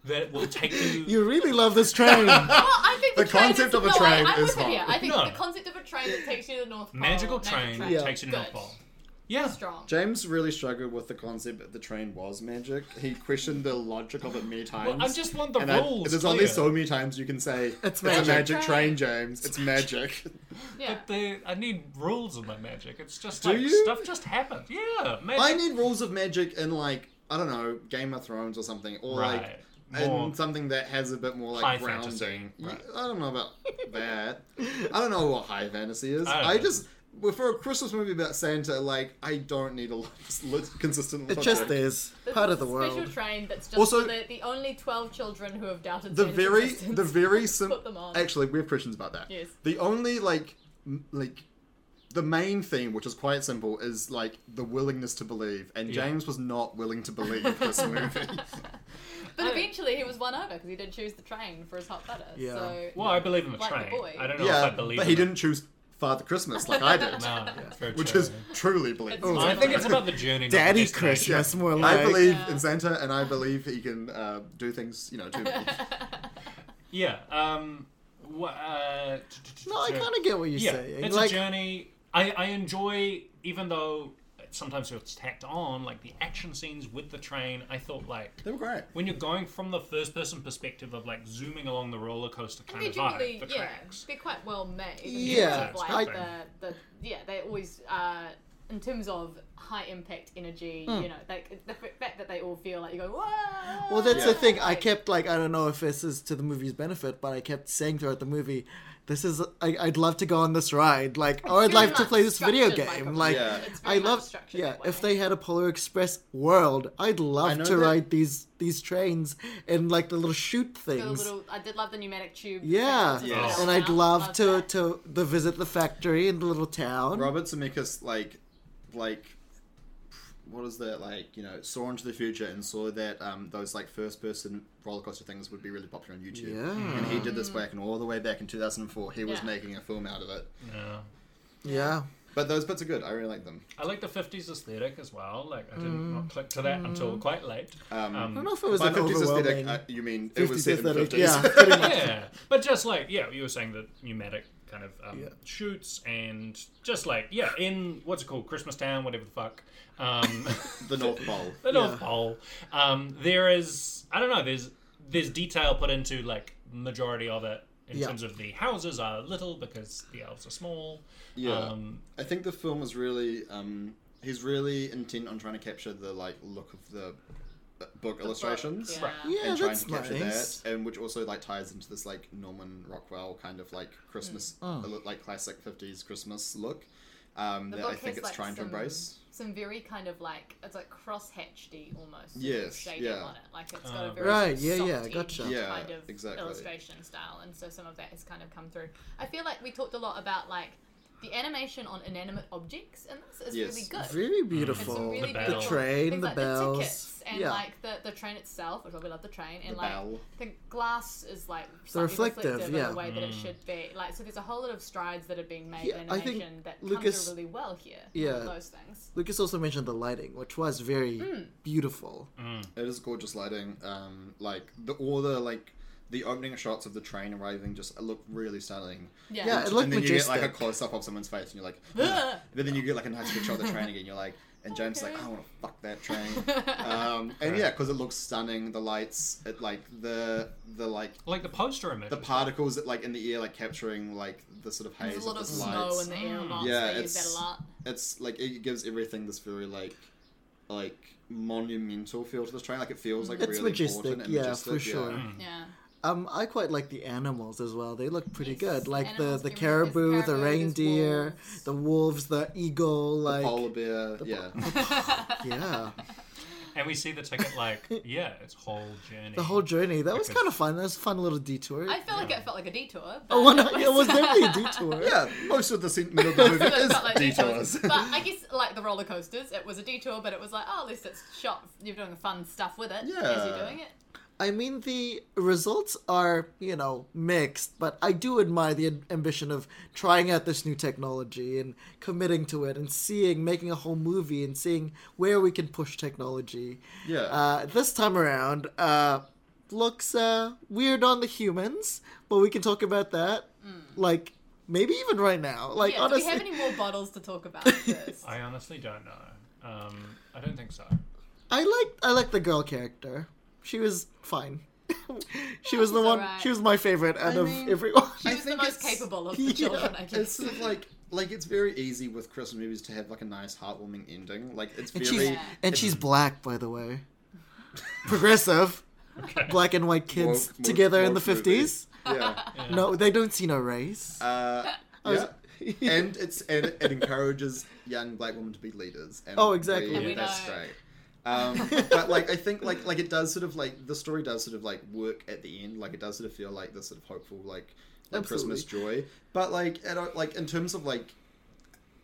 Speaker 3: that will take you.
Speaker 2: You really love this train.
Speaker 4: Well, I think
Speaker 5: The
Speaker 4: train
Speaker 5: concept
Speaker 4: is,
Speaker 5: of a
Speaker 4: no,
Speaker 5: train
Speaker 4: I, I'm
Speaker 5: is
Speaker 4: with it
Speaker 5: hot.
Speaker 4: here. I think
Speaker 3: No.
Speaker 4: the concept of a train that takes you to the North Pole.
Speaker 3: Magical train
Speaker 2: Yeah.
Speaker 3: takes you to
Speaker 4: Good.
Speaker 3: North Pole. Yeah.
Speaker 4: Strong.
Speaker 5: James really struggled with the concept that the train was magic. He questioned the logic of it many times.
Speaker 3: Well, I just want the
Speaker 5: and I-
Speaker 3: rules.
Speaker 5: there's only
Speaker 3: clear.
Speaker 5: so many times you can say it's,
Speaker 2: magic.
Speaker 5: a magic
Speaker 4: Train.
Speaker 5: train, James. It's magic.
Speaker 4: Yeah.
Speaker 3: But the, I need rules in my magic. It's just
Speaker 5: Do
Speaker 3: like
Speaker 5: you?
Speaker 3: stuff just happens. Yeah, magic.
Speaker 5: I need rules of magic in like I don't know Game of Thrones or something, or
Speaker 3: right.
Speaker 5: like
Speaker 3: more.
Speaker 5: and something that has a bit more like
Speaker 3: High
Speaker 5: grounding.
Speaker 3: fantasy,
Speaker 5: Y-
Speaker 3: right.
Speaker 5: I don't know about that. I don't know what high fantasy is.
Speaker 3: I don't
Speaker 5: I,
Speaker 3: know.
Speaker 5: just well, for a Christmas movie about Santa, like I don't need a lot of lit- consistent.
Speaker 2: It just
Speaker 5: logic.
Speaker 2: is part of the
Speaker 4: Special
Speaker 2: world.
Speaker 4: train that's just
Speaker 5: Also-
Speaker 4: for the, the only twelve children who have doubted
Speaker 5: the
Speaker 4: Santa's
Speaker 5: very
Speaker 4: existence.
Speaker 5: the very simple.
Speaker 4: Put them on.
Speaker 5: Actually, we have questions about that.
Speaker 4: Yes.
Speaker 5: The only like m- like the main theme, which is quite simple, is like the willingness to believe, and
Speaker 3: Yeah.
Speaker 5: James was not willing to believe this movie.
Speaker 4: But eventually he was won over because he did choose the train for his hot butter.
Speaker 2: Yeah.
Speaker 4: So
Speaker 3: Well, I believe in the
Speaker 4: Like the
Speaker 3: train.
Speaker 4: boy.
Speaker 3: I don't know
Speaker 5: yeah,
Speaker 3: if I believe.
Speaker 5: but he
Speaker 3: in it.
Speaker 5: didn't choose Father Christmas like I did.
Speaker 3: No, it's very
Speaker 5: Which
Speaker 3: true.
Speaker 5: is truly believable.
Speaker 4: It's
Speaker 3: I think it's about the journey. not the
Speaker 2: Daddy
Speaker 3: destination.
Speaker 2: Christmas, more like.
Speaker 5: I believe
Speaker 4: Yeah.
Speaker 5: in Santa, and I believe he can uh, do things, you know, to me.
Speaker 3: Yeah. Um. wha- uh, t- t- t-
Speaker 2: No, I
Speaker 3: t-
Speaker 2: kind of get what you
Speaker 3: yeah,
Speaker 2: say.
Speaker 3: It's
Speaker 2: like,
Speaker 3: a journey. I, I enjoy, even though sometimes it's tacked on, like the action scenes with the train. I thought like
Speaker 5: They were great.
Speaker 3: when you're going from the first person perspective of like zooming along the roller coaster kind
Speaker 4: they
Speaker 3: of vibe,
Speaker 4: generally,
Speaker 3: the
Speaker 4: yeah,
Speaker 3: tracks.
Speaker 4: they're quite well made. in
Speaker 2: Yeah,
Speaker 4: terms of,
Speaker 2: I-
Speaker 4: like the, the yeah, they always uh, in terms of high impact energy.
Speaker 5: Hmm.
Speaker 4: You know, like the f- fact that they all feel like you go. Whoa!
Speaker 2: well, that's the
Speaker 4: Yeah.
Speaker 2: thing. I
Speaker 4: Like,
Speaker 2: kept like I don't know if this is to the movie's benefit, but I kept saying throughout the movie, "This is I, I'd love to go on this ride. Like, or I'd
Speaker 4: very
Speaker 2: like to
Speaker 4: much
Speaker 2: play this video
Speaker 4: structured like a
Speaker 2: game.
Speaker 4: ride.
Speaker 2: Like,
Speaker 5: Yeah.
Speaker 4: It's very
Speaker 2: I
Speaker 4: much
Speaker 2: love.
Speaker 4: structured
Speaker 2: Yeah,
Speaker 4: that
Speaker 2: if
Speaker 4: way.
Speaker 2: they had a Polar Express world, I'd love
Speaker 5: know
Speaker 2: to
Speaker 5: that-
Speaker 2: ride these these trains and like the little shoot
Speaker 4: The
Speaker 2: things.
Speaker 4: little, I did love the pneumatic tube.
Speaker 2: Yeah,
Speaker 4: things as
Speaker 5: Yes.
Speaker 4: well.
Speaker 2: and I'd love to
Speaker 4: that.
Speaker 2: to the visit the factory in the little town.
Speaker 5: Robert Zemeckis, like, like, what is that? Like, you know, saw into the future and saw that um, those like first-person roller coaster things would be really popular on YouTube.
Speaker 2: Yeah.
Speaker 5: And he did this back and all the way back in 2004. He was
Speaker 4: Yeah.
Speaker 5: making a film out of it.
Speaker 3: Yeah.
Speaker 2: yeah,
Speaker 5: But those bits are good. I really like them.
Speaker 3: I like the 50s aesthetic as well. Like, I did
Speaker 2: Mm.
Speaker 3: not click to that until quite late.
Speaker 5: Um,
Speaker 2: I don't know if it was
Speaker 5: By
Speaker 2: an
Speaker 5: 50s aesthetic,
Speaker 2: overwhelming.
Speaker 5: uh, you mean it
Speaker 2: 50s
Speaker 5: was set in the
Speaker 2: aesthetic,
Speaker 5: 50s.
Speaker 2: yeah, pretty much.
Speaker 3: yeah, but just like yeah, you were saying the pneumatic kind of um,
Speaker 2: Yeah.
Speaker 3: shoots and just like yeah, in what's it called, Christmas Town, whatever the fuck, um,
Speaker 5: the North Pole.
Speaker 3: the North Pole. Um, there is I don't know. There's there's detail put into like majority of it in
Speaker 2: Yeah.
Speaker 3: terms of the houses are little because the elves are small.
Speaker 5: Yeah.
Speaker 3: Um,
Speaker 5: I think the film is really um, he's really intent on trying to capture the like look of the uh, book illustrations
Speaker 4: Yeah.
Speaker 3: Right.
Speaker 2: yeah,
Speaker 5: and trying
Speaker 2: that's
Speaker 5: to capture
Speaker 2: nice.
Speaker 5: that, and which also like ties into this like Norman Rockwell kind of like Christmas
Speaker 2: Mm. Oh.
Speaker 5: uh, like classic fifties Christmas look um,
Speaker 4: The
Speaker 5: that
Speaker 4: book
Speaker 5: I think
Speaker 4: has,
Speaker 5: it's
Speaker 4: like,
Speaker 5: trying to
Speaker 4: some-
Speaker 5: embrace.
Speaker 4: Some very kind of like it's like cross-hatched-y almost.
Speaker 5: Yes,
Speaker 4: shading
Speaker 5: yeah.
Speaker 4: On it. Like it's got a very
Speaker 2: Right, yeah,
Speaker 4: soft
Speaker 2: yeah,
Speaker 4: edge
Speaker 2: gotcha.
Speaker 5: Yeah,
Speaker 4: Kind of
Speaker 5: exactly.
Speaker 4: illustration style, and so some of that has kind of come through. I feel like we talked a lot about like the animation on inanimate objects, and this is
Speaker 5: Yes.
Speaker 4: really good.
Speaker 2: Very
Speaker 4: And some
Speaker 2: beautiful.
Speaker 4: really
Speaker 3: The
Speaker 4: good
Speaker 3: bell.
Speaker 4: little
Speaker 2: train,
Speaker 4: things
Speaker 2: the
Speaker 4: like
Speaker 2: bells.
Speaker 4: the tickets, and
Speaker 2: Yeah.
Speaker 4: like the, the train itself, which I really love the train, and
Speaker 5: The
Speaker 4: like
Speaker 5: bell.
Speaker 4: the glass is like slightly
Speaker 2: reflective, yeah.
Speaker 4: in the way that
Speaker 5: Mm.
Speaker 4: it should be. Like so, there's a whole lot of strides that are being made
Speaker 2: Yeah,
Speaker 4: in
Speaker 2: I think
Speaker 4: animation that
Speaker 2: Lucas-
Speaker 4: come through really well here.
Speaker 2: Yeah.
Speaker 4: those things.
Speaker 2: Lucas also mentioned the lighting, which was very
Speaker 4: Hmm.
Speaker 2: beautiful.
Speaker 5: It is gorgeous lighting. Um, like the all the like the opening shots of the train arriving just look really stunning.
Speaker 4: Yeah,
Speaker 2: Yeah, it looked
Speaker 5: and then you get like a
Speaker 2: majestic.
Speaker 5: close up of someone's face, and you're like, "Ugh." but then you get like a nice picture of the train again. You're like, and James is like, I want to fuck that train, um, and yeah, because it looks stunning. The lights, it like the the like
Speaker 3: like the poster image.
Speaker 5: the particles that like in the air, like capturing like the sort of haze
Speaker 4: there's a lot
Speaker 5: of
Speaker 4: of
Speaker 5: the
Speaker 4: snow
Speaker 5: lights.
Speaker 4: in the air
Speaker 2: Mm.
Speaker 4: a lot.
Speaker 5: Yeah,
Speaker 4: so they use that
Speaker 5: it's-
Speaker 4: a lot.
Speaker 5: It's like it gives everything this very like like monumental feel to this train. Like it feels like
Speaker 2: It's
Speaker 5: really
Speaker 2: majestic,
Speaker 5: important and
Speaker 2: yeah,
Speaker 5: majestic,
Speaker 2: for sure.
Speaker 5: yeah.
Speaker 4: Yeah.
Speaker 2: Um, I quite like the animals as well. They look pretty
Speaker 4: Yes,
Speaker 2: good, like
Speaker 4: animals,
Speaker 2: the the
Speaker 4: everything.
Speaker 2: caribou,
Speaker 4: There's
Speaker 2: the
Speaker 4: caribou, there's
Speaker 2: reindeer,
Speaker 4: wolves.
Speaker 2: the wolves, the eagle. Like,
Speaker 5: Polar bear, yeah.
Speaker 2: yeah,
Speaker 3: and we see the ticket like yeah, its whole journey.
Speaker 2: the whole journey. That was
Speaker 3: Because-
Speaker 2: kind of fun. That was a fun little detour.
Speaker 4: I feel like it felt like a detour. But
Speaker 2: oh, well, no, it was definitely a detour.
Speaker 5: Yeah, most of the scene, middle of the movie
Speaker 4: It
Speaker 5: is
Speaker 4: felt like
Speaker 5: detours.
Speaker 4: But I guess like the roller coasters, it was a detour, but it was like, oh, at least it's shot. You're doing fun stuff with it as
Speaker 5: Yeah.
Speaker 4: you're doing it.
Speaker 2: I mean, the results are, you know, mixed, but I do admire the am- ambition of trying out this new technology and committing to it and seeing, making a whole movie and seeing where we can push technology.
Speaker 5: Yeah.
Speaker 2: Uh, this time around, uh, looks uh, weird on the humans, but we can talk about that. Like, maybe even right now. Like,
Speaker 4: Hmm. Yeah, do we have
Speaker 2: honestly,
Speaker 4: any more bottles to talk about first?
Speaker 3: I honestly don't know. Um, I don't think so.
Speaker 2: I like I like the girl character. She was fine. she was the
Speaker 4: she's
Speaker 2: one.
Speaker 4: alright.
Speaker 2: She was my favorite out
Speaker 5: mean,
Speaker 2: of everyone.
Speaker 5: I
Speaker 4: Who's the
Speaker 5: think
Speaker 4: most
Speaker 5: it's-
Speaker 4: capable of the children, I
Speaker 5: It's
Speaker 4: guess.
Speaker 5: sort of like like it's very easy with Christmas movies to have like a nice heartwarming ending. Like it's
Speaker 2: And
Speaker 5: very
Speaker 2: she's and she's black, by the way. Progressive. black and white kids
Speaker 5: Woke- woke-
Speaker 2: together in the
Speaker 5: woke
Speaker 2: 50s.
Speaker 5: movies. Yeah.
Speaker 2: No, they don't see no race.
Speaker 5: Uh, yeah. and it's and it encourages young black women to be leaders. And
Speaker 2: Oh, exactly. And
Speaker 4: we
Speaker 5: that's
Speaker 4: know.
Speaker 5: great. Um, but like I think like like it does sort of like the story does sort of like work at the end. Like it does sort of feel like this sort of hopeful like, like Christmas joy. But like I don't like in terms of like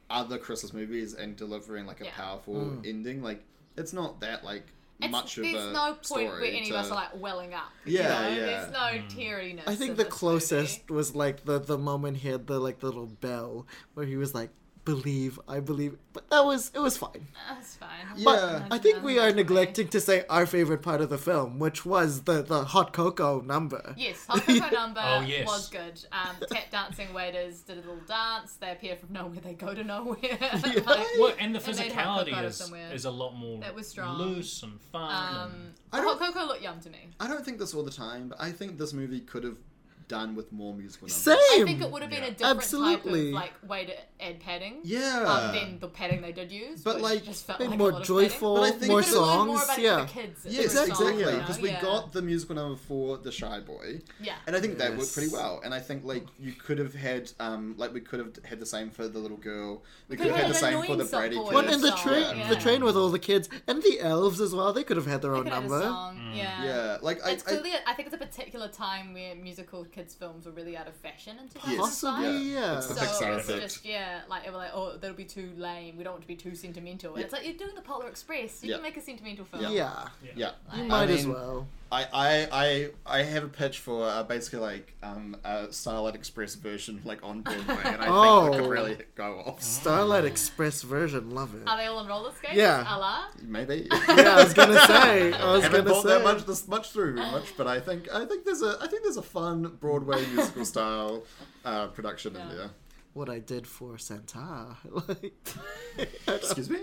Speaker 5: other Christmas movies and delivering like a
Speaker 4: Yeah.
Speaker 5: powerful
Speaker 2: Mm.
Speaker 5: ending. Like it's not that like
Speaker 4: It's,
Speaker 5: much of
Speaker 4: there's
Speaker 5: a
Speaker 4: no point
Speaker 5: story
Speaker 4: where any
Speaker 5: to-
Speaker 4: of us are like welling up.
Speaker 5: Yeah,
Speaker 4: you know?
Speaker 5: yeah.
Speaker 4: There's no
Speaker 3: Mm.
Speaker 4: teariness.
Speaker 2: I think
Speaker 4: in
Speaker 2: the
Speaker 4: this
Speaker 2: closest
Speaker 4: movie.
Speaker 2: was like the the moment he had the like little bell where he was like, "Believe, I believe," but that was it was fine.
Speaker 4: That's fine.
Speaker 5: Yeah.
Speaker 2: But I think we are neglecting to say our favorite part of the film, which was the the hot cocoa number.
Speaker 4: Yes, Hot Cocoa Number
Speaker 3: Oh, yes.
Speaker 4: was good. Um, tap dancing waiters did a little dance. They appear from nowhere. They go to nowhere. Like,
Speaker 3: Well, and the
Speaker 4: And they'd have
Speaker 3: physicality
Speaker 4: cooked out of
Speaker 3: is
Speaker 4: somewhere.
Speaker 3: is a lot more
Speaker 4: That was strong.
Speaker 3: loose and fun.
Speaker 4: um,
Speaker 5: I
Speaker 4: Hot
Speaker 5: don't-
Speaker 4: Cocoa looked yum to me.
Speaker 5: I don't think this all the time, but I think this movie could have done with more musical numbers.
Speaker 2: Same.
Speaker 4: I think it would have been a different
Speaker 2: Absolutely.
Speaker 4: type of like way to add padding.
Speaker 5: Yeah.
Speaker 4: Um, than the padding they did use.
Speaker 5: But,
Speaker 4: which
Speaker 5: like,
Speaker 4: just felt
Speaker 2: Bit
Speaker 4: like a
Speaker 2: more
Speaker 4: lot of
Speaker 2: joyful,
Speaker 5: But
Speaker 2: more
Speaker 5: I think
Speaker 4: padding.
Speaker 5: we
Speaker 4: You could've learned
Speaker 2: songs.
Speaker 4: More about it
Speaker 2: yeah.
Speaker 4: for the kids.
Speaker 5: Yeah,
Speaker 4: through
Speaker 5: exactly.
Speaker 4: songs, you know?
Speaker 5: Because we
Speaker 4: Yeah.
Speaker 5: got the musical number for the Shy Boy.
Speaker 4: Yeah.
Speaker 5: And I think that
Speaker 2: Yes.
Speaker 5: worked pretty well. And I think like you could have had um like we could have had the same for the little girl. We could have had the
Speaker 4: an
Speaker 5: same for the
Speaker 4: annoying
Speaker 5: Brady
Speaker 4: sub-boy
Speaker 5: kid.
Speaker 2: Well, and the
Speaker 4: song,
Speaker 2: train,
Speaker 4: yeah.
Speaker 2: the train with all the kids and the elves as well. They could have had their
Speaker 4: They
Speaker 2: own
Speaker 4: could've had a
Speaker 2: number.
Speaker 4: song, Yeah.
Speaker 5: Yeah, like I,
Speaker 4: It's
Speaker 5: I
Speaker 4: clearly, I think it's a particular time where musical kids films were really out of fashion in 2005.
Speaker 2: Possibly, yeah.
Speaker 5: It's the
Speaker 4: So
Speaker 5: Pixar
Speaker 4: it's
Speaker 5: effect.
Speaker 4: just yeah, like they were like, oh, that'll be too lame. We don't want to be too sentimental. And It's like you're doing the Polar Express. You
Speaker 5: Yeah.
Speaker 4: can make a sentimental film.
Speaker 5: Yeah.
Speaker 2: Yeah,
Speaker 5: yeah.
Speaker 2: you
Speaker 4: I
Speaker 2: might as
Speaker 5: mean,
Speaker 2: well.
Speaker 5: I, I I I have a pitch for uh, basically like um a Starlight Express version like on Broadway and I think it
Speaker 2: Oh.
Speaker 5: could really go off.
Speaker 2: Starlight Express version, love it.
Speaker 4: Are they all on roller skates?
Speaker 2: Yeah.
Speaker 4: A la?
Speaker 5: Maybe.
Speaker 2: Yeah, I was gonna say. I was
Speaker 5: haven't
Speaker 2: gonna
Speaker 5: thought
Speaker 2: say.
Speaker 5: that much this much through much, but I think I think there's a I think there's a fun Broadway musical style uh, production in there.
Speaker 2: What I did for Santa, like
Speaker 5: Excuse me.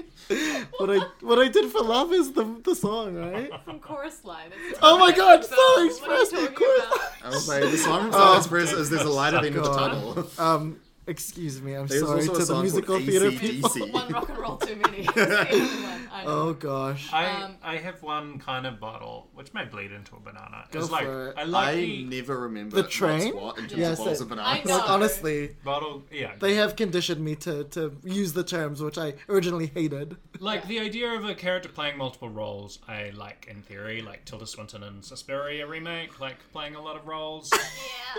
Speaker 2: what I what I did for love is the the song, right?
Speaker 4: From Chorus Line. It's
Speaker 2: Oh my God, Starlight
Speaker 4: What are you
Speaker 2: Express,
Speaker 4: talking
Speaker 2: of course.
Speaker 4: about?
Speaker 5: I was like, the song from Starlight Express is "There's a light at the end of the
Speaker 2: Oh, God.
Speaker 5: tunnel."
Speaker 2: Um, excuse me, I'm
Speaker 5: There's
Speaker 2: sorry
Speaker 5: also a
Speaker 2: to the
Speaker 5: song
Speaker 2: musical
Speaker 5: called
Speaker 2: theater people.
Speaker 5: AC/DC.
Speaker 4: One rock and roll too many. It's the only one. I know.
Speaker 2: Oh gosh.
Speaker 3: I,
Speaker 4: Um,
Speaker 3: I have one kind of bottle which may bleed into a banana.
Speaker 2: Go
Speaker 3: it's like
Speaker 2: for it.
Speaker 3: I like
Speaker 5: I
Speaker 3: the
Speaker 5: never remember
Speaker 2: The
Speaker 5: what's
Speaker 2: train?
Speaker 5: what in terms
Speaker 2: Yeah,
Speaker 5: of bottles
Speaker 2: so-
Speaker 5: of
Speaker 4: I
Speaker 5: bananas.
Speaker 4: know.
Speaker 2: Like honestly,
Speaker 3: bottle. Yeah,
Speaker 2: they have conditioned me to to use the terms which I originally hated.
Speaker 3: like the idea of a character playing multiple roles. I like in theory, like Tilda Swinton in Suspiria remake, like playing a lot of roles.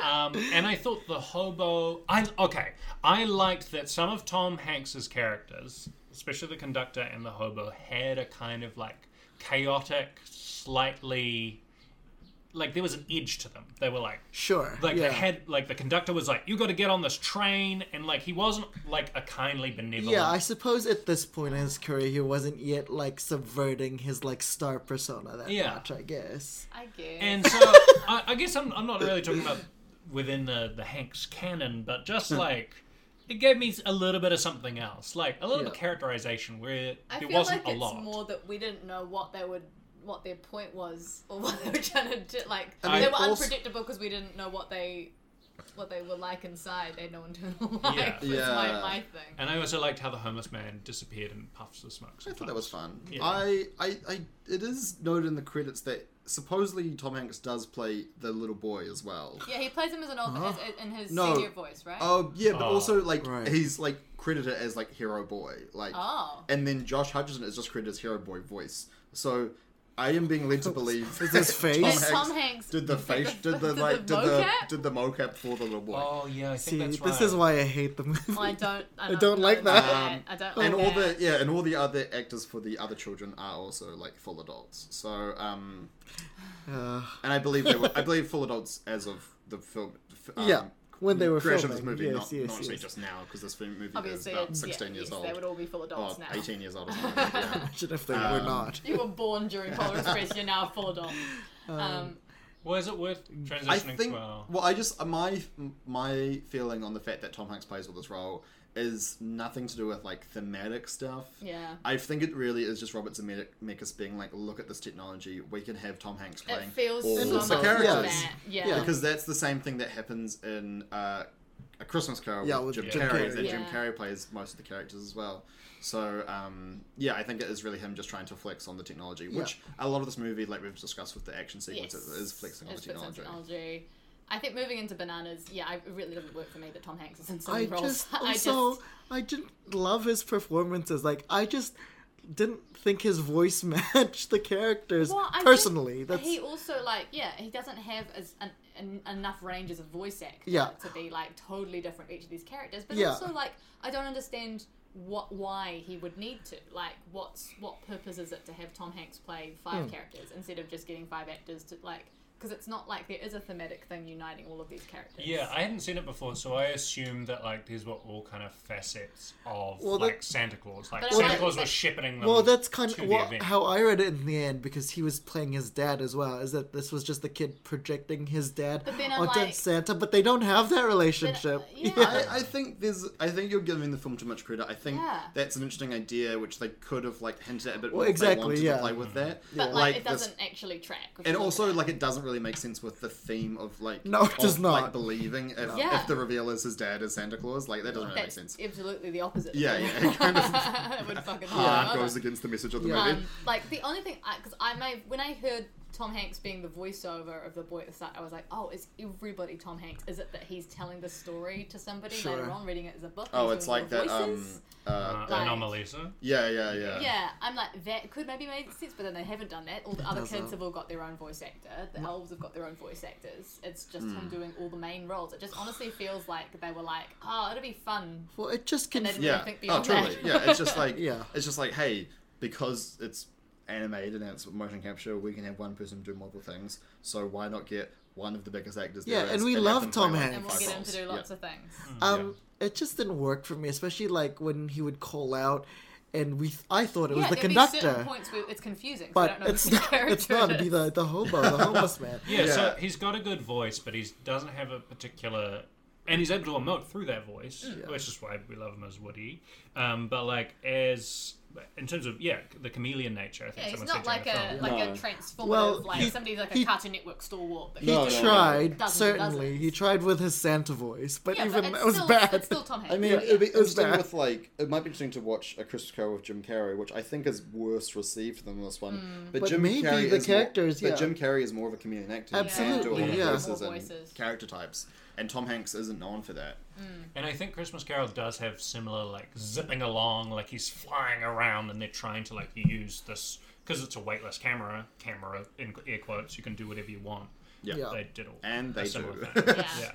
Speaker 3: Um, and I thought the hobo. I okay. I liked that some of Tom Hanks's characters, especially the conductor and the hobo, had a kind of like chaotic, slightly like there was an edge to them. They were like
Speaker 2: Sure.
Speaker 3: like
Speaker 2: yeah.
Speaker 3: the head like the conductor was like you got to get on this train and like he wasn't like a kindly benevolent
Speaker 2: yeah, I suppose at this point in his career, he wasn't yet like subverting his like star persona that
Speaker 3: Yeah.
Speaker 2: much. I guess.
Speaker 4: I guess.
Speaker 3: and so I, I guess I'm, I'm not really talking about within the the hanks canon but just
Speaker 2: Hmm.
Speaker 3: like it gave me a little bit of something else like a little bit of
Speaker 2: Yeah.
Speaker 3: characterization where
Speaker 4: I
Speaker 3: there
Speaker 4: feel
Speaker 3: wasn't
Speaker 4: like
Speaker 3: a
Speaker 4: it's
Speaker 3: lot
Speaker 4: more that we didn't know what they would, what their point was, or what they were trying to do. Like
Speaker 3: I
Speaker 4: they
Speaker 3: mean,
Speaker 4: were
Speaker 5: also-
Speaker 4: unpredictable because we didn't know what they, what they were like inside. They had no internal life.
Speaker 3: Yeah.
Speaker 4: That's my,
Speaker 5: Yeah.
Speaker 4: my thing.
Speaker 3: and I also liked how the homeless man disappeared in puffs of smoke
Speaker 5: I thought
Speaker 3: sometimes.
Speaker 5: that was fun.
Speaker 3: Yeah.
Speaker 5: I, I, I, it is noted in the credits that supposedly Tom Hanks does play the little boy as well.
Speaker 4: Yeah, he plays him as an old, as, in his
Speaker 5: No.
Speaker 4: senior voice, right?
Speaker 5: Oh yeah, but
Speaker 3: Oh,
Speaker 5: also like
Speaker 2: right.
Speaker 5: he's like credited as like hero boy, like,
Speaker 4: Oh.
Speaker 5: and then Josh Hutcherson is just credited as hero boy voice. So I am being led to believe
Speaker 2: Is his
Speaker 5: that
Speaker 2: face?
Speaker 4: That Tom Hanks
Speaker 5: did the face, did the
Speaker 4: did the
Speaker 5: like, did the
Speaker 4: mocap?
Speaker 5: did the mocap for the little boy.
Speaker 3: oh yeah I think
Speaker 2: See,
Speaker 3: that's
Speaker 2: this
Speaker 3: right.
Speaker 2: is why I hate the movie.
Speaker 4: I don't. I
Speaker 2: I
Speaker 4: don't,
Speaker 2: don't like
Speaker 4: know
Speaker 2: that.
Speaker 4: I don't like
Speaker 5: Um, and all the
Speaker 4: that.
Speaker 5: yeah, and all the other actors for the other children are also like full adults. So um,
Speaker 2: Uh,
Speaker 5: and I believe they were, I believe full adults as of the film. f- Um,
Speaker 2: Yeah, when they were
Speaker 5: creation
Speaker 2: filming,
Speaker 5: of this movie,
Speaker 2: yes, yes,
Speaker 5: not, not obviously
Speaker 2: yes.
Speaker 5: just now because this film movie
Speaker 4: Obviously,
Speaker 5: is
Speaker 4: yeah,
Speaker 5: about sixteen years
Speaker 4: yes,
Speaker 5: old.
Speaker 4: They would all be full adults
Speaker 5: Oh,
Speaker 4: now.
Speaker 5: 18 years old. Or something. yeah.
Speaker 2: imagine if they were not.
Speaker 4: You were born during Polar Express. You're now a full adult. Um,
Speaker 3: was it worth
Speaker 5: I
Speaker 3: transitioning
Speaker 5: think.
Speaker 3: to our
Speaker 5: Well, I just my my feeling on the fact that Tom Hanks plays all this role is nothing to do with like thematic stuff.
Speaker 4: yeah.
Speaker 5: I think it really is just Robert Zemeckis being like, look at this technology. We can have Tom Hanks playing
Speaker 4: It feels
Speaker 5: all
Speaker 4: so
Speaker 5: of the
Speaker 4: much
Speaker 5: characters.
Speaker 4: like that. Yeah.
Speaker 2: Yeah.
Speaker 5: because that's the same thing that happens in uh, A Christmas Carol
Speaker 2: Yeah,
Speaker 5: with
Speaker 2: with
Speaker 5: Jim,
Speaker 3: Jim
Speaker 5: Carrey,
Speaker 2: Carrey.
Speaker 5: and Jim
Speaker 4: Yeah.
Speaker 5: Carrey plays most of the characters as well. So um, yeah, I think it is really him just trying to flex on the technology, which a lot of this movie, like we've discussed with the action sequences, is flexing on the
Speaker 4: It's fixed on
Speaker 5: technology.
Speaker 4: technology. I think moving into bananas, yeah, it really doesn't work for me that Tom Hanks is in so
Speaker 2: I
Speaker 4: many roles.
Speaker 2: just also I just love his performances. Like I just didn't think his voice matched the characters
Speaker 4: Well, I think
Speaker 2: personally. That's
Speaker 4: he also like yeah he doesn't have as an, an, enough range as a voice actor
Speaker 2: Yeah.
Speaker 4: to be like totally different each of these characters but
Speaker 2: Yeah.
Speaker 4: also like I don't understand what why he would need to like what's what purpose is it to have Tom Hanks play five
Speaker 5: Hmm.
Speaker 4: characters instead of just getting five actors to like because it's not like there is a thematic thing uniting all of these characters
Speaker 3: Yeah, I hadn't seen it before, so I assumed that like these were all kind of facets of
Speaker 2: Well, that-
Speaker 3: like Santa Claus. Like
Speaker 4: But
Speaker 3: Santa
Speaker 4: I-
Speaker 3: Claus was
Speaker 4: but-
Speaker 3: shepherding them.
Speaker 2: well, that's kind
Speaker 3: to
Speaker 2: of
Speaker 3: the
Speaker 2: what,
Speaker 3: event.
Speaker 2: how I read it in the end because he was playing his dad as well. Is that this was just the kid projecting his dad
Speaker 4: But then I'm
Speaker 2: onto
Speaker 4: like- uh,
Speaker 2: Santa, but they don't have that relationship.
Speaker 4: yeah.
Speaker 5: I, I think there's. I think you're giving the film too much credit. I think
Speaker 4: Yeah.
Speaker 5: that's an interesting idea, which they could have like hinted at a bit
Speaker 2: Well,
Speaker 5: more if
Speaker 2: exactly,
Speaker 5: they wanted
Speaker 2: yeah.
Speaker 5: to play with that.
Speaker 4: but like, it
Speaker 5: this-
Speaker 4: doesn't actually track which
Speaker 5: and
Speaker 4: is
Speaker 5: also
Speaker 4: okay.
Speaker 5: like it doesn't really make sense with the theme of like
Speaker 2: No, it
Speaker 5: of,
Speaker 2: does not.
Speaker 5: like believing if,
Speaker 4: Yeah.
Speaker 5: if the reveal is his dad is Santa Claus like that doesn't really make
Speaker 4: that's
Speaker 5: sense.
Speaker 4: absolutely the opposite
Speaker 5: Yeah, yeah, it kind of
Speaker 4: it would fucking
Speaker 5: yeah,
Speaker 4: hard.
Speaker 5: goes against the message of the
Speaker 2: Yeah.
Speaker 5: movie.
Speaker 4: Um, like the only thing, because I, may when I heard Tom Hanks being the voiceover of the boy at the start, I was like, oh, is everybody Tom Hanks? Is it that he's telling the story to somebody
Speaker 2: Sure.
Speaker 4: later on, reading it as a book? and
Speaker 5: oh,
Speaker 4: he's
Speaker 5: it's
Speaker 4: doing
Speaker 5: like that.
Speaker 4: all the
Speaker 5: Um,
Speaker 4: voices?
Speaker 5: uh,
Speaker 3: uh,
Speaker 4: like-
Speaker 3: Anomalisa.
Speaker 5: yeah, yeah, yeah,
Speaker 4: Yeah, I'm like that could maybe make sense, but then they haven't done that. All the other
Speaker 2: doesn't.
Speaker 4: kids have all got their own voice actor.
Speaker 5: Mm.
Speaker 4: The elves have got their own voice actors. It's just him doing all the main roles. It just honestly feels like they were like, oh, it'll be fun.
Speaker 2: Well, it just can.
Speaker 4: And then-
Speaker 5: Yeah.
Speaker 4: I think
Speaker 5: Oh,
Speaker 4: beyond
Speaker 5: truly.
Speaker 4: that.
Speaker 5: Yeah, it's just like
Speaker 2: Yeah.
Speaker 5: it's just like hey, because it's animated and it's motion capture, we can have one person do multiple things. So why not get one of the biggest actors? there
Speaker 2: Yeah,
Speaker 5: is
Speaker 2: and we
Speaker 5: have
Speaker 2: love
Speaker 5: them play,
Speaker 2: Tom
Speaker 5: like,
Speaker 2: Hanks.
Speaker 4: And we'll
Speaker 5: five
Speaker 4: get him to
Speaker 5: roles.
Speaker 4: do
Speaker 5: Yeah.
Speaker 4: lots of things.
Speaker 2: Um, it just didn't work for me, especially like when he would call out, and we I thought it was
Speaker 4: yeah,
Speaker 2: the
Speaker 4: there'll Be
Speaker 2: conductor,
Speaker 4: certain points where it's confusing.
Speaker 2: but
Speaker 4: 'cause I don't know
Speaker 2: it's
Speaker 4: who the
Speaker 2: not, it's
Speaker 4: character
Speaker 2: not
Speaker 4: is.
Speaker 2: to be the the hobo, the homeless man.
Speaker 3: Yeah, so
Speaker 5: Yeah.
Speaker 3: he's got a good voice, but he doesn't have a particular, and he's able to emote through that voice, which is why we love him as Woody. Um, but like as in terms of yeah, the chameleon nature, I think
Speaker 4: Yeah, he's
Speaker 3: someone
Speaker 4: not
Speaker 3: said
Speaker 4: like
Speaker 3: during the
Speaker 4: a
Speaker 3: film.
Speaker 4: like
Speaker 5: No.
Speaker 4: a transformative
Speaker 2: Well,
Speaker 4: like
Speaker 2: he-
Speaker 4: somebody like
Speaker 2: he-
Speaker 4: a Cartoon Network stalwart. That
Speaker 2: He
Speaker 5: No, no, no.
Speaker 2: tried
Speaker 4: Doesn't-
Speaker 2: certainly.
Speaker 4: doesn't.
Speaker 2: He tried with his Santa voice, but
Speaker 4: yeah,
Speaker 2: even
Speaker 4: but it's
Speaker 2: that was
Speaker 4: still,
Speaker 2: bad.
Speaker 4: It's still Tom Hanks.
Speaker 5: I mean,
Speaker 4: yeah.
Speaker 5: it'd be
Speaker 2: was
Speaker 5: interesting
Speaker 2: bad.
Speaker 5: with like it might be interesting to watch a Christmas Carol with Jim Carrey, which I think is worse received than this one.
Speaker 4: Mm.
Speaker 5: But,
Speaker 2: But
Speaker 5: Jim
Speaker 2: maybe
Speaker 5: Carrey
Speaker 2: the
Speaker 5: is
Speaker 2: characters,
Speaker 5: more,
Speaker 2: yeah.
Speaker 5: but Jim Carrey is more of a chameleon actor. He can do
Speaker 2: Absolutely,
Speaker 5: a lot of
Speaker 2: yeah.
Speaker 5: voices
Speaker 4: More
Speaker 5: and
Speaker 4: voices.
Speaker 5: character types, and Tom Hanks isn't known for that.
Speaker 3: And I think Christmas Carol does have similar, like zipping along, like he's flying around, and they're trying to like use this because it's a weightless camera, camera in air quotes. You can do whatever you want.
Speaker 5: Yeah,
Speaker 2: Yeah.
Speaker 3: They did all
Speaker 5: and
Speaker 3: a
Speaker 5: they
Speaker 3: similar
Speaker 5: do.
Speaker 3: thing.
Speaker 4: Yeah.
Speaker 3: yeah.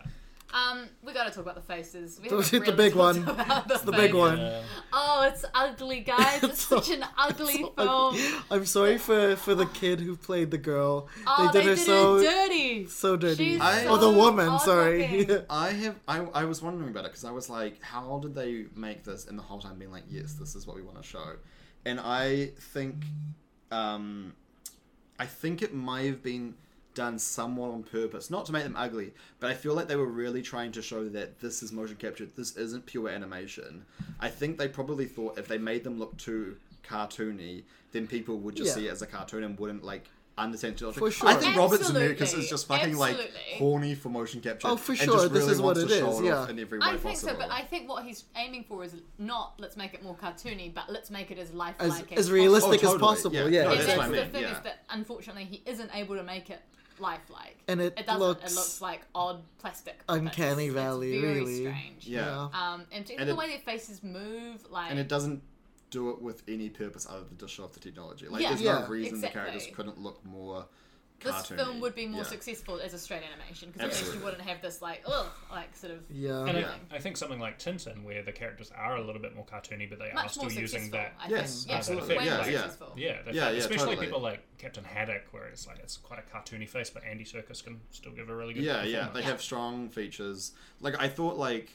Speaker 4: Um, we gotta talk about the faces. We
Speaker 2: Don't
Speaker 4: haven't
Speaker 2: hit the
Speaker 4: really
Speaker 2: big
Speaker 4: talked
Speaker 2: one.
Speaker 4: about
Speaker 2: It's the big
Speaker 4: faces.
Speaker 2: one.
Speaker 4: Oh, it's ugly, guys. It's,
Speaker 2: It's
Speaker 4: such
Speaker 2: so-
Speaker 4: an ugly
Speaker 2: so
Speaker 4: film.
Speaker 2: ugly. I'm sorry for for the kid who played the girl.
Speaker 4: Oh,
Speaker 2: they did her so
Speaker 4: dirty.
Speaker 2: so dirty.
Speaker 4: She's
Speaker 5: I-
Speaker 2: or the
Speaker 4: so
Speaker 2: woman, sorry.
Speaker 4: odd-looking.
Speaker 5: I have. I, I was wondering about it because I was like, how did they make this? And the whole time being like, yes, this is what we want to show. And I think, um, I think it may have been done somewhat on purpose, not to make them ugly, but I feel like they were really trying to show that this is motion capture. This isn't pure animation. I think they probably thought if they made them look too cartoony, then people would just
Speaker 2: Yeah.
Speaker 5: see it as a cartoon and wouldn't like. Understand technology.
Speaker 2: For
Speaker 5: I
Speaker 2: sure.
Speaker 5: think Robert
Speaker 4: Absolutely.
Speaker 5: Zemeckis is just fucking
Speaker 4: Absolutely.
Speaker 5: like horny for motion capture.
Speaker 2: Oh, for
Speaker 5: and
Speaker 2: sure,
Speaker 5: just
Speaker 2: this
Speaker 5: really
Speaker 2: is what
Speaker 5: wants
Speaker 2: it
Speaker 5: to
Speaker 2: is,
Speaker 5: show off
Speaker 2: yeah.
Speaker 5: in every way
Speaker 4: I think so,
Speaker 5: possible.
Speaker 4: but I think what he's aiming for is not let's make it more cartoony, but let's make it as
Speaker 2: As
Speaker 4: lifelike
Speaker 2: as
Speaker 5: Oh,
Speaker 2: realistic as
Speaker 5: totally,
Speaker 2: possible,
Speaker 5: yeah.
Speaker 2: yeah.
Speaker 5: No,
Speaker 4: Yeah,
Speaker 5: that's
Speaker 4: that's
Speaker 5: what I
Speaker 4: the
Speaker 5: mean,
Speaker 4: thing
Speaker 5: yeah.
Speaker 4: is that unfortunately he isn't able to make it lifelike.
Speaker 2: And it
Speaker 4: it doesn't.
Speaker 2: looks
Speaker 4: it looks like odd plastic.
Speaker 2: uncanny
Speaker 4: bits. It's
Speaker 2: valley,
Speaker 4: very
Speaker 2: really.
Speaker 4: Strange.
Speaker 5: yeah.
Speaker 4: Um, and, particularly
Speaker 5: And
Speaker 4: the
Speaker 5: it-
Speaker 4: way their faces move, like
Speaker 5: and it doesn't do it with any purpose other than to show off the technology. Like,
Speaker 4: Yeah.
Speaker 5: there's
Speaker 2: Yeah.
Speaker 5: no reason
Speaker 4: Exactly.
Speaker 5: the characters couldn't look more.
Speaker 4: this
Speaker 5: cartoony.
Speaker 4: film would be more
Speaker 5: yeah.
Speaker 4: successful as a straight animation because at least you
Speaker 5: Absolutely.
Speaker 4: wouldn't have this like ugh, like sort of
Speaker 2: Yeah.
Speaker 3: And
Speaker 5: Yeah.
Speaker 3: I, I think something like Tintin, where the characters are a little bit more cartoony, but they are
Speaker 4: much
Speaker 3: still
Speaker 4: more
Speaker 3: using
Speaker 4: successful.
Speaker 3: that.
Speaker 4: I
Speaker 5: Yes,
Speaker 4: think. Yeah,
Speaker 5: absolutely.
Speaker 4: Way more
Speaker 5: Yeah, yeah.
Speaker 4: successful.
Speaker 3: Yeah, that's
Speaker 5: Yeah,
Speaker 3: right.
Speaker 5: yeah,
Speaker 3: especially
Speaker 5: totally.
Speaker 3: people like Captain Haddock, where it's like it's quite a cartoony face, but Andy Circus can still give a really good.
Speaker 5: Yeah, yeah,
Speaker 3: performance.
Speaker 5: they have strong features. Like I thought, like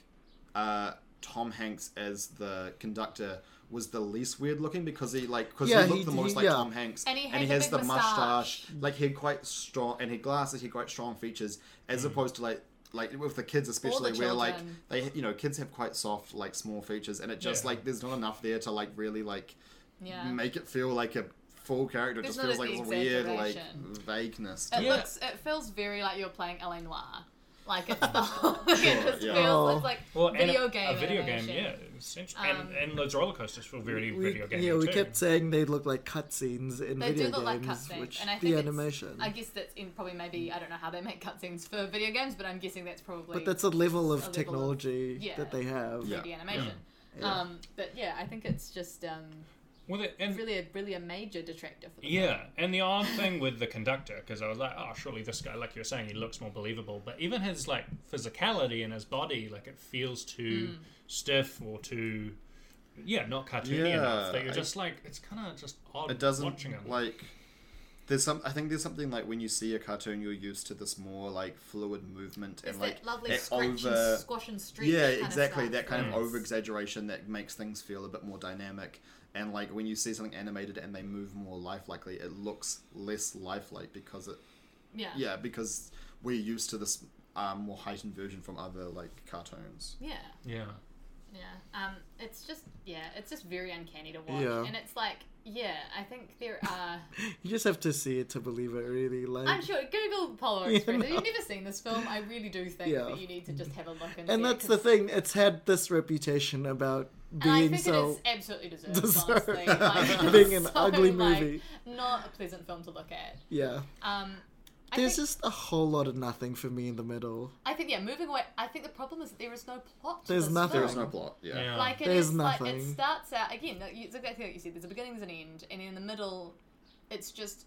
Speaker 5: uh, Tom Hanks as the conductor was the least weird looking because he like because
Speaker 2: Yeah,
Speaker 5: he looked
Speaker 2: he-
Speaker 5: the most
Speaker 2: he-
Speaker 5: like
Speaker 2: yeah.
Speaker 5: Tom Hanks,
Speaker 4: And he had the
Speaker 5: has
Speaker 4: big
Speaker 5: the mustache.
Speaker 4: mustache.
Speaker 5: Like he had quite strong, and he had glasses. He had quite strong features as opposed to like. Like with the kids, especially, where like
Speaker 4: children.
Speaker 5: they, you know, kids have quite soft, like small features, and it just
Speaker 3: Yeah.
Speaker 5: like there's not enough there to like really like
Speaker 4: Yeah.
Speaker 5: make it feel like a full character. It
Speaker 4: There's
Speaker 5: just
Speaker 4: not
Speaker 5: feels
Speaker 4: a
Speaker 5: like this weird like
Speaker 4: exaggeration.
Speaker 5: vagueness. To
Speaker 4: It
Speaker 5: it.
Speaker 3: Yeah.
Speaker 4: looks. It feels very like you're playing La Noire. Like it's the whole, it just
Speaker 5: yeah.
Speaker 4: feels
Speaker 2: Oh.
Speaker 4: it's like
Speaker 3: Well, and
Speaker 4: video
Speaker 3: a,
Speaker 4: game.
Speaker 3: A video
Speaker 4: animation.
Speaker 3: game, yeah. Essentially.
Speaker 4: Um,
Speaker 3: and, and those roller coasters feel very
Speaker 2: We,
Speaker 3: video game.
Speaker 2: yeah, we
Speaker 3: too.
Speaker 2: kept saying they look like cutscenes in
Speaker 4: They
Speaker 2: video
Speaker 4: do look like
Speaker 2: games,
Speaker 4: cutscenes,
Speaker 2: which
Speaker 4: and I think
Speaker 2: the
Speaker 4: it's-
Speaker 2: animation.
Speaker 4: I guess that's in probably maybe I don't know how they make cutscenes for video games, but I'm guessing that's probably
Speaker 2: but that's a level of
Speaker 4: level of-
Speaker 2: technology
Speaker 4: yeah.
Speaker 2: that they have.
Speaker 5: Yeah.
Speaker 4: 3D animation. Um, but yeah, I think it's just um,
Speaker 3: Well, the- and
Speaker 4: really a really a major detractor for the
Speaker 3: Yeah, and the odd thing with the conductor, because I was like, oh, surely this guy, like you were saying, he looks more believable. But even his like physicality and his body, like it feels too
Speaker 4: Hmm.
Speaker 3: stiff or too, yeah, not cartoony
Speaker 5: Yeah,
Speaker 3: enough. That you're
Speaker 5: I-
Speaker 3: just like, it's kind of just odd.
Speaker 5: it doesn't
Speaker 3: watching him.
Speaker 5: like there's some i think there's something like when you see a cartoon you're used to this more like fluid movement
Speaker 4: It's
Speaker 5: and like
Speaker 4: that lovely
Speaker 5: that
Speaker 4: scratch
Speaker 5: over
Speaker 4: and squash and streak.
Speaker 5: yeah
Speaker 4: kind
Speaker 5: exactly
Speaker 4: Of
Speaker 5: that
Speaker 4: stuff.
Speaker 5: kind of
Speaker 3: Yes.
Speaker 5: over exaggeration that makes things feel a bit more dynamic and like when you see something animated and they move more lifelikely it looks less lifelike because it
Speaker 4: yeah.
Speaker 5: yeah because we're used to this um, more heightened version from other like cartoons
Speaker 4: Yeah.
Speaker 3: yeah,
Speaker 4: Yeah. Um, it's just yeah, it's just very uncanny to watch,
Speaker 2: Yeah.
Speaker 4: and it's like yeah, I think there are.
Speaker 2: You just have to see it to believe it, really. Like,
Speaker 4: I'm sure Google Polar
Speaker 2: You
Speaker 4: Express. If
Speaker 2: know.
Speaker 4: you've never seen this film, I really do think
Speaker 2: Yeah.
Speaker 4: that you need to just have a look
Speaker 2: and
Speaker 4: and. see it,
Speaker 2: that's the
Speaker 4: 'cause-
Speaker 2: thing. It's had this reputation about
Speaker 4: And I
Speaker 2: being
Speaker 4: think
Speaker 2: so.
Speaker 4: it is absolutely deserved,
Speaker 2: deserved.
Speaker 4: honestly. Like,
Speaker 2: Being an
Speaker 4: so,
Speaker 2: ugly
Speaker 4: like,
Speaker 2: movie.
Speaker 4: not a pleasant film to look at.
Speaker 2: Yeah,
Speaker 4: Um, I
Speaker 2: there's
Speaker 4: think,
Speaker 2: just a whole lot of nothing for me in the middle.
Speaker 4: I think yeah, moving away. I think the problem is that there is no plot. To
Speaker 2: There's
Speaker 4: this
Speaker 2: nothing.
Speaker 5: there
Speaker 4: film.
Speaker 5: is no plot yeah,
Speaker 3: yeah.
Speaker 4: Like it
Speaker 2: There's
Speaker 4: is, Like, it
Speaker 2: nothing.
Speaker 4: starts out again. no, you- It's exactly like you said. There's a beginning, there's an end, and in the middle, it's just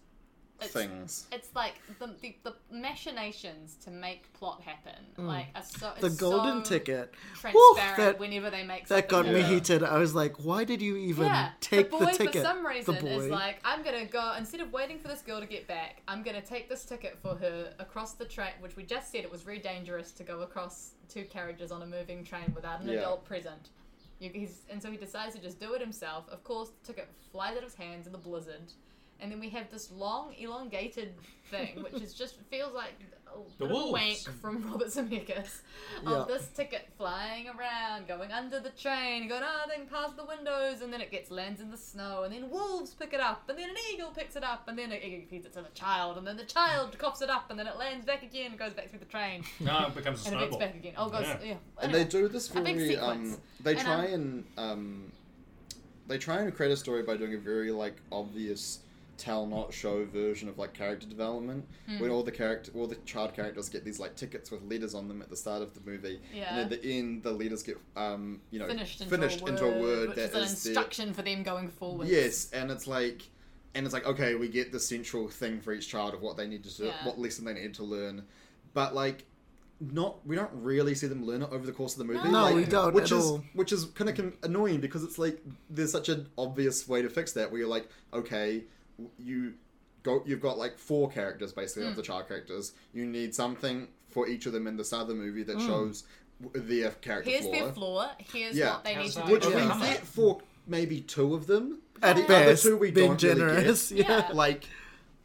Speaker 4: it's,
Speaker 5: things
Speaker 4: It's like the, the the machinations to make plot happen. Like are so,
Speaker 2: Mm. The
Speaker 4: it's
Speaker 2: golden
Speaker 4: so
Speaker 2: ticket.
Speaker 4: transparent
Speaker 2: Woof, that
Speaker 4: whenever they make
Speaker 2: that got
Speaker 4: something
Speaker 2: me
Speaker 5: Yeah.
Speaker 2: heated. I was like, why did you even
Speaker 4: yeah,
Speaker 2: take
Speaker 4: the
Speaker 2: the,
Speaker 4: boy
Speaker 2: ticket?
Speaker 4: for some reason
Speaker 2: the boy.
Speaker 4: is like, I'm gonna go instead of waiting for this girl to get back. I'm gonna take this ticket for her across the train, which we just said it was very dangerous to go across two carriages on a moving train without an
Speaker 5: Yeah.
Speaker 4: adult present. You, he's, and so he decides to just do it himself. Of course, the ticket flies out of his hands in the blizzard, and then we have this long, elongated thing, which is just feels like a
Speaker 3: The
Speaker 4: bit of a
Speaker 3: wolves.
Speaker 4: wank from Robert Zemeckis
Speaker 2: Yeah.
Speaker 4: of this ticket flying around, going under the train, going ah, then past the windows, and then it gets lands in the snow, and then wolves pick it up, and then an eagle picks it up, and then an eagle feeds it to the child, and then the child coughs it up, and then it lands back again, and goes back through the train,
Speaker 3: no, it becomes a
Speaker 4: and it gets
Speaker 3: snowball.
Speaker 4: back again. Oh, goes
Speaker 3: Yeah.
Speaker 4: yeah.
Speaker 5: and
Speaker 4: anyway.
Speaker 5: they do this
Speaker 4: a big
Speaker 5: very um
Speaker 4: sequence.
Speaker 5: they
Speaker 4: And,
Speaker 5: try
Speaker 4: um,
Speaker 5: and um they try and create a story by doing a very like obvious tell not show version of like character development
Speaker 4: Hmm.
Speaker 5: when all the character all the child characters get these like tickets with letters on them at the start of the movie
Speaker 4: Yeah.
Speaker 5: and at the end the letters get um you know
Speaker 4: Finished into,
Speaker 5: finished
Speaker 4: a word, which
Speaker 5: that
Speaker 4: is an
Speaker 5: is their-
Speaker 4: instruction for them going forward.
Speaker 5: Yes, and it's like, and it's like, okay, we get the central thing for each child of what they need to, do,
Speaker 4: Yeah.
Speaker 5: what lesson they need to learn, but like, not we don't really see them learn it over the course of the movie.
Speaker 4: No,
Speaker 5: like,
Speaker 4: we
Speaker 2: don't
Speaker 5: Which
Speaker 2: at
Speaker 5: is
Speaker 2: all.
Speaker 5: which is kind of con- annoying because it's like there's such an obvious way to fix that where you're like, okay, w- you go, you've got like four characters basically
Speaker 4: Hmm.
Speaker 5: of the child characters. You need something for each of them in the start of the movie that shows w- their character
Speaker 4: Hmm. Here's
Speaker 5: flaw.
Speaker 4: their flaw. Here's
Speaker 5: Yeah.
Speaker 4: what they need to
Speaker 3: Outside.
Speaker 4: do.
Speaker 5: Which
Speaker 4: to
Speaker 5: we
Speaker 2: Yeah.
Speaker 4: overcome it.
Speaker 5: get for maybe two of them.
Speaker 2: at
Speaker 5: The other
Speaker 2: best,
Speaker 5: two we
Speaker 2: being
Speaker 5: don't really get.
Speaker 2: generous.
Speaker 4: Yeah.
Speaker 5: like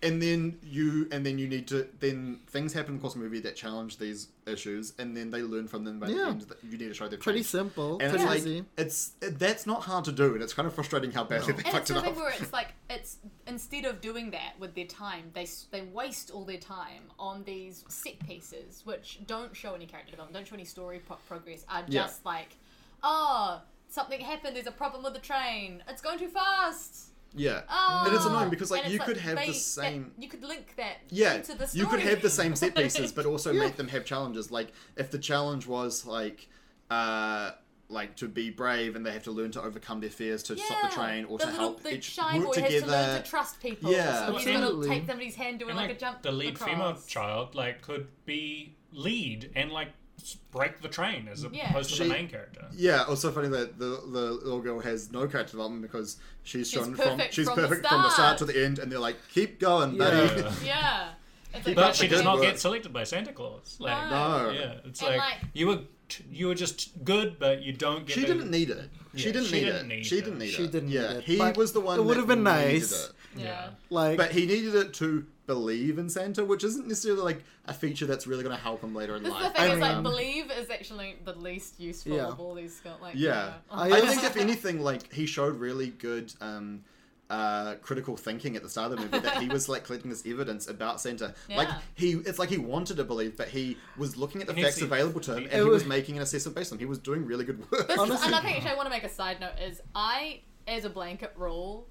Speaker 5: and then you and then you need to then things happen in the course of the movie that challenge these issues and then they learn from them by the
Speaker 2: Yeah.
Speaker 5: end that you need to show their
Speaker 2: pretty simple,
Speaker 5: and
Speaker 2: pretty
Speaker 5: it's
Speaker 2: easy.
Speaker 5: like it's it, that's not hard to do and it's kind of frustrating how badly
Speaker 4: And
Speaker 5: they fucked
Speaker 4: it's
Speaker 5: it
Speaker 4: something
Speaker 5: up
Speaker 4: where it's like it's instead of doing that with their time, they s- they waste all their time on these set pieces which don't show any character development, don't show any story pro- progress. Are
Speaker 5: Yeah.
Speaker 4: just like, oh, something happened. There's a problem with the train. It's going too fast.
Speaker 5: yeah
Speaker 4: Oh,
Speaker 5: and it's annoying because like
Speaker 4: And it's
Speaker 5: you could have
Speaker 4: they-
Speaker 5: the
Speaker 4: that-
Speaker 5: same
Speaker 4: you could link that.
Speaker 5: yeah
Speaker 4: into the story.
Speaker 5: you could have the same set pieces but also
Speaker 2: Yeah.
Speaker 5: make them have challenges like if the challenge was like uh like to be brave and they have to learn to overcome their fears to stop the train or
Speaker 4: the
Speaker 5: to
Speaker 4: little,
Speaker 5: help
Speaker 4: the
Speaker 5: each
Speaker 4: shy
Speaker 5: work
Speaker 4: boy
Speaker 5: together
Speaker 4: has to learn to trust people.
Speaker 5: Yeah.
Speaker 4: so he's going to
Speaker 2: Absolutely.
Speaker 4: take somebody's hand doing
Speaker 3: And,
Speaker 4: like,
Speaker 3: like,
Speaker 4: a jump.
Speaker 3: the lead
Speaker 4: across.
Speaker 3: female child like could be lead and like s- break the train as
Speaker 4: Yeah.
Speaker 3: opposed to the
Speaker 5: She-
Speaker 3: main character.
Speaker 5: Yeah, also funny that the the little girl has no character development because she's shown from
Speaker 4: perfect
Speaker 5: she's
Speaker 4: from the
Speaker 5: perfect from the
Speaker 4: start.
Speaker 5: start to the end, and they're like, keep going, buddy.
Speaker 3: Yeah.
Speaker 4: Yeah. It's like-
Speaker 3: But she
Speaker 5: That's
Speaker 3: does
Speaker 5: a
Speaker 3: not
Speaker 5: good
Speaker 3: get
Speaker 5: book.
Speaker 3: selected by Santa Claus. Like,
Speaker 5: No,
Speaker 3: yeah, it's
Speaker 4: And,
Speaker 3: like,
Speaker 4: like-
Speaker 3: you were t- you were just good, but you don't get.
Speaker 5: she
Speaker 3: the-
Speaker 5: didn't need it. She
Speaker 3: Yeah,
Speaker 5: didn't
Speaker 3: she
Speaker 5: need
Speaker 3: didn't
Speaker 5: it.
Speaker 3: need
Speaker 5: she
Speaker 3: it.
Speaker 5: didn't need
Speaker 2: She
Speaker 5: it.
Speaker 2: didn't
Speaker 5: Yeah,
Speaker 2: need it,
Speaker 5: he
Speaker 2: but
Speaker 5: was the one.
Speaker 2: it would
Speaker 5: that
Speaker 2: have been
Speaker 5: needed
Speaker 2: nice.
Speaker 5: it.
Speaker 4: Yeah.
Speaker 2: Like,
Speaker 5: But he needed it to believe in Santa, which isn't necessarily like a feature that's really going to help him later in
Speaker 4: This is
Speaker 5: life.
Speaker 4: the thing
Speaker 2: I
Speaker 4: is
Speaker 3: um,
Speaker 4: like
Speaker 2: mean-
Speaker 4: believe is actually the least useful
Speaker 2: Yeah.
Speaker 4: of all these skills. Like
Speaker 5: Yeah.
Speaker 4: you know.
Speaker 2: I
Speaker 5: I
Speaker 2: also-
Speaker 5: think if anything, like he showed really good um, uh, critical thinking at the start of the movie that he was like collecting this evidence about Santa. Like
Speaker 4: Yeah.
Speaker 5: he, it's like he wanted to believe, but he was looking at the
Speaker 3: And he
Speaker 5: facts
Speaker 3: see-
Speaker 5: available to him, and he
Speaker 2: was-
Speaker 5: was making an assessment based on. He was doing really good work.
Speaker 4: This is
Speaker 2: Honestly-
Speaker 4: another thing actually I want to make a side note is I, as a blanket rule,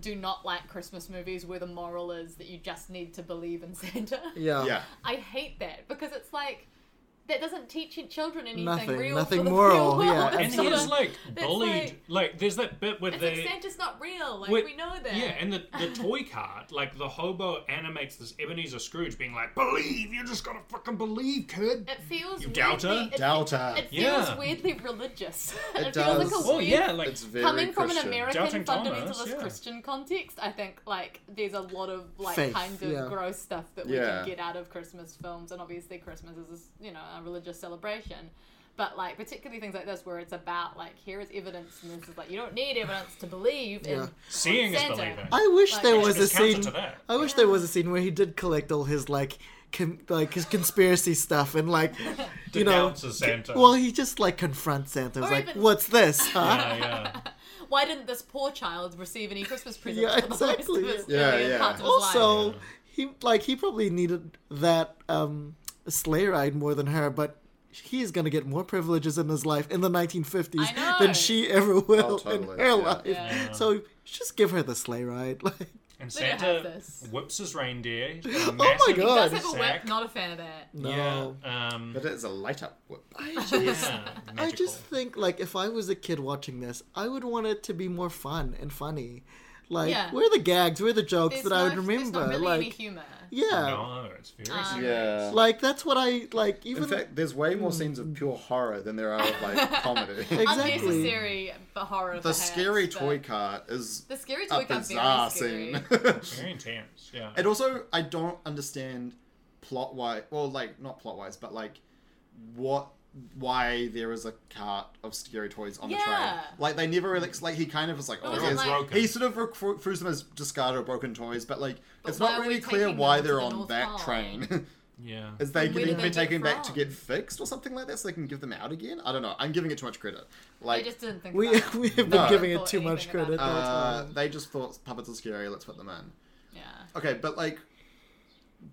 Speaker 4: do not like Christmas movies where the moral is that you just need to believe in Santa.
Speaker 2: Yeah.
Speaker 5: yeah,
Speaker 4: I hate that because it's like that doesn't teach your children anything
Speaker 2: Nothing-
Speaker 4: real.
Speaker 2: nothing
Speaker 4: for the
Speaker 2: moral,
Speaker 4: real
Speaker 2: yeah,
Speaker 4: world.
Speaker 3: And he is like
Speaker 4: That's
Speaker 3: bullied. Like, there's that bit with
Speaker 4: It's
Speaker 3: the
Speaker 4: like Santa's not real. Like
Speaker 3: Wait,
Speaker 4: we know that.
Speaker 3: Yeah, and the, the toy cart, like the hobo animates this Ebenezer Scrooge being like, Believe, you just gotta fucking believe, kid.
Speaker 4: it feels
Speaker 3: You
Speaker 4: weirdly,
Speaker 3: doubt her?
Speaker 4: It,
Speaker 5: doubt her.
Speaker 4: It feels
Speaker 3: Yeah.
Speaker 4: weirdly religious.
Speaker 5: It
Speaker 4: It, feels
Speaker 5: does.
Speaker 4: like a
Speaker 3: Oh
Speaker 4: weird
Speaker 3: yeah, like
Speaker 5: it's very
Speaker 4: coming from
Speaker 5: Christian.
Speaker 4: an American
Speaker 3: Doubting Thomas,
Speaker 4: fundamentalist
Speaker 3: yeah.
Speaker 4: Christian context, I think like there's a lot of like
Speaker 2: Faith,
Speaker 4: kinds of
Speaker 2: yeah.
Speaker 4: gross stuff that we
Speaker 5: Yeah.
Speaker 4: can get out of Christmas films, and obviously Christmas is this, you know a religious celebration. But like particularly things like this, where it's about like here is evidence, and this is like you don't need evidence to believe.
Speaker 2: Yeah.
Speaker 4: in
Speaker 3: seeing is
Speaker 4: Santa.
Speaker 3: believing.
Speaker 2: I wish
Speaker 4: Like,
Speaker 2: there
Speaker 4: it's
Speaker 2: was a
Speaker 3: just counter
Speaker 2: scene.
Speaker 3: to that.
Speaker 2: I wish there was a scene where he did collect all his like, con- like his conspiracy stuff and like, you know.
Speaker 3: Denounces Santa.
Speaker 2: Well, he just like confronts Santa. He's
Speaker 4: Or
Speaker 2: like,
Speaker 4: even-
Speaker 2: "What's this?" Huh?
Speaker 3: Oh, yeah, yeah.
Speaker 4: Why didn't this poor child receive any Christmas presents?
Speaker 2: Yeah,
Speaker 4: for the rest
Speaker 2: exactly,
Speaker 4: of his
Speaker 5: yeah.
Speaker 4: earlier
Speaker 5: Yeah,
Speaker 4: parts
Speaker 5: yeah.
Speaker 4: of his life?
Speaker 2: Also, he like he probably needed that um, sleigh ride more than her, but he is going to get more privileges in his life in the 1950s
Speaker 4: I know.
Speaker 2: than she ever will in
Speaker 5: Oh, totally,
Speaker 2: her
Speaker 5: yeah.
Speaker 2: life.
Speaker 4: Yeah.
Speaker 2: So just give her the sleigh ride. Like,
Speaker 3: And
Speaker 4: They don't have
Speaker 3: Santa
Speaker 4: this.
Speaker 3: whips his reindeer.
Speaker 2: Oh my God.
Speaker 4: does have a
Speaker 3: Sack.
Speaker 4: whip. Not a fan of that.
Speaker 2: no.
Speaker 3: Yeah. Um,
Speaker 5: but it is a light up whip.
Speaker 3: yeah,
Speaker 2: I
Speaker 3: magical.
Speaker 2: just think like if I was a kid watching this, I would want it to be more fun and funny. Like
Speaker 4: Yeah.
Speaker 2: where are the gags, where are the jokes
Speaker 4: There's
Speaker 2: that I would
Speaker 4: no- there's
Speaker 2: remember?
Speaker 4: not really any
Speaker 2: like
Speaker 4: humor.
Speaker 2: yeah.
Speaker 3: No, it's very
Speaker 4: Um,
Speaker 3: serious.
Speaker 5: Yeah.
Speaker 2: Like that's what I like even
Speaker 5: in fact, there's way more scenes of pure horror than there are of like comedy.
Speaker 2: Exactly.
Speaker 4: Unnecessary but horror.
Speaker 5: the
Speaker 4: perhaps,
Speaker 5: scary
Speaker 4: but-
Speaker 5: toy cart is
Speaker 4: The scary
Speaker 5: a
Speaker 4: toy car's very
Speaker 5: bizarre
Speaker 4: scary.
Speaker 5: scene.
Speaker 3: Very intense. Yeah.
Speaker 5: and also, I don't understand plot wise, well, like not plot wise, but like what why there is a cart of scary toys on
Speaker 4: Yeah.
Speaker 5: the train. Like they never really like he kind of is like oh
Speaker 4: was
Speaker 5: here's-
Speaker 4: like-
Speaker 3: Broken.
Speaker 5: he sort of recruits them as discarded or broken toys, but like it's
Speaker 4: why
Speaker 5: not
Speaker 4: are we
Speaker 5: really clear
Speaker 4: taking
Speaker 5: why
Speaker 4: them to
Speaker 5: they're
Speaker 4: the
Speaker 5: on
Speaker 4: North
Speaker 5: that
Speaker 4: Pole?
Speaker 5: train.
Speaker 3: yeah.
Speaker 5: Is
Speaker 4: Where
Speaker 5: they
Speaker 4: did
Speaker 5: getting
Speaker 4: they
Speaker 5: be
Speaker 4: get
Speaker 5: taken back to
Speaker 4: from?
Speaker 5: get fixed or something like that, so they can give them out again? I don't know. I'm giving it too much credit.
Speaker 4: I
Speaker 5: Like
Speaker 4: just didn't think
Speaker 2: we
Speaker 4: about it.
Speaker 2: we have been
Speaker 5: No.
Speaker 2: giving it
Speaker 4: Thought
Speaker 2: too much
Speaker 4: anything about
Speaker 2: credit.
Speaker 4: that.
Speaker 2: all the
Speaker 5: uh,
Speaker 2: time.
Speaker 5: they just thought puppets are scary. Let's put them in.
Speaker 4: Yeah.
Speaker 5: Okay, but like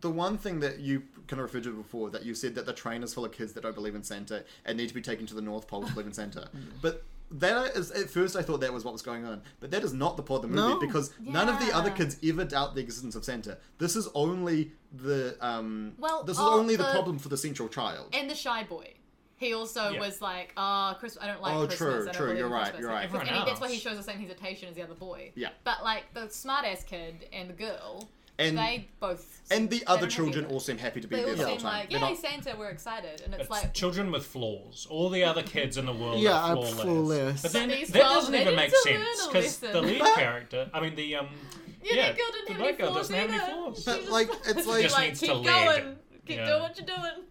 Speaker 5: the one thing that you kind of referred to before that you said that the train is full of kids that don't believe in Santa and need to be taken to the North Pole to believe in Santa,
Speaker 4: Mm.
Speaker 5: but. That is at first I thought that was what was going on, but that is not the plot of the movie
Speaker 2: No.
Speaker 5: because none of the other
Speaker 4: Yeah.
Speaker 5: kids ever doubt the existence of Santa. This is only the um,
Speaker 4: Well,
Speaker 5: this is
Speaker 4: all
Speaker 5: only the,
Speaker 4: the-
Speaker 5: problem for the central child.
Speaker 4: And the shy boy. He also
Speaker 3: Yeah.
Speaker 4: was like, oh, Chris, I don't like
Speaker 5: Oh,
Speaker 4: Christmas.
Speaker 5: true,
Speaker 4: I don't
Speaker 5: true,
Speaker 4: believe
Speaker 5: you're
Speaker 4: in
Speaker 5: right,
Speaker 4: Christmas.
Speaker 5: you're right.
Speaker 4: Because- And
Speaker 3: Everyone
Speaker 4: he, that's why he
Speaker 3: else.
Speaker 4: shows the same hesitation as the other boy.
Speaker 5: Yeah.
Speaker 4: But like the smart ass kid and the girl,
Speaker 5: And-
Speaker 4: they both.
Speaker 5: And the
Speaker 4: they don't
Speaker 5: other
Speaker 4: have
Speaker 5: children
Speaker 4: humor.
Speaker 5: all seem happy to be
Speaker 4: They
Speaker 5: there
Speaker 4: all
Speaker 5: the whole
Speaker 4: seem
Speaker 5: time.
Speaker 4: like,
Speaker 5: They're
Speaker 4: yay,
Speaker 5: not-
Speaker 4: Santa, we're excited. And it's,
Speaker 3: It's
Speaker 4: like,
Speaker 3: children with flaws. All the other kids in the world
Speaker 2: Yeah,
Speaker 3: are
Speaker 2: are
Speaker 3: flawless.
Speaker 2: flawless.
Speaker 3: But then
Speaker 4: These
Speaker 3: that
Speaker 4: twelve
Speaker 3: doesn't even make
Speaker 4: minutes to learn
Speaker 3: sense
Speaker 4: a
Speaker 3: because the
Speaker 4: lesson.
Speaker 3: lead character, I mean the um,
Speaker 4: yeah,
Speaker 3: yeah
Speaker 4: that girl didn't
Speaker 3: the
Speaker 4: have any
Speaker 3: black girl
Speaker 4: flaws
Speaker 3: doesn't have any
Speaker 4: either.
Speaker 3: flaws.
Speaker 4: She
Speaker 5: But,
Speaker 4: just-
Speaker 5: like, it's like-
Speaker 3: Just
Speaker 4: like
Speaker 3: needs
Speaker 4: keep
Speaker 3: to lead.
Speaker 4: going, keep
Speaker 3: Yeah.
Speaker 4: doing what you're doing.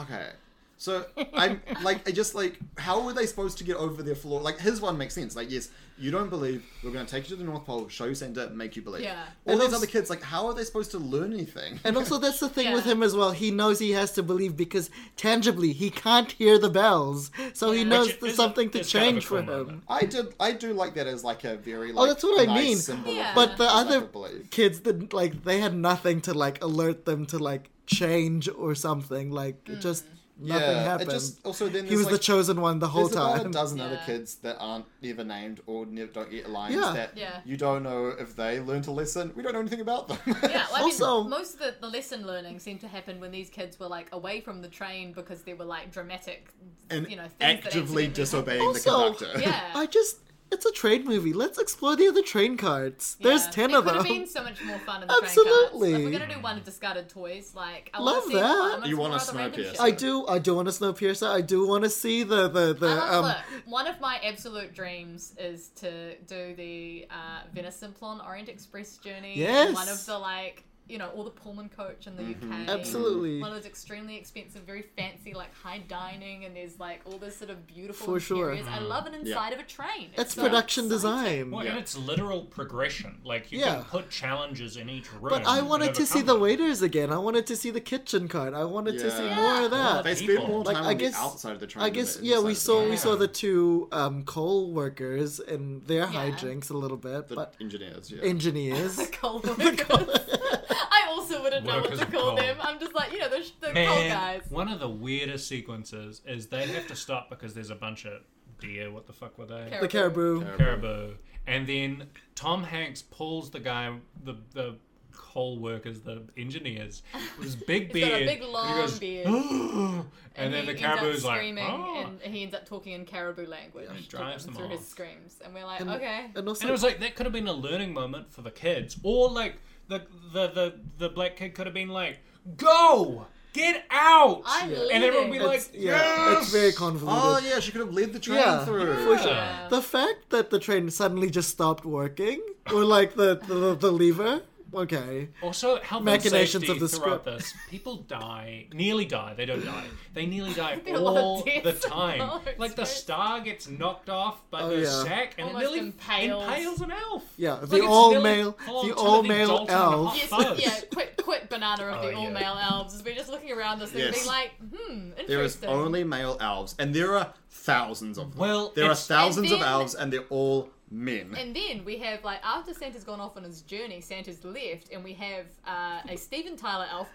Speaker 5: Okay. So I'm like I just like how were they supposed to get over their flaw? Like his one makes sense. Like yes, you don't believe we're going to take you to the North Pole, show you Santa, make you believe.
Speaker 4: Yeah.
Speaker 5: All
Speaker 2: And
Speaker 5: these
Speaker 2: also-
Speaker 5: other kids, like how are they supposed to learn anything?
Speaker 2: And also, that's the thing with
Speaker 4: Yeah.
Speaker 2: him as well. He knows he has to believe because tangibly he can't hear the bells, so he
Speaker 4: Yeah.
Speaker 2: knows
Speaker 3: Which
Speaker 2: there's
Speaker 3: is-
Speaker 2: something to
Speaker 3: is kind of a
Speaker 2: change for
Speaker 3: cool
Speaker 2: him.
Speaker 3: moment.
Speaker 5: I did I do like that as like a very like
Speaker 2: Oh, that's what I
Speaker 5: nice
Speaker 2: mean.
Speaker 5: symbol of
Speaker 4: Yeah.
Speaker 2: But the
Speaker 5: lack of
Speaker 2: other
Speaker 5: belief.
Speaker 2: kids didn't like they had nothing to like alert them to like change or something. Like
Speaker 4: Mm.
Speaker 2: it just nothing
Speaker 5: yeah,
Speaker 2: happened.
Speaker 5: It just also then
Speaker 2: he
Speaker 5: there's,
Speaker 2: was the
Speaker 5: like,
Speaker 2: chosen one the whole
Speaker 5: There's about a
Speaker 2: time.
Speaker 5: dozen other
Speaker 4: Yeah.
Speaker 5: kids that aren't either named or never don't get lines
Speaker 2: Yeah.
Speaker 5: that
Speaker 4: Yeah.
Speaker 5: you don't know if they learned a lesson. We don't know anything about them.
Speaker 4: Yeah, well, I
Speaker 2: Also-
Speaker 4: mean, most of the, the lesson learning seemed to happen when these kids were like away from the train because they were like dramatic,
Speaker 5: and
Speaker 4: you know, things
Speaker 5: actively
Speaker 4: that accidentally-
Speaker 5: disobeying
Speaker 2: Also-
Speaker 5: the conductor.
Speaker 4: Yeah,
Speaker 2: I just it's a train movie. Let's explore the other train carts. There's
Speaker 4: yeah.
Speaker 2: ten
Speaker 4: it
Speaker 2: of
Speaker 4: could
Speaker 2: them.
Speaker 4: have been so much more fun in the
Speaker 2: Absolutely.
Speaker 4: train carts. If we're gonna do one of discarded toys, like I
Speaker 2: Love
Speaker 4: want to see
Speaker 2: that.
Speaker 4: More, I
Speaker 5: You want
Speaker 4: want
Speaker 5: a
Speaker 4: to see more other random
Speaker 5: Snowpiercer.
Speaker 4: shit.
Speaker 2: I do. I do want a Snowpiercer. I do want to see the the the
Speaker 4: Uh,
Speaker 2: um.
Speaker 4: look, one of my absolute dreams is to do the uh, venison plan Orient Express journey. and
Speaker 2: Yes.
Speaker 4: One of the like you know, or the Pullman coach in the
Speaker 3: Mm-hmm.
Speaker 4: UK.
Speaker 2: Absolutely.
Speaker 4: One of those extremely expensive, very fancy, like high dining, and there's like all this sort of beautiful
Speaker 2: For sure.
Speaker 4: interiors. I love an
Speaker 3: Mm.
Speaker 4: inside of a train. It's
Speaker 2: That's
Speaker 4: so
Speaker 2: production
Speaker 4: exciting.
Speaker 2: design.
Speaker 3: Well, and it's literal progression. Like you
Speaker 2: Yeah.
Speaker 3: can put challenges in each room.
Speaker 2: But I
Speaker 3: and
Speaker 2: wanted to see
Speaker 3: overcome
Speaker 2: the
Speaker 3: them.
Speaker 2: waiters again. I wanted to see the kitchen cart. I wanted to see
Speaker 5: Yeah.
Speaker 2: more of that.
Speaker 5: They
Speaker 3: People.
Speaker 5: spend more
Speaker 2: Like,
Speaker 5: time
Speaker 2: I
Speaker 5: on
Speaker 2: guess-
Speaker 5: the outside of the train.
Speaker 2: I
Speaker 5: than
Speaker 2: guess
Speaker 5: the
Speaker 2: yeah, we
Speaker 5: inside of
Speaker 2: saw
Speaker 5: the
Speaker 2: we
Speaker 3: train.
Speaker 2: saw the two um, coal workers and their
Speaker 4: Yeah.
Speaker 2: hijinks a little bit,
Speaker 5: train.
Speaker 2: but
Speaker 5: the engineers. Yeah.
Speaker 2: engineers.
Speaker 4: The coal workers. I also wouldn't know what
Speaker 3: Workers
Speaker 4: to
Speaker 3: of
Speaker 4: call
Speaker 3: coal.
Speaker 4: them. I'm just like, you know, the, sh- the coal
Speaker 3: Man,
Speaker 4: guys.
Speaker 3: one of the weirdest sequences is they have to stop because there's a bunch of deer. What the fuck were they?
Speaker 2: the caribou.
Speaker 3: Caribou. And then Tom Hanks pulls the guy, the the coal workers, the engineers, with his big
Speaker 4: He's
Speaker 3: beard.
Speaker 4: got a big
Speaker 3: and he
Speaker 4: long
Speaker 3: goes,
Speaker 4: beard.
Speaker 3: "Ugh," and, then
Speaker 4: he
Speaker 3: the
Speaker 4: ends up
Speaker 3: caribou's like,
Speaker 4: screaming,
Speaker 3: "Ah." and,
Speaker 4: and he ends up talking in caribou language
Speaker 3: it drives them
Speaker 4: through
Speaker 3: off.
Speaker 4: his screams, and we're like,
Speaker 2: And,
Speaker 4: okay,
Speaker 2: and also
Speaker 3: it was like that could have been a learning moment for the kids, or like the the the, the black kid could have been like, "Go, get out,"
Speaker 4: I'm
Speaker 3: and everyone would
Speaker 4: leaving.
Speaker 3: be like,
Speaker 2: it's, yeah, it's very convoluted.
Speaker 5: Oh yeah, she could have led the train
Speaker 2: Yeah.
Speaker 5: through.
Speaker 2: For sure.
Speaker 4: Yeah.
Speaker 2: The fact that the train suddenly just stopped working, or like the the, the lever. Okay,
Speaker 3: Also, health
Speaker 2: Machinations
Speaker 3: and safety
Speaker 2: of the
Speaker 3: throughout
Speaker 2: script.
Speaker 3: this. People die, nearly die. They don't die. They nearly die
Speaker 4: There are a lot of
Speaker 3: all the
Speaker 4: deaths.
Speaker 3: time.
Speaker 4: Oh, it's
Speaker 3: Like the
Speaker 4: very-
Speaker 3: star gets knocked off by
Speaker 2: Oh,
Speaker 3: the
Speaker 2: yeah.
Speaker 3: sack and
Speaker 4: Almost
Speaker 3: it nearly
Speaker 4: impales.
Speaker 3: impales an elf.
Speaker 2: yeah,
Speaker 3: Like,
Speaker 2: the
Speaker 3: it's
Speaker 2: all
Speaker 3: nearly
Speaker 2: male,
Speaker 3: called
Speaker 2: the
Speaker 3: Timothy
Speaker 2: all male
Speaker 3: Dalton
Speaker 2: elf.
Speaker 3: and
Speaker 4: yes,
Speaker 3: Hot Fuzz.
Speaker 4: yeah, quick, quick banana of
Speaker 3: Oh,
Speaker 4: the
Speaker 3: yeah.
Speaker 4: all male elves. is We're just looking around this thing,
Speaker 5: Yes.
Speaker 4: being like, hmm, interesting.
Speaker 5: There is only male elves, and there are thousands of them.
Speaker 3: Well,
Speaker 5: there are
Speaker 3: it's-
Speaker 5: thousands
Speaker 4: And
Speaker 5: of
Speaker 4: then-
Speaker 5: elves, and they're all men.
Speaker 4: And then we have like after Santa's gone off on his journey, Santa's left, and we have uh, a Stephen Tyler elf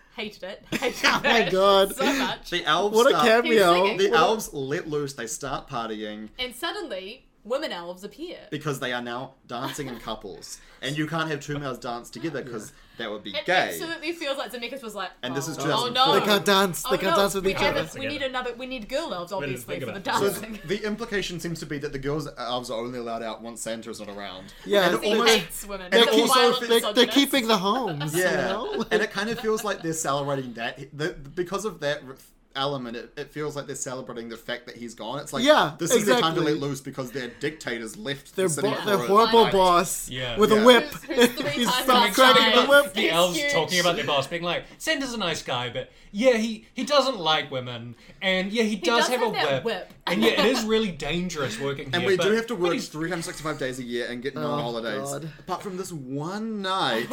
Speaker 4: hated it. Hated oh
Speaker 2: my God.
Speaker 4: so much.
Speaker 5: the elves.
Speaker 2: What a
Speaker 5: start,
Speaker 2: cameo!
Speaker 4: singing.
Speaker 5: The elves let loose. They start partying
Speaker 4: And suddenly, women elves appear.
Speaker 5: because they are now dancing in couples, and you can't have two males dance together because that would be
Speaker 4: It
Speaker 5: gay.
Speaker 4: absolutely feels like Zemeckis was like,
Speaker 5: And
Speaker 4: oh,
Speaker 5: this is
Speaker 4: oh no,
Speaker 5: 2004.
Speaker 2: They can't dance. They
Speaker 4: oh,
Speaker 2: can't
Speaker 4: no,
Speaker 2: dance with
Speaker 4: we
Speaker 2: each
Speaker 4: haven't-
Speaker 2: other.
Speaker 4: We need another. We need girl elves,
Speaker 3: didn't
Speaker 4: obviously,
Speaker 3: think
Speaker 4: for the
Speaker 3: about
Speaker 5: So
Speaker 3: that.
Speaker 4: dancing.
Speaker 5: the implication seems to be that the girls elves are only allowed out once Santa isn't around.
Speaker 2: Yeah,
Speaker 5: and it
Speaker 2: they-
Speaker 4: He
Speaker 5: almost
Speaker 4: hates women.
Speaker 5: and
Speaker 4: He's
Speaker 5: it
Speaker 4: a
Speaker 5: also-
Speaker 4: violent
Speaker 2: They,
Speaker 5: they-
Speaker 2: they're
Speaker 4: misogynist.
Speaker 2: keeping the homes.
Speaker 5: Yeah,
Speaker 2: You know?
Speaker 5: and it kind of feels like they're celebrating that the, because of that r- element. It, it feels like they're celebrating the fact that he's gone. It's like
Speaker 2: Yeah,
Speaker 5: this is their time to
Speaker 2: exactly.
Speaker 5: let loose because their dictators left.
Speaker 2: Their,
Speaker 5: the city
Speaker 2: bo-
Speaker 5: for
Speaker 2: their
Speaker 5: it.
Speaker 2: horrible
Speaker 4: Like-
Speaker 2: boss
Speaker 3: Yeah.
Speaker 2: with a
Speaker 5: Yeah.
Speaker 2: whip.
Speaker 4: Who's- who's three
Speaker 2: he
Speaker 4: times
Speaker 2: stopped
Speaker 4: our
Speaker 2: cracking the
Speaker 4: size.
Speaker 2: whip.
Speaker 3: The elves
Speaker 4: huge.
Speaker 3: talking about their boss, being like, "Santa's a nice guy, but yeah, he he doesn't like women, and yeah, he does,
Speaker 4: does
Speaker 3: have,
Speaker 4: have
Speaker 3: a whip.
Speaker 4: that whip."
Speaker 3: and yeah, it is really dangerous working
Speaker 5: And
Speaker 3: here."
Speaker 5: we
Speaker 3: but,
Speaker 5: do have to
Speaker 3: but
Speaker 5: work
Speaker 3: he's
Speaker 5: 365 days a year and get no
Speaker 2: Oh,
Speaker 5: holidays.
Speaker 2: God.
Speaker 5: Apart from this one night.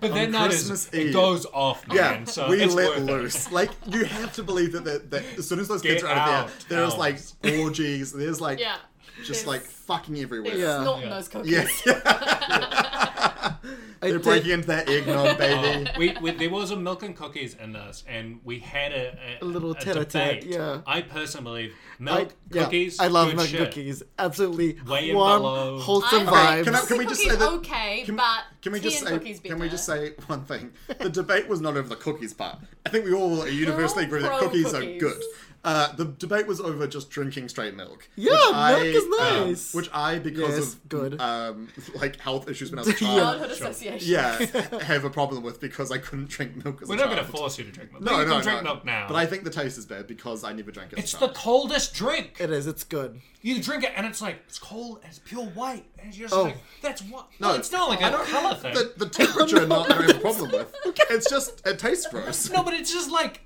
Speaker 3: But then that is
Speaker 5: Christmas
Speaker 3: it
Speaker 5: Eve.
Speaker 3: goes off, Oh, man.
Speaker 5: yeah,
Speaker 3: so
Speaker 5: we
Speaker 3: it's
Speaker 5: let
Speaker 3: worth it.
Speaker 5: loose. Like, you have to believe that, that, that as soon as those kids
Speaker 3: Get
Speaker 5: are out of
Speaker 3: out, Oh,
Speaker 5: there, there's like
Speaker 3: elves.
Speaker 5: orgies, there's like
Speaker 4: Yeah.
Speaker 5: just
Speaker 4: There's-
Speaker 5: like fucking everywhere.
Speaker 4: There's
Speaker 2: Yeah.
Speaker 4: snot in
Speaker 3: Yeah.
Speaker 4: those cookies.
Speaker 5: Yeah.
Speaker 2: I
Speaker 5: They're
Speaker 2: did-
Speaker 5: breaking into that eggnog,
Speaker 3: Uh,
Speaker 5: baby.
Speaker 3: we, we there was a milk and cookies in this, and we had a,
Speaker 2: A
Speaker 3: a,
Speaker 2: little
Speaker 3: debate.
Speaker 2: tete-a-tete, yeah.
Speaker 3: I personally believe
Speaker 2: I-
Speaker 3: milk
Speaker 2: yeah,
Speaker 3: cookies.
Speaker 2: I love
Speaker 3: good
Speaker 2: milk
Speaker 3: shit.
Speaker 2: cookies. Absolutely
Speaker 3: Way and
Speaker 2: warm,
Speaker 3: below.
Speaker 2: wholesome
Speaker 4: I like
Speaker 2: vibes.
Speaker 5: Can I- can we just
Speaker 4: cookies
Speaker 5: say that-
Speaker 4: okay,
Speaker 5: Can,
Speaker 4: but
Speaker 5: can we
Speaker 4: tea
Speaker 5: just
Speaker 4: and
Speaker 5: say?
Speaker 4: cookies
Speaker 5: Can we
Speaker 4: better.
Speaker 5: just say one thing? The debate was not over the cookies part. I think we all universally agree that
Speaker 4: pro
Speaker 5: cookies, are
Speaker 4: cookies.
Speaker 5: good. Uh, the debate was over just drinking straight milk.
Speaker 2: Yeah,
Speaker 5: which
Speaker 2: milk is nice.
Speaker 5: Um, which I, because
Speaker 2: Yes,
Speaker 5: of
Speaker 2: good.
Speaker 5: um, like health issues when I was a
Speaker 2: Yeah.
Speaker 5: child,
Speaker 4: childhood association?
Speaker 5: yeah, have a problem with because I couldn't drink milk as
Speaker 3: We're
Speaker 5: a
Speaker 3: not
Speaker 5: child.
Speaker 3: going to force you to drink milk.
Speaker 5: No,
Speaker 3: you
Speaker 5: no,
Speaker 3: can drink
Speaker 5: no.
Speaker 3: milk now.
Speaker 5: But I think the taste is bad because I never drank it.
Speaker 3: it's
Speaker 5: as
Speaker 3: the
Speaker 5: a child.
Speaker 3: coldest drink.
Speaker 2: It is. It's good.
Speaker 3: You drink it, and it's like it's cold, and it's pure white, and you're just
Speaker 2: Oh.
Speaker 3: like, that's what.
Speaker 5: No.
Speaker 3: it's not like a color thing.
Speaker 5: the, the temperature. not that I have a problem with. It's just it tastes gross.
Speaker 3: No, but it's just like.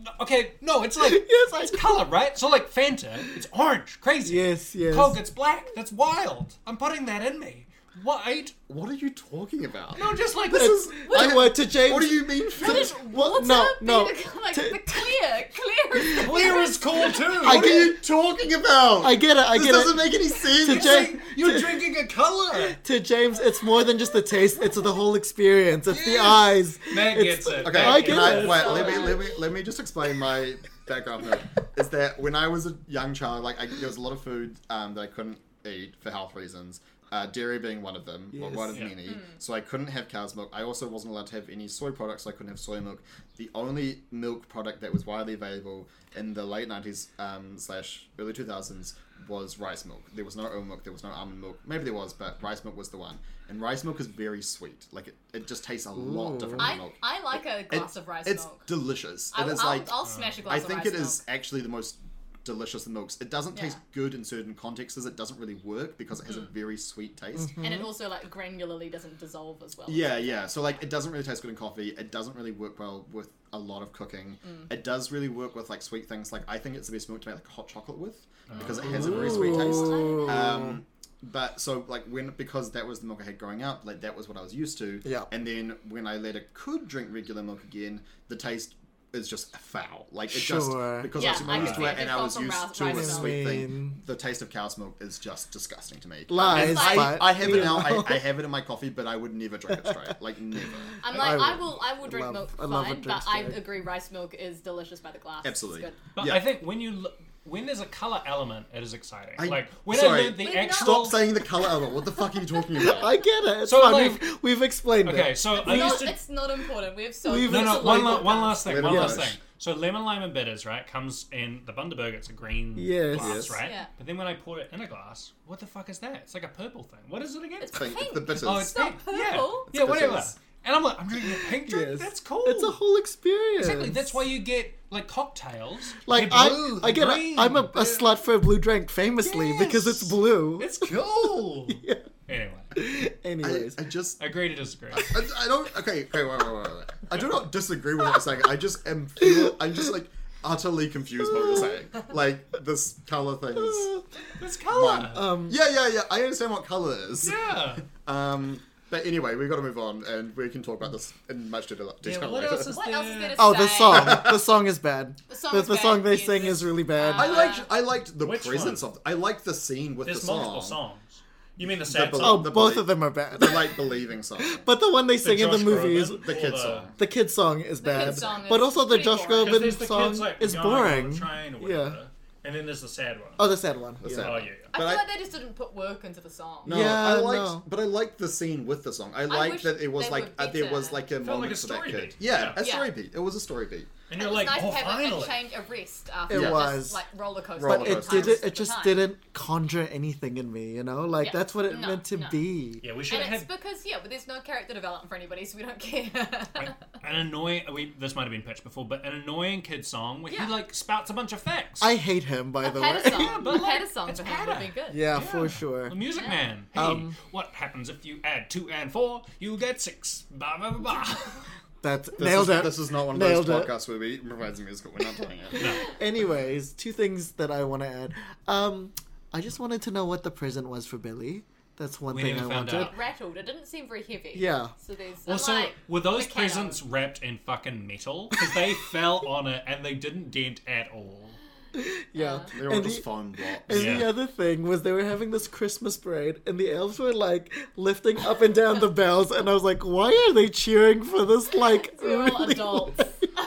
Speaker 3: no, Okay, no, it's like
Speaker 2: Yes, I
Speaker 3: it's
Speaker 2: know.
Speaker 3: color, right? So like Fanta, it's orange, crazy.
Speaker 2: Yes, yes.
Speaker 3: Coke, it's black. That's wild. I'm putting that in me. White.
Speaker 5: What are you talking about?
Speaker 3: No, just like
Speaker 2: This is
Speaker 5: I-
Speaker 2: I, what to James.
Speaker 5: What do you mean?
Speaker 2: To,
Speaker 5: Fanta?
Speaker 2: what,
Speaker 4: What's
Speaker 2: no,
Speaker 4: up,
Speaker 2: no.
Speaker 4: being a- Like,
Speaker 2: To-
Speaker 4: the clear, clear. is-
Speaker 3: Clear is cool too.
Speaker 2: I
Speaker 5: What are
Speaker 2: get-
Speaker 5: you talking about?
Speaker 2: I get it. I
Speaker 5: this
Speaker 2: get
Speaker 5: doesn't
Speaker 2: it.
Speaker 5: make any sense.
Speaker 2: To James-
Speaker 3: You're drinking a color.
Speaker 2: to James, it's more than just the taste. It's the whole experience. It's the eyes.
Speaker 3: Matt
Speaker 2: It's-
Speaker 3: gets it.
Speaker 5: Okay,
Speaker 2: I
Speaker 3: Matt
Speaker 5: can
Speaker 2: get
Speaker 5: I,
Speaker 2: it.
Speaker 5: wait. Let me let me let me just explain my background. Here, is that when I was a young child, like I, there was a lot of food um, that I couldn't eat for health reasons. Uh, dairy being one of them, or
Speaker 2: Yes.
Speaker 5: one of
Speaker 3: Yeah.
Speaker 5: many. So I couldn't have cow's milk. I also wasn't allowed to have any soy products. So I couldn't have soy milk. The only milk product that was widely available in the late nineties um, slash early two thousands was rice milk. There was no oat milk. There was no almond milk. Maybe there was, but rice milk was the one. And rice milk is very sweet. Like it, it just tastes a lot different than
Speaker 4: I,
Speaker 5: milk.
Speaker 4: I like a glass
Speaker 5: It's-
Speaker 4: of rice
Speaker 5: it's
Speaker 4: milk.
Speaker 5: delicious.
Speaker 4: I,
Speaker 5: It
Speaker 4: will
Speaker 5: is like
Speaker 4: I'll smash a glass
Speaker 5: I
Speaker 4: of
Speaker 5: think
Speaker 4: rice
Speaker 5: it
Speaker 4: milk.
Speaker 5: is actually the most delicious in milks. It doesn't taste
Speaker 4: Yeah. Mm.
Speaker 5: good in certain contexts. It doesn't really work because it has a very sweet taste.
Speaker 4: And it also like granularly doesn't dissolve as well.
Speaker 5: Yeah, yeah. So like, it doesn't really taste good in coffee. It doesn't really work well with a lot of cooking.
Speaker 4: Mm.
Speaker 5: It does really work with like sweet things. Like I think it's the best milk to make like hot chocolate with because it has a very sweet taste.
Speaker 2: Ooh.
Speaker 5: Um, but so like when because that was the milk I had growing up, like that was what I was used to.
Speaker 2: Yeah.
Speaker 5: And then when I later could drink regular milk again, the taste is just foul. Like it
Speaker 2: Sure.
Speaker 5: just because I
Speaker 4: Yeah,
Speaker 5: was super
Speaker 4: I
Speaker 5: used to it
Speaker 4: understand.
Speaker 5: and
Speaker 4: It's
Speaker 5: I
Speaker 4: gone
Speaker 5: was
Speaker 4: from
Speaker 5: used
Speaker 4: ra-
Speaker 5: to a
Speaker 4: rice
Speaker 2: milk.
Speaker 5: sweet
Speaker 2: Mean.
Speaker 5: thing. The taste of cow's milk is just disgusting to me.
Speaker 2: Lies,
Speaker 4: I-
Speaker 2: but,
Speaker 5: I have
Speaker 2: you
Speaker 5: it now.
Speaker 2: know.
Speaker 5: I, I have it in my coffee, but I would never drink it straight. Like never.
Speaker 4: I'm
Speaker 2: I
Speaker 4: like, I,
Speaker 2: would-
Speaker 4: will, I will drink
Speaker 2: love-
Speaker 4: milk
Speaker 2: I
Speaker 4: fine,
Speaker 2: love a drink
Speaker 4: but I
Speaker 2: straight.
Speaker 4: agree, rice milk is delicious by the glass. It's
Speaker 5: Absolutely.
Speaker 4: good.
Speaker 3: But
Speaker 5: yeah.
Speaker 3: I think when you l- when there's a color element, it is exciting.
Speaker 5: I-
Speaker 3: like when
Speaker 5: sorry.
Speaker 3: I learned the
Speaker 4: We're not-
Speaker 3: actual.
Speaker 5: Stop saying the color of it. What the fuck are you talking about?
Speaker 2: I get it. It's
Speaker 3: So,
Speaker 2: fine.
Speaker 3: like-
Speaker 2: we've, we've explained
Speaker 3: Okay,
Speaker 2: it.
Speaker 3: so I
Speaker 4: No,
Speaker 3: used to.
Speaker 4: it's not important. We have so
Speaker 2: Leave
Speaker 4: much
Speaker 2: it's
Speaker 3: No, no,
Speaker 4: to
Speaker 2: a
Speaker 3: one,
Speaker 4: like
Speaker 3: la-
Speaker 4: about
Speaker 3: one
Speaker 4: this.
Speaker 3: last thing.
Speaker 5: Lemon
Speaker 3: one last
Speaker 5: bush.
Speaker 3: thing. So lemon lime and bitters, right? Comes in the Bundaberg. It's a green
Speaker 2: Yes.
Speaker 3: glass,
Speaker 2: Yes.
Speaker 3: right?
Speaker 4: Yeah.
Speaker 3: But then when I poured it in a glass, what the fuck is that? It's like a purple thing. What is it again?
Speaker 4: It's
Speaker 5: Think
Speaker 4: pink.
Speaker 5: the bitters.
Speaker 3: oh, it's pink.
Speaker 4: not purple.
Speaker 3: Yeah, yeah whatever.
Speaker 5: bitters.
Speaker 3: And I'm like, I'm drinking a pink drink.
Speaker 2: Yes.
Speaker 3: That's cool.
Speaker 2: It's a whole experience.
Speaker 3: Exactly. That's why you get like cocktails.
Speaker 2: Like
Speaker 3: They're
Speaker 2: I,
Speaker 3: blue,
Speaker 2: I get,
Speaker 3: they're
Speaker 2: a, I'm a,
Speaker 3: green, they're-
Speaker 2: a slut for a blue drink, famously, because it's
Speaker 3: Yes.
Speaker 2: blue.
Speaker 3: It's cool. Anyway,
Speaker 5: I,
Speaker 2: Anyways,
Speaker 5: I just
Speaker 3: agree to disagree.
Speaker 5: I, I don't. Okay, okay, wait, wait, wait, wait. I do not disagree with what you're saying. I just am. Feel, I'm just like utterly confused by what you're saying. Like this color thing is.
Speaker 3: It's color.
Speaker 2: um,
Speaker 5: Yeah, yeah, yeah. I understand what color is.
Speaker 3: yeah.
Speaker 5: Um. But anyway, we've got to move on, and we can talk about this in much detail
Speaker 3: Yeah,
Speaker 5: detail
Speaker 3: what
Speaker 5: later.
Speaker 3: else is
Speaker 4: What
Speaker 3: there?
Speaker 4: else is there to
Speaker 2: oh, the
Speaker 4: say?
Speaker 2: song, the song is bad. The
Speaker 4: song
Speaker 2: the,
Speaker 4: is bad,
Speaker 2: song they
Speaker 4: yes.
Speaker 2: sing is really bad.
Speaker 5: I liked. I liked the
Speaker 3: Which
Speaker 5: presence
Speaker 3: one?
Speaker 5: of. I liked the scene with
Speaker 3: There's
Speaker 5: the song.
Speaker 3: multiple songs. You mean the sad
Speaker 5: bel-
Speaker 2: oh,
Speaker 3: song?
Speaker 5: the
Speaker 2: both
Speaker 5: bully-
Speaker 2: of them are bad.
Speaker 5: The like believing song.
Speaker 2: But the one they sing in the
Speaker 3: Josh
Speaker 2: movie is
Speaker 3: Groban
Speaker 5: The
Speaker 3: or
Speaker 5: kid song.
Speaker 2: the kid song is bad.
Speaker 4: kid song
Speaker 2: but
Speaker 4: is
Speaker 2: also the
Speaker 4: pretty
Speaker 2: Josh
Speaker 4: boring.
Speaker 3: Because
Speaker 2: Groban
Speaker 3: there's the
Speaker 2: song
Speaker 3: kids like
Speaker 2: is
Speaker 3: "Yarn" or
Speaker 2: boring.
Speaker 3: Train or whatever,
Speaker 2: yeah.
Speaker 3: And then there's the sad one.
Speaker 2: Oh, the sad one. yeah.
Speaker 5: sad
Speaker 3: Oh,
Speaker 5: one.
Speaker 3: yeah, yeah.
Speaker 4: I
Speaker 5: But
Speaker 4: feel
Speaker 5: I-
Speaker 4: like they just didn't put work into the song.
Speaker 5: No,
Speaker 2: Yeah,
Speaker 5: I liked,
Speaker 2: no.
Speaker 5: but I liked the scene with the song. I
Speaker 4: wish
Speaker 5: liked that it was
Speaker 4: they
Speaker 5: like
Speaker 4: were
Speaker 5: uh, there
Speaker 4: better.
Speaker 5: was like a
Speaker 3: like
Speaker 5: moment
Speaker 3: a
Speaker 5: for that
Speaker 3: story
Speaker 5: kid.
Speaker 3: beat.
Speaker 5: Yeah,
Speaker 3: Yeah.
Speaker 5: a story
Speaker 4: Yeah.
Speaker 5: beat. It was a story beat.
Speaker 3: And
Speaker 4: It
Speaker 3: you're
Speaker 4: was
Speaker 3: like,
Speaker 4: nice
Speaker 3: oh,
Speaker 4: to have a-
Speaker 3: finally.
Speaker 4: a change of rest after
Speaker 2: It
Speaker 4: just,
Speaker 2: was.
Speaker 4: like roller coaster.
Speaker 5: But
Speaker 2: But
Speaker 5: Roller
Speaker 2: it
Speaker 5: coaster.
Speaker 2: did
Speaker 5: times
Speaker 2: it. It just didn't conjure anything in me, you know. Like
Speaker 4: Yeah.
Speaker 2: that's what it
Speaker 4: No,
Speaker 2: meant to
Speaker 4: no.
Speaker 2: be.
Speaker 3: Yeah, we should
Speaker 4: And
Speaker 3: have
Speaker 4: it's
Speaker 3: had
Speaker 4: because yeah, but there's no character development for anybody, so we don't care.
Speaker 3: an annoying. We, this might have been pitched before, but an annoying kid song where
Speaker 4: Yeah.
Speaker 3: he like spouts a bunch of facts.
Speaker 2: I hate him, by the
Speaker 4: Had
Speaker 2: way.
Speaker 4: a song.
Speaker 3: Yeah, but
Speaker 4: had
Speaker 3: like,
Speaker 4: a song
Speaker 3: it's
Speaker 4: for him would
Speaker 3: better.
Speaker 4: be good.
Speaker 2: yeah,
Speaker 3: Yeah.
Speaker 2: for sure.
Speaker 3: The Music Man. Hey,
Speaker 2: Um,
Speaker 3: what happens if you add two and four? You get six. Blah blah blah. blah.
Speaker 2: That's
Speaker 5: This
Speaker 2: nailed
Speaker 5: is,
Speaker 2: it.
Speaker 5: This is not one of
Speaker 2: nailed
Speaker 5: those
Speaker 2: it.
Speaker 5: podcasts where we improvise a musical. We're not doing it.
Speaker 2: Anyways, two things that I want to add. Um, I just wanted to know what the present was for Billy. That's one
Speaker 3: We
Speaker 2: thing
Speaker 3: never
Speaker 2: I
Speaker 3: found
Speaker 2: wanted.
Speaker 3: out.
Speaker 4: Rattled. It didn't seem very heavy.
Speaker 2: Yeah.
Speaker 4: So there's
Speaker 3: Also,
Speaker 4: like,
Speaker 3: were those
Speaker 4: Volcano.
Speaker 3: presents wrapped in fucking metal? Because they fell on it and they didn't dent at all.
Speaker 2: Yeah.
Speaker 4: Uh,
Speaker 5: They're all
Speaker 2: and
Speaker 5: just
Speaker 2: the,
Speaker 5: foam blocks.
Speaker 2: and the
Speaker 3: Yeah.
Speaker 2: other thing was they were having this Christmas parade, and the elves were like lifting up and down the bells, and I was like, why are they cheering for this? Like,
Speaker 4: We're all
Speaker 2: really-
Speaker 4: adults.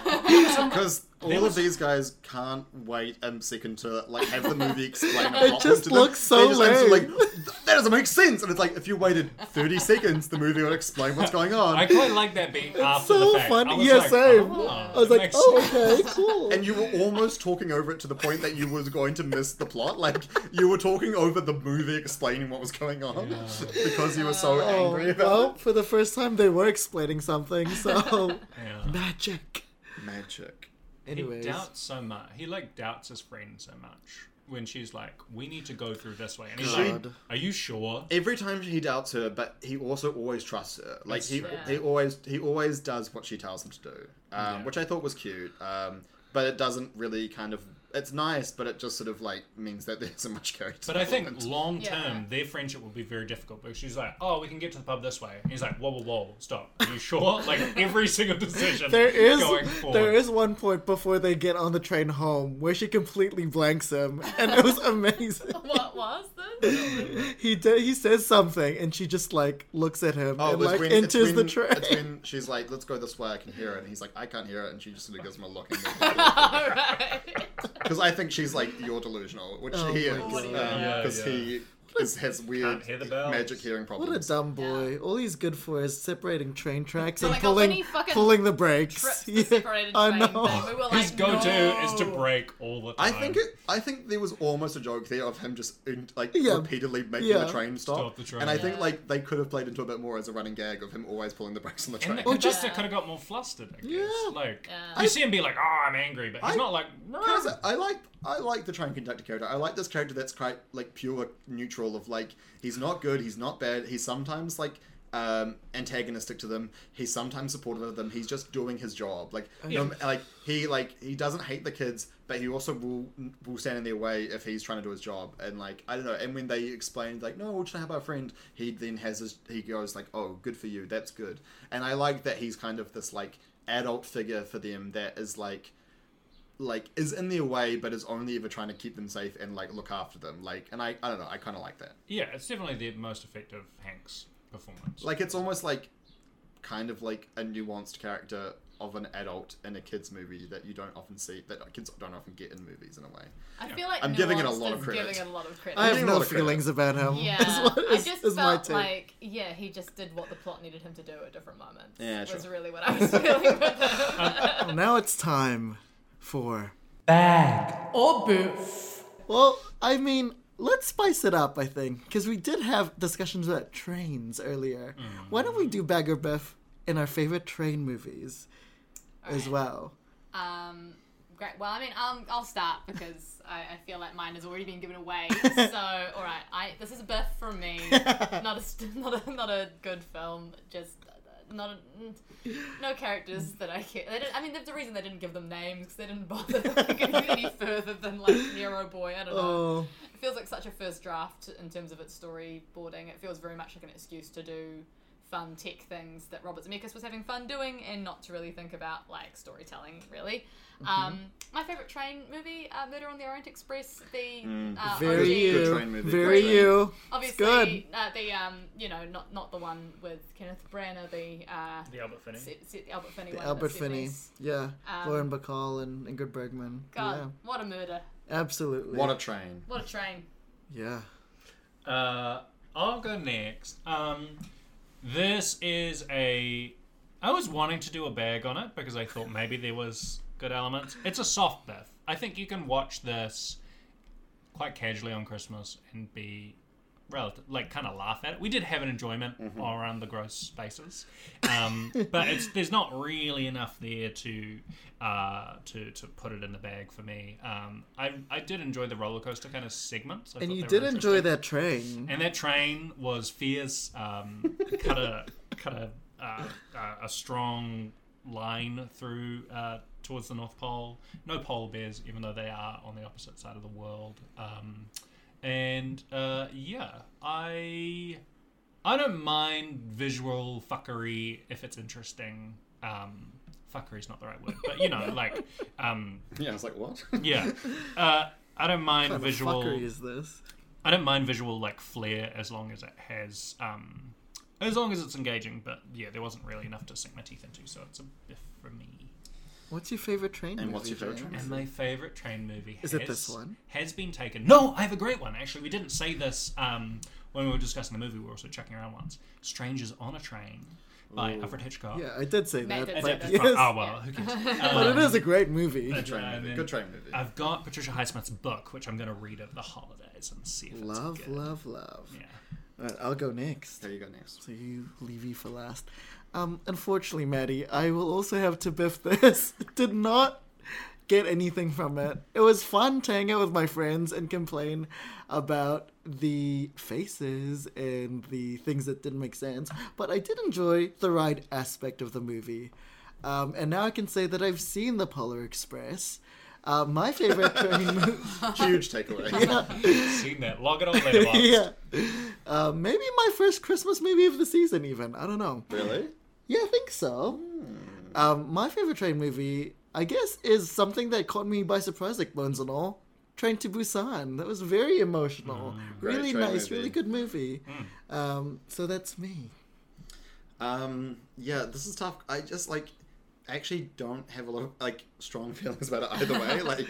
Speaker 5: Because all of these guys can't wait a second to like have the movie explain. a
Speaker 2: It
Speaker 5: plot
Speaker 2: just
Speaker 5: to them.
Speaker 2: looks so
Speaker 5: They just answer,
Speaker 2: lame.
Speaker 5: Like that doesn't make sense. And it's like if you waited thirty seconds, the movie would explain what's going on.
Speaker 3: I quite like that being after
Speaker 2: so
Speaker 3: the fact.
Speaker 2: fun.
Speaker 3: I was
Speaker 2: Yeah,
Speaker 3: like,
Speaker 2: same.
Speaker 3: "Oh,
Speaker 2: I was
Speaker 3: that
Speaker 2: like,
Speaker 3: makes
Speaker 2: oh,
Speaker 3: sense."
Speaker 2: okay, cool.
Speaker 5: and you were almost talking over it to the point that you was going to miss the plot. Like you were talking over the movie explaining what was going on because you were so
Speaker 2: Oh,
Speaker 5: angry about
Speaker 2: well, for the first time, they were explaining something, so
Speaker 3: Yeah.
Speaker 2: magic.
Speaker 5: it. magic.
Speaker 2: Anyways,
Speaker 3: He doubts so much. He like doubts his friend so much when she's like, "We need to go through this way," and he's
Speaker 2: God.
Speaker 3: like, "Are you sure?"
Speaker 5: Every time he doubts her, but he also always trusts her. Like
Speaker 3: That's
Speaker 5: he,
Speaker 3: true.
Speaker 5: he always he always does what she tells him to do, um,
Speaker 3: Yeah.
Speaker 5: which I thought was cute. Um, but it doesn't really kind of. It's nice, but it just sort of like means that there isn't much character.
Speaker 3: But I think
Speaker 5: development.
Speaker 3: long
Speaker 4: Yeah.
Speaker 3: term, their friendship will be very difficult because she's like, "Oh, we can get to the pub this way." And he's like, "Whoa, whoa, whoa, stop! Are you sure?" Like every single decision
Speaker 2: there is
Speaker 3: going forward.
Speaker 2: there is one point before they get on the train home where she completely blanks him, and it was amazing.
Speaker 4: what was this?
Speaker 2: he did, he says something, and she just like looks at him
Speaker 5: Oh,
Speaker 2: and
Speaker 5: it's
Speaker 2: like
Speaker 5: when, it's
Speaker 2: enters the
Speaker 5: when- It's
Speaker 2: train.
Speaker 5: when she's like, "Let's go this way. I can hear it." And he's like, "I can't hear it." And she just sort of gives him a look.
Speaker 4: All right.
Speaker 5: Because I think she's like, "You're delusional," which
Speaker 2: Oh
Speaker 5: he is
Speaker 2: my
Speaker 5: because
Speaker 2: God.
Speaker 3: Yeah, yeah.
Speaker 5: he is, has weird
Speaker 3: hear the bells.
Speaker 5: magic hearing
Speaker 2: What a
Speaker 5: problems.
Speaker 2: dumb boy! All he's good for is separating train tracks and
Speaker 4: my God, when
Speaker 2: pulling
Speaker 4: he fucking
Speaker 2: pulling the brakes.
Speaker 4: Trips the separated
Speaker 2: I
Speaker 4: train thing. We
Speaker 2: know.
Speaker 4: were like,
Speaker 3: His go-to
Speaker 4: no.
Speaker 3: is to break all the
Speaker 5: I
Speaker 3: time.
Speaker 5: think it, I think there was almost a joke there of him just in, like
Speaker 2: Yeah.
Speaker 5: repeatedly making
Speaker 2: Yeah.
Speaker 5: the train stop,
Speaker 3: Stop the train.
Speaker 5: and I think
Speaker 4: Yeah.
Speaker 5: like they could have played into a bit more as a running gag of him always pulling the brakes on the
Speaker 3: And
Speaker 5: train.
Speaker 3: the
Speaker 2: Or
Speaker 3: conductor
Speaker 2: just-
Speaker 3: just, could have got more flustered. I guess.
Speaker 2: Yeah.
Speaker 3: Like
Speaker 4: Yeah.
Speaker 3: you see him be like, "Oh, I'm angry," but he's
Speaker 5: I-
Speaker 3: not like.
Speaker 5: Because I like I like the train conductor character. I like this character that's quite like pure neutral of like he's not good, he's not bad, he's sometimes like um antagonistic to them, he's sometimes supportive of them, he's just doing his job. Like no, like he like he doesn't hate the kids, but he also will will stand in their way if he's trying to do his job. And like I don't know, and when they explained like, no, we're trying to help our friend, he then has his he goes like, Oh, good for you, that's good. And I like that he's kind of this like adult figure for them that is like like is in their way but is only ever trying to keep them safe and like look after them like and i i don't know i kind of like that
Speaker 3: Yeah, it's definitely the most effective Hanks performance.
Speaker 5: like it's almost like kind of like a nuanced character of an adult in a kids movie that you don't often see that kids don't often get in movies in a way
Speaker 4: I feel like
Speaker 5: I'm giving it a
Speaker 4: Nuanced
Speaker 5: lot of
Speaker 4: is
Speaker 5: credit.
Speaker 4: Giving it a lot of credit.
Speaker 2: I have
Speaker 5: Give him a
Speaker 2: no
Speaker 5: lot of credit.
Speaker 2: feelings about him.
Speaker 4: yeah,
Speaker 2: is what- is-
Speaker 4: I just
Speaker 2: is my
Speaker 4: felt
Speaker 2: take.
Speaker 4: like yeah, he just did what the plot needed him to do at different moments.
Speaker 5: Yeah,
Speaker 4: was
Speaker 5: sure.
Speaker 4: really what I was feeling. with him.
Speaker 2: Well, Oh, now it's time for.
Speaker 7: Bag or booth?
Speaker 2: Well, I mean, let's spice it up. I think because we did have discussions about trains earlier. Why don't we do Bagger Biff in our favorite train movies as well?
Speaker 4: um, great. Well, I mean, um, I'll start because I, I feel like mine has already been given away. so, all right, I this is a birth from me. not a st- not a not a good film. Just. uh, Not a, mm, no characters that I care. They didn't, I mean, that's the reason they didn't give them names because they didn't bother looking any further than like Nero Boy. I don't know.
Speaker 2: Oh,
Speaker 4: It feels like such a first draft in terms of its storyboarding. It feels very much like an excuse to do fun tech things that Robert Zemeckis was having fun doing and not to really think about like storytelling really.
Speaker 2: Mm-hmm.
Speaker 4: Um, my favorite train movie, uh, Murder on the Orient Express. The
Speaker 3: Mm.
Speaker 4: uh,
Speaker 2: very
Speaker 4: OG.
Speaker 2: you,
Speaker 5: Good train movie,
Speaker 2: very
Speaker 5: good train.
Speaker 2: you. It's
Speaker 4: Obviously,
Speaker 2: good.
Speaker 4: Uh, the um, you know, not not the one with Kenneth Branagh, the uh,
Speaker 3: the Albert Finney.
Speaker 4: se- se- the Albert Finney
Speaker 2: The
Speaker 4: one.
Speaker 2: Albert
Speaker 4: the
Speaker 2: Finney,
Speaker 4: 70s.
Speaker 2: yeah,
Speaker 4: Um,
Speaker 2: Lauren Bacall and Ingrid Bergman.
Speaker 4: God, what a murder!
Speaker 2: Yeah, absolutely.
Speaker 5: what a train
Speaker 4: What a train!
Speaker 2: yeah.
Speaker 3: Uh, I'll go next. Um, this is a. I was wanting to do a bag on it because I thought maybe there was good elements. It's a soft biff. I think you can watch this quite casually on Christmas and be relative, like kind of laugh at it. We did have an enjoyment all around the gross spaces, um, but it's there's not really enough there to uh, to to put it in the bag for me. Um, I I did enjoy the roller coaster kind of segments, I
Speaker 2: And
Speaker 3: thought
Speaker 2: you
Speaker 3: they were
Speaker 2: did
Speaker 3: interesting.
Speaker 2: enjoy that train.
Speaker 3: And that train was fierce. Um, cut a cut a uh, uh, a strong line through uh, towards the North Pole. No polar bears, even though they are on the opposite side of the world. Um, and uh, yeah, I I don't mind visual fuckery if it's interesting. Um, fuckery is not the right word, but you know, like um,
Speaker 5: yeah i was like what
Speaker 3: yeah, uh, I don't mind
Speaker 2: What the
Speaker 3: visual.
Speaker 2: fuckery is this?
Speaker 3: I don't mind visual like flair as long as it has um as long as it's engaging, but yeah, there wasn't really enough to sink my teeth into, so it's a biff for me.
Speaker 2: What's your favorite train?
Speaker 5: And what's
Speaker 2: movie,
Speaker 5: your favorite
Speaker 2: James?
Speaker 5: train?
Speaker 3: And my favorite train movie
Speaker 2: Is
Speaker 3: has,
Speaker 2: it this one?
Speaker 3: Has been taken. No, I have a great one. Actually, we didn't say this um, when we were discussing the movie. We were also checking around once. Strangers on a Train by Alfred Hitchcock.
Speaker 2: Yeah, I did say that.
Speaker 4: Matt did
Speaker 3: It's
Speaker 4: say
Speaker 2: But,
Speaker 3: a-
Speaker 4: that.
Speaker 2: yes,
Speaker 3: Oh well, who cares? Um,
Speaker 2: but it is a great movie.
Speaker 3: and
Speaker 5: train movie.
Speaker 3: then
Speaker 5: good train movie
Speaker 3: I've got Patricia Highsmith's book, which I'm going to read over the holidays and see if it's
Speaker 2: Love,
Speaker 3: good.
Speaker 2: love, love.
Speaker 3: Yeah.
Speaker 2: All right, I'll go next.
Speaker 5: there you go next
Speaker 2: So you leave you for last. Um, unfortunately, Maddie, I will also have to biff this. Did not get anything from it. It was fun to hang out with my friends and complain about the faces and the things that didn't make sense, but I did enjoy the ride aspect of the movie. Um, and now I can say that I've seen the Polar Express. Uh, my favorite train movie.
Speaker 5: huge takeaway
Speaker 3: Seen that? Log it on later. Bob.
Speaker 2: yeah. Uh, maybe my first Christmas movie of the season, even. I don't know.
Speaker 5: really
Speaker 2: Yeah, I think so.
Speaker 5: Hmm.
Speaker 2: Um, my favorite train movie, I guess, is something that caught me by surprise, like Bones and All. Train to Busan. That was very emotional.
Speaker 5: Hmm, Great
Speaker 2: really
Speaker 5: train
Speaker 2: nice,
Speaker 5: movie. Hmm.
Speaker 2: really good movie. Um, so that's me.
Speaker 5: Um, yeah, this is tough. I just like actually don't have a lot of like strong feelings about it either way. like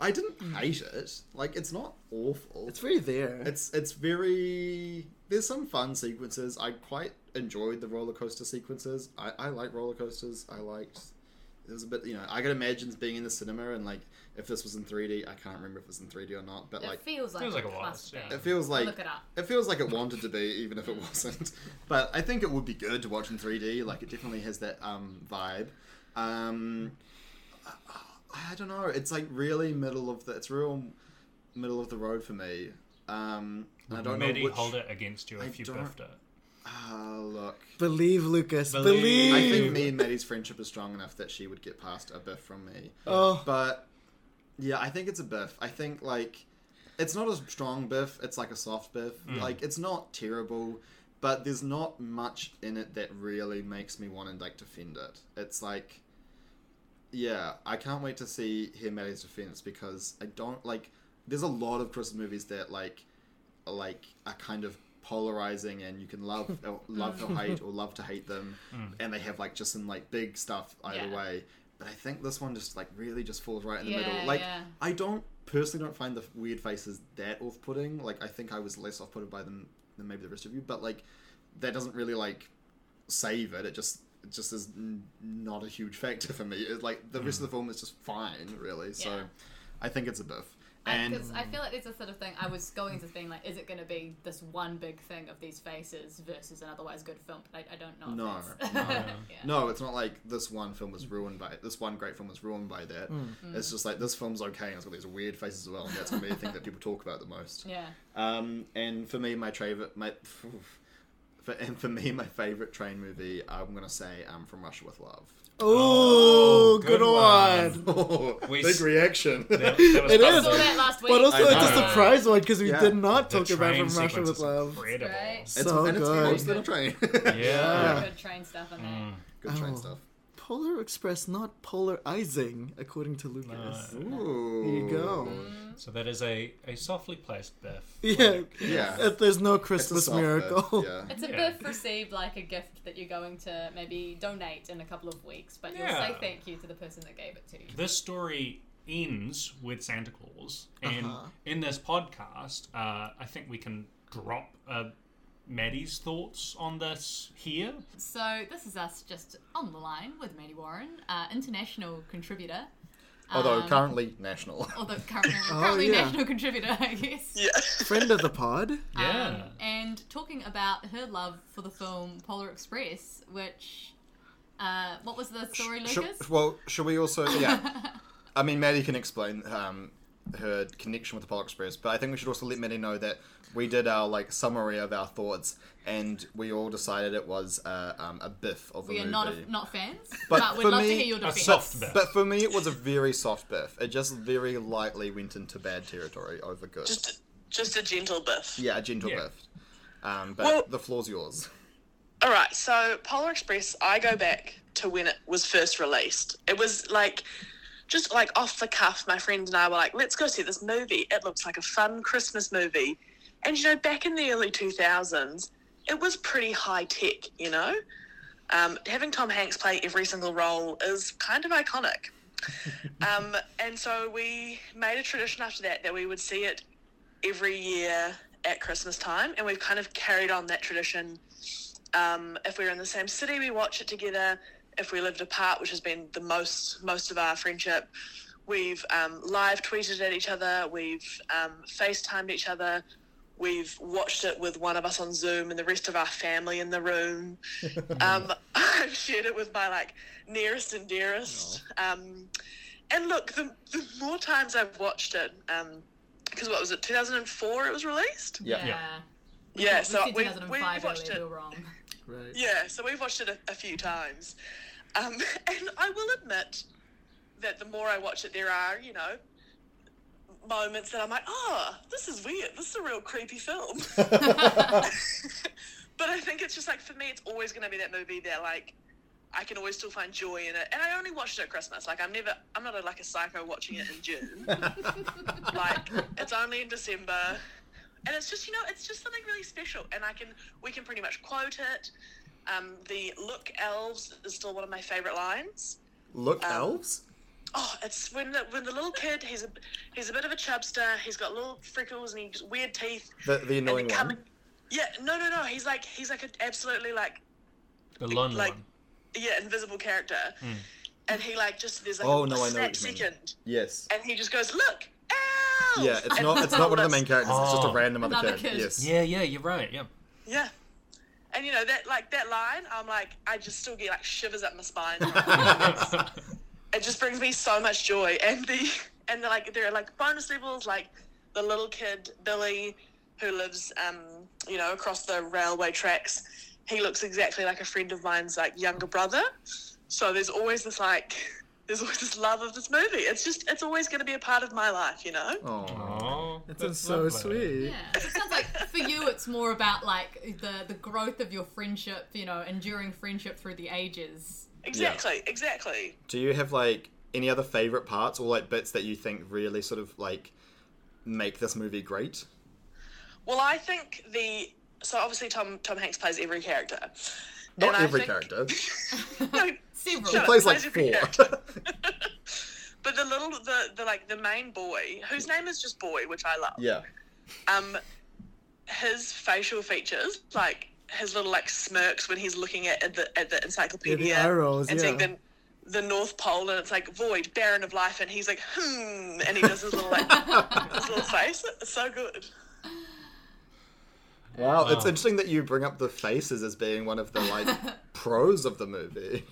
Speaker 5: I didn't hate it. Like it's not awful.
Speaker 2: It's very there.
Speaker 5: It's it's very there's some fun sequences. I quite enjoyed the roller coaster sequences. I, I like roller coasters. I liked it was a bit you know, I could imagine being in the cinema and like if this was in three D I can't remember if it was in three D or not, but
Speaker 4: It
Speaker 5: like
Speaker 4: feels like
Speaker 3: Feels like
Speaker 4: it
Speaker 3: it was,
Speaker 4: must be.
Speaker 3: yeah.
Speaker 5: it feels like
Speaker 4: Look it up.
Speaker 5: feels like it wanted to be, even if it wasn't. But I think it would be good to watch in 3D. Like it definitely has that um, vibe. Um, I don't know. It's like really middle of the. It's real middle of the road for me. Um, and I don't
Speaker 3: Midi
Speaker 5: know which.
Speaker 3: hold it against you if
Speaker 5: I
Speaker 3: you
Speaker 5: don't-
Speaker 3: biffed it.
Speaker 5: Ah, look.
Speaker 2: Believe Lucas. Believe.
Speaker 3: Believe.
Speaker 5: I think me and Maddie's friendship is strong enough that she would get past a biff from me.
Speaker 2: Oh.
Speaker 5: But yeah, I think it's a biff. I think like it's not a strong biff, it's like a soft biff. Like it's not terrible, but there's not much in it that really makes me want to like defend it. It's like yeah, I can't wait to see hear Maddie's defense because I don't like there's a lot of Christmas movies that like like are kind of polarizing and you can love or love or hate or love to hate them and they have like just some like big stuff either
Speaker 4: Yeah.
Speaker 5: way but i think this one just like really just falls right in the
Speaker 4: Yeah,
Speaker 5: middle like
Speaker 4: yeah.
Speaker 5: i don't personally don't find the weird faces that off-putting like i think i was less off-putted by them than maybe the rest of you but like that doesn't really like save it it just it just is n- not a huge factor for me it, like the rest of the film is just fine really so
Speaker 4: Mm. Yeah.
Speaker 5: i think it's a biff and
Speaker 4: Because I feel like it's a sort of thing. I was going into this being like, is it going to be this one big thing of these faces versus an otherwise good film? But I, I don't know.
Speaker 5: No,
Speaker 4: if
Speaker 5: no,
Speaker 4: that's- yeah.
Speaker 5: No, it's not like this one film was ruined by this one great film was ruined by that.
Speaker 3: Mm.
Speaker 4: Mm.
Speaker 5: It's just like this film's okay and it's got these weird faces as well, and that's gonna be the thing that people talk about the most.
Speaker 4: Yeah.
Speaker 5: Um, and for me, my favorite, my for and for me, my favorite train movie, I'm gonna say, um, From Russia with Love.
Speaker 2: Oh, good,
Speaker 3: good one.
Speaker 2: one.
Speaker 5: Oh,
Speaker 3: We
Speaker 5: big
Speaker 3: s-
Speaker 5: reaction.
Speaker 3: That- that was
Speaker 2: It
Speaker 4: I
Speaker 2: is.
Speaker 4: saw
Speaker 3: something.
Speaker 4: that last week.
Speaker 2: But also,
Speaker 5: I
Speaker 2: it's a
Speaker 5: know.
Speaker 2: surprise one because we
Speaker 5: Yeah.
Speaker 2: did not
Speaker 3: The
Speaker 2: talk about from
Speaker 3: train
Speaker 2: Russia
Speaker 3: sequence
Speaker 2: with
Speaker 3: is
Speaker 2: Love.
Speaker 3: Incredible.
Speaker 4: Right? It's
Speaker 5: It's,
Speaker 2: So
Speaker 5: and it's
Speaker 2: good.
Speaker 5: mostly on a train.
Speaker 3: Yeah.
Speaker 4: Good train stuff in there.
Speaker 5: Good train
Speaker 2: Oh.
Speaker 5: stuff.
Speaker 2: Polar Express, not polarizing, according to Lucas.
Speaker 5: Ooh.
Speaker 2: There you go.
Speaker 3: So that is a, a softly placed biff.
Speaker 2: Yeah.
Speaker 5: Yeah.
Speaker 2: If there's no
Speaker 5: It's a
Speaker 2: Christmas
Speaker 5: soft bit,
Speaker 2: miracle.
Speaker 5: Yeah.
Speaker 4: It's a
Speaker 3: Yeah.
Speaker 4: biff received like a gift that you're going to maybe donate in a couple of weeks, but you'll say
Speaker 3: Yeah.
Speaker 4: thank you to the person that gave it to you.
Speaker 3: This story ends with Santa Claus, and
Speaker 2: Uh-huh.
Speaker 3: in this podcast, uh, I think we can drop uh, Maddie's thoughts on this here.
Speaker 4: So this is us just on the line with Maddie Warren, uh, international contributor.
Speaker 5: Although
Speaker 4: Um,
Speaker 5: currently national.
Speaker 4: although currently, currently
Speaker 2: Oh, yeah.
Speaker 4: national contributor, I guess. Yeah.
Speaker 2: Friend of the pod.
Speaker 3: Yeah.
Speaker 4: Um, and talking about her love for the film Polar Express, which uh, what was the story,
Speaker 5: Sh-
Speaker 4: Lucas?
Speaker 5: well, should we also? Yeah, I mean, Maddie can explain um, her connection with the Polar Express, but I think we should also let Maddie know that we did our like summary of our thoughts, and we all decided it was uh, um, a biff of the
Speaker 4: we are
Speaker 5: movie.
Speaker 4: not not fans, but,
Speaker 5: But
Speaker 4: we'd
Speaker 5: for
Speaker 4: love to
Speaker 5: me-
Speaker 4: hear your
Speaker 3: A
Speaker 4: defense.
Speaker 3: soft biff.
Speaker 5: but for me, it was a very soft biff. It just very lightly went into bad territory over good.
Speaker 8: Just, a- just a gentle biff.
Speaker 5: yeah, a gentle
Speaker 3: Yeah.
Speaker 5: biff. Um, but
Speaker 8: Well-
Speaker 5: the floor's yours.
Speaker 8: All right, so Polar Express, I go back to when it was first released. It was like just like off the cuff. My friend and I were like, "Let's go see this movie. It looks like a fun Christmas movie." And you know, back in the early two thousands, it was pretty high tech. You know, um, having Tom Hanks play every single role is kind of iconic. um, and so we made a tradition after that that we would see it every year at Christmas time, and we've kind of carried on that tradition um, if we were in the same city, we watch it together. If we lived apart, which has been the most most of our friendship, we've um, live tweeted at each other, we've um, FaceTimed each other, we've watched it with one of us on Zoom and the rest of our family in the room. um, I've shared it with my like nearest and dearest. Um, and look, the, the more times I've watched it, because what was it, 2004? It was released.
Speaker 5: Yeah.
Speaker 4: yeah.
Speaker 8: Yeah,
Speaker 4: We
Speaker 8: so
Speaker 4: said
Speaker 8: we, we
Speaker 4: 2005
Speaker 8: watched
Speaker 4: earlier,
Speaker 8: it.
Speaker 4: we were wrong.
Speaker 2: Right.
Speaker 8: Yeah, so we've watched it a, a few times. Um, and I will admit that the more I watch it, there are, you know, moments that I'm like, oh, this is weird. This is a real creepy film. but I think it's just like, for me, it's always going to be that movie that, like, I can always still find joy in it. And I only watched it at Christmas. Like, I'm never, I'm not a, like a psycho watching it in June. like, it's only in December. And it's just, you know, it's just something really special. And I can, we can pretty much quote it. Um, the look elves is still one of my favorite lines.
Speaker 5: Look,
Speaker 8: Um,
Speaker 5: elves.
Speaker 8: Oh, it's when the when the little kid he's a he's a bit of a chubster. He's got little freckles and he's weird teeth.
Speaker 5: The, the
Speaker 8: and they
Speaker 5: annoying
Speaker 8: come
Speaker 5: one.
Speaker 8: and- Yeah, no, no, no. He's like he's like an absolutely like
Speaker 3: The lonely
Speaker 8: like
Speaker 3: one.
Speaker 8: yeah invisible character, and he like just there's like
Speaker 5: Hmm. Oh,
Speaker 8: a,
Speaker 5: no, I
Speaker 8: a
Speaker 5: know
Speaker 8: snap
Speaker 5: what you mean.
Speaker 8: second,
Speaker 5: Yes.
Speaker 8: and he just goes look. Elves!
Speaker 5: Yeah, it's
Speaker 8: And
Speaker 5: not. It's not one of the main characters. It's just a
Speaker 3: Oh.
Speaker 5: random other
Speaker 4: Another
Speaker 5: kid.
Speaker 4: kid.
Speaker 5: Yes.
Speaker 3: Yeah, yeah, you're right. Yeah.
Speaker 8: Yeah, and you know that like that line, I'm like I just still get like shivers up my spine. it's it just brings me so much joy. And the and the, like there are like bonus levels, like the little kid Billy, who lives um you know across the railway tracks. He looks exactly like a friend of mine's like younger brother. So there's always this like there's always this love of this movie. It's just it's always going to be a part of my life, you know.
Speaker 5: Oh,
Speaker 3: Oh,
Speaker 2: It's so sweet.
Speaker 4: Yeah, so it sounds like for you, it's more about like the the growth of your friendship, you know, enduring friendship through the ages.
Speaker 8: Exactly, exactly.
Speaker 5: do you have like any other favorite parts or like bits that you think really sort of like make this movie great?
Speaker 8: Well, I think the so obviously Tom Tom Hanks plays every character.
Speaker 5: Not
Speaker 8: And I
Speaker 5: every
Speaker 8: think-
Speaker 5: character.
Speaker 8: No,
Speaker 4: Several.
Speaker 5: He
Speaker 8: Shut up.
Speaker 5: plays like
Speaker 8: Plays
Speaker 5: four.
Speaker 8: every but the little the, the like the main boy whose name is just boy, which I love.
Speaker 5: yeah.
Speaker 8: Um, his facial features, like his little like smirks when he's looking at, at the at the encyclopedia
Speaker 2: Yeah, the eye rolls,
Speaker 8: and seeing
Speaker 2: yeah.
Speaker 8: the the North Pole and it's like void, barren of life, and he's like hmm, and he does his little like his little face. It's so good.
Speaker 5: Wow, it's interesting that you bring up the faces as being one of the like pros of the movie.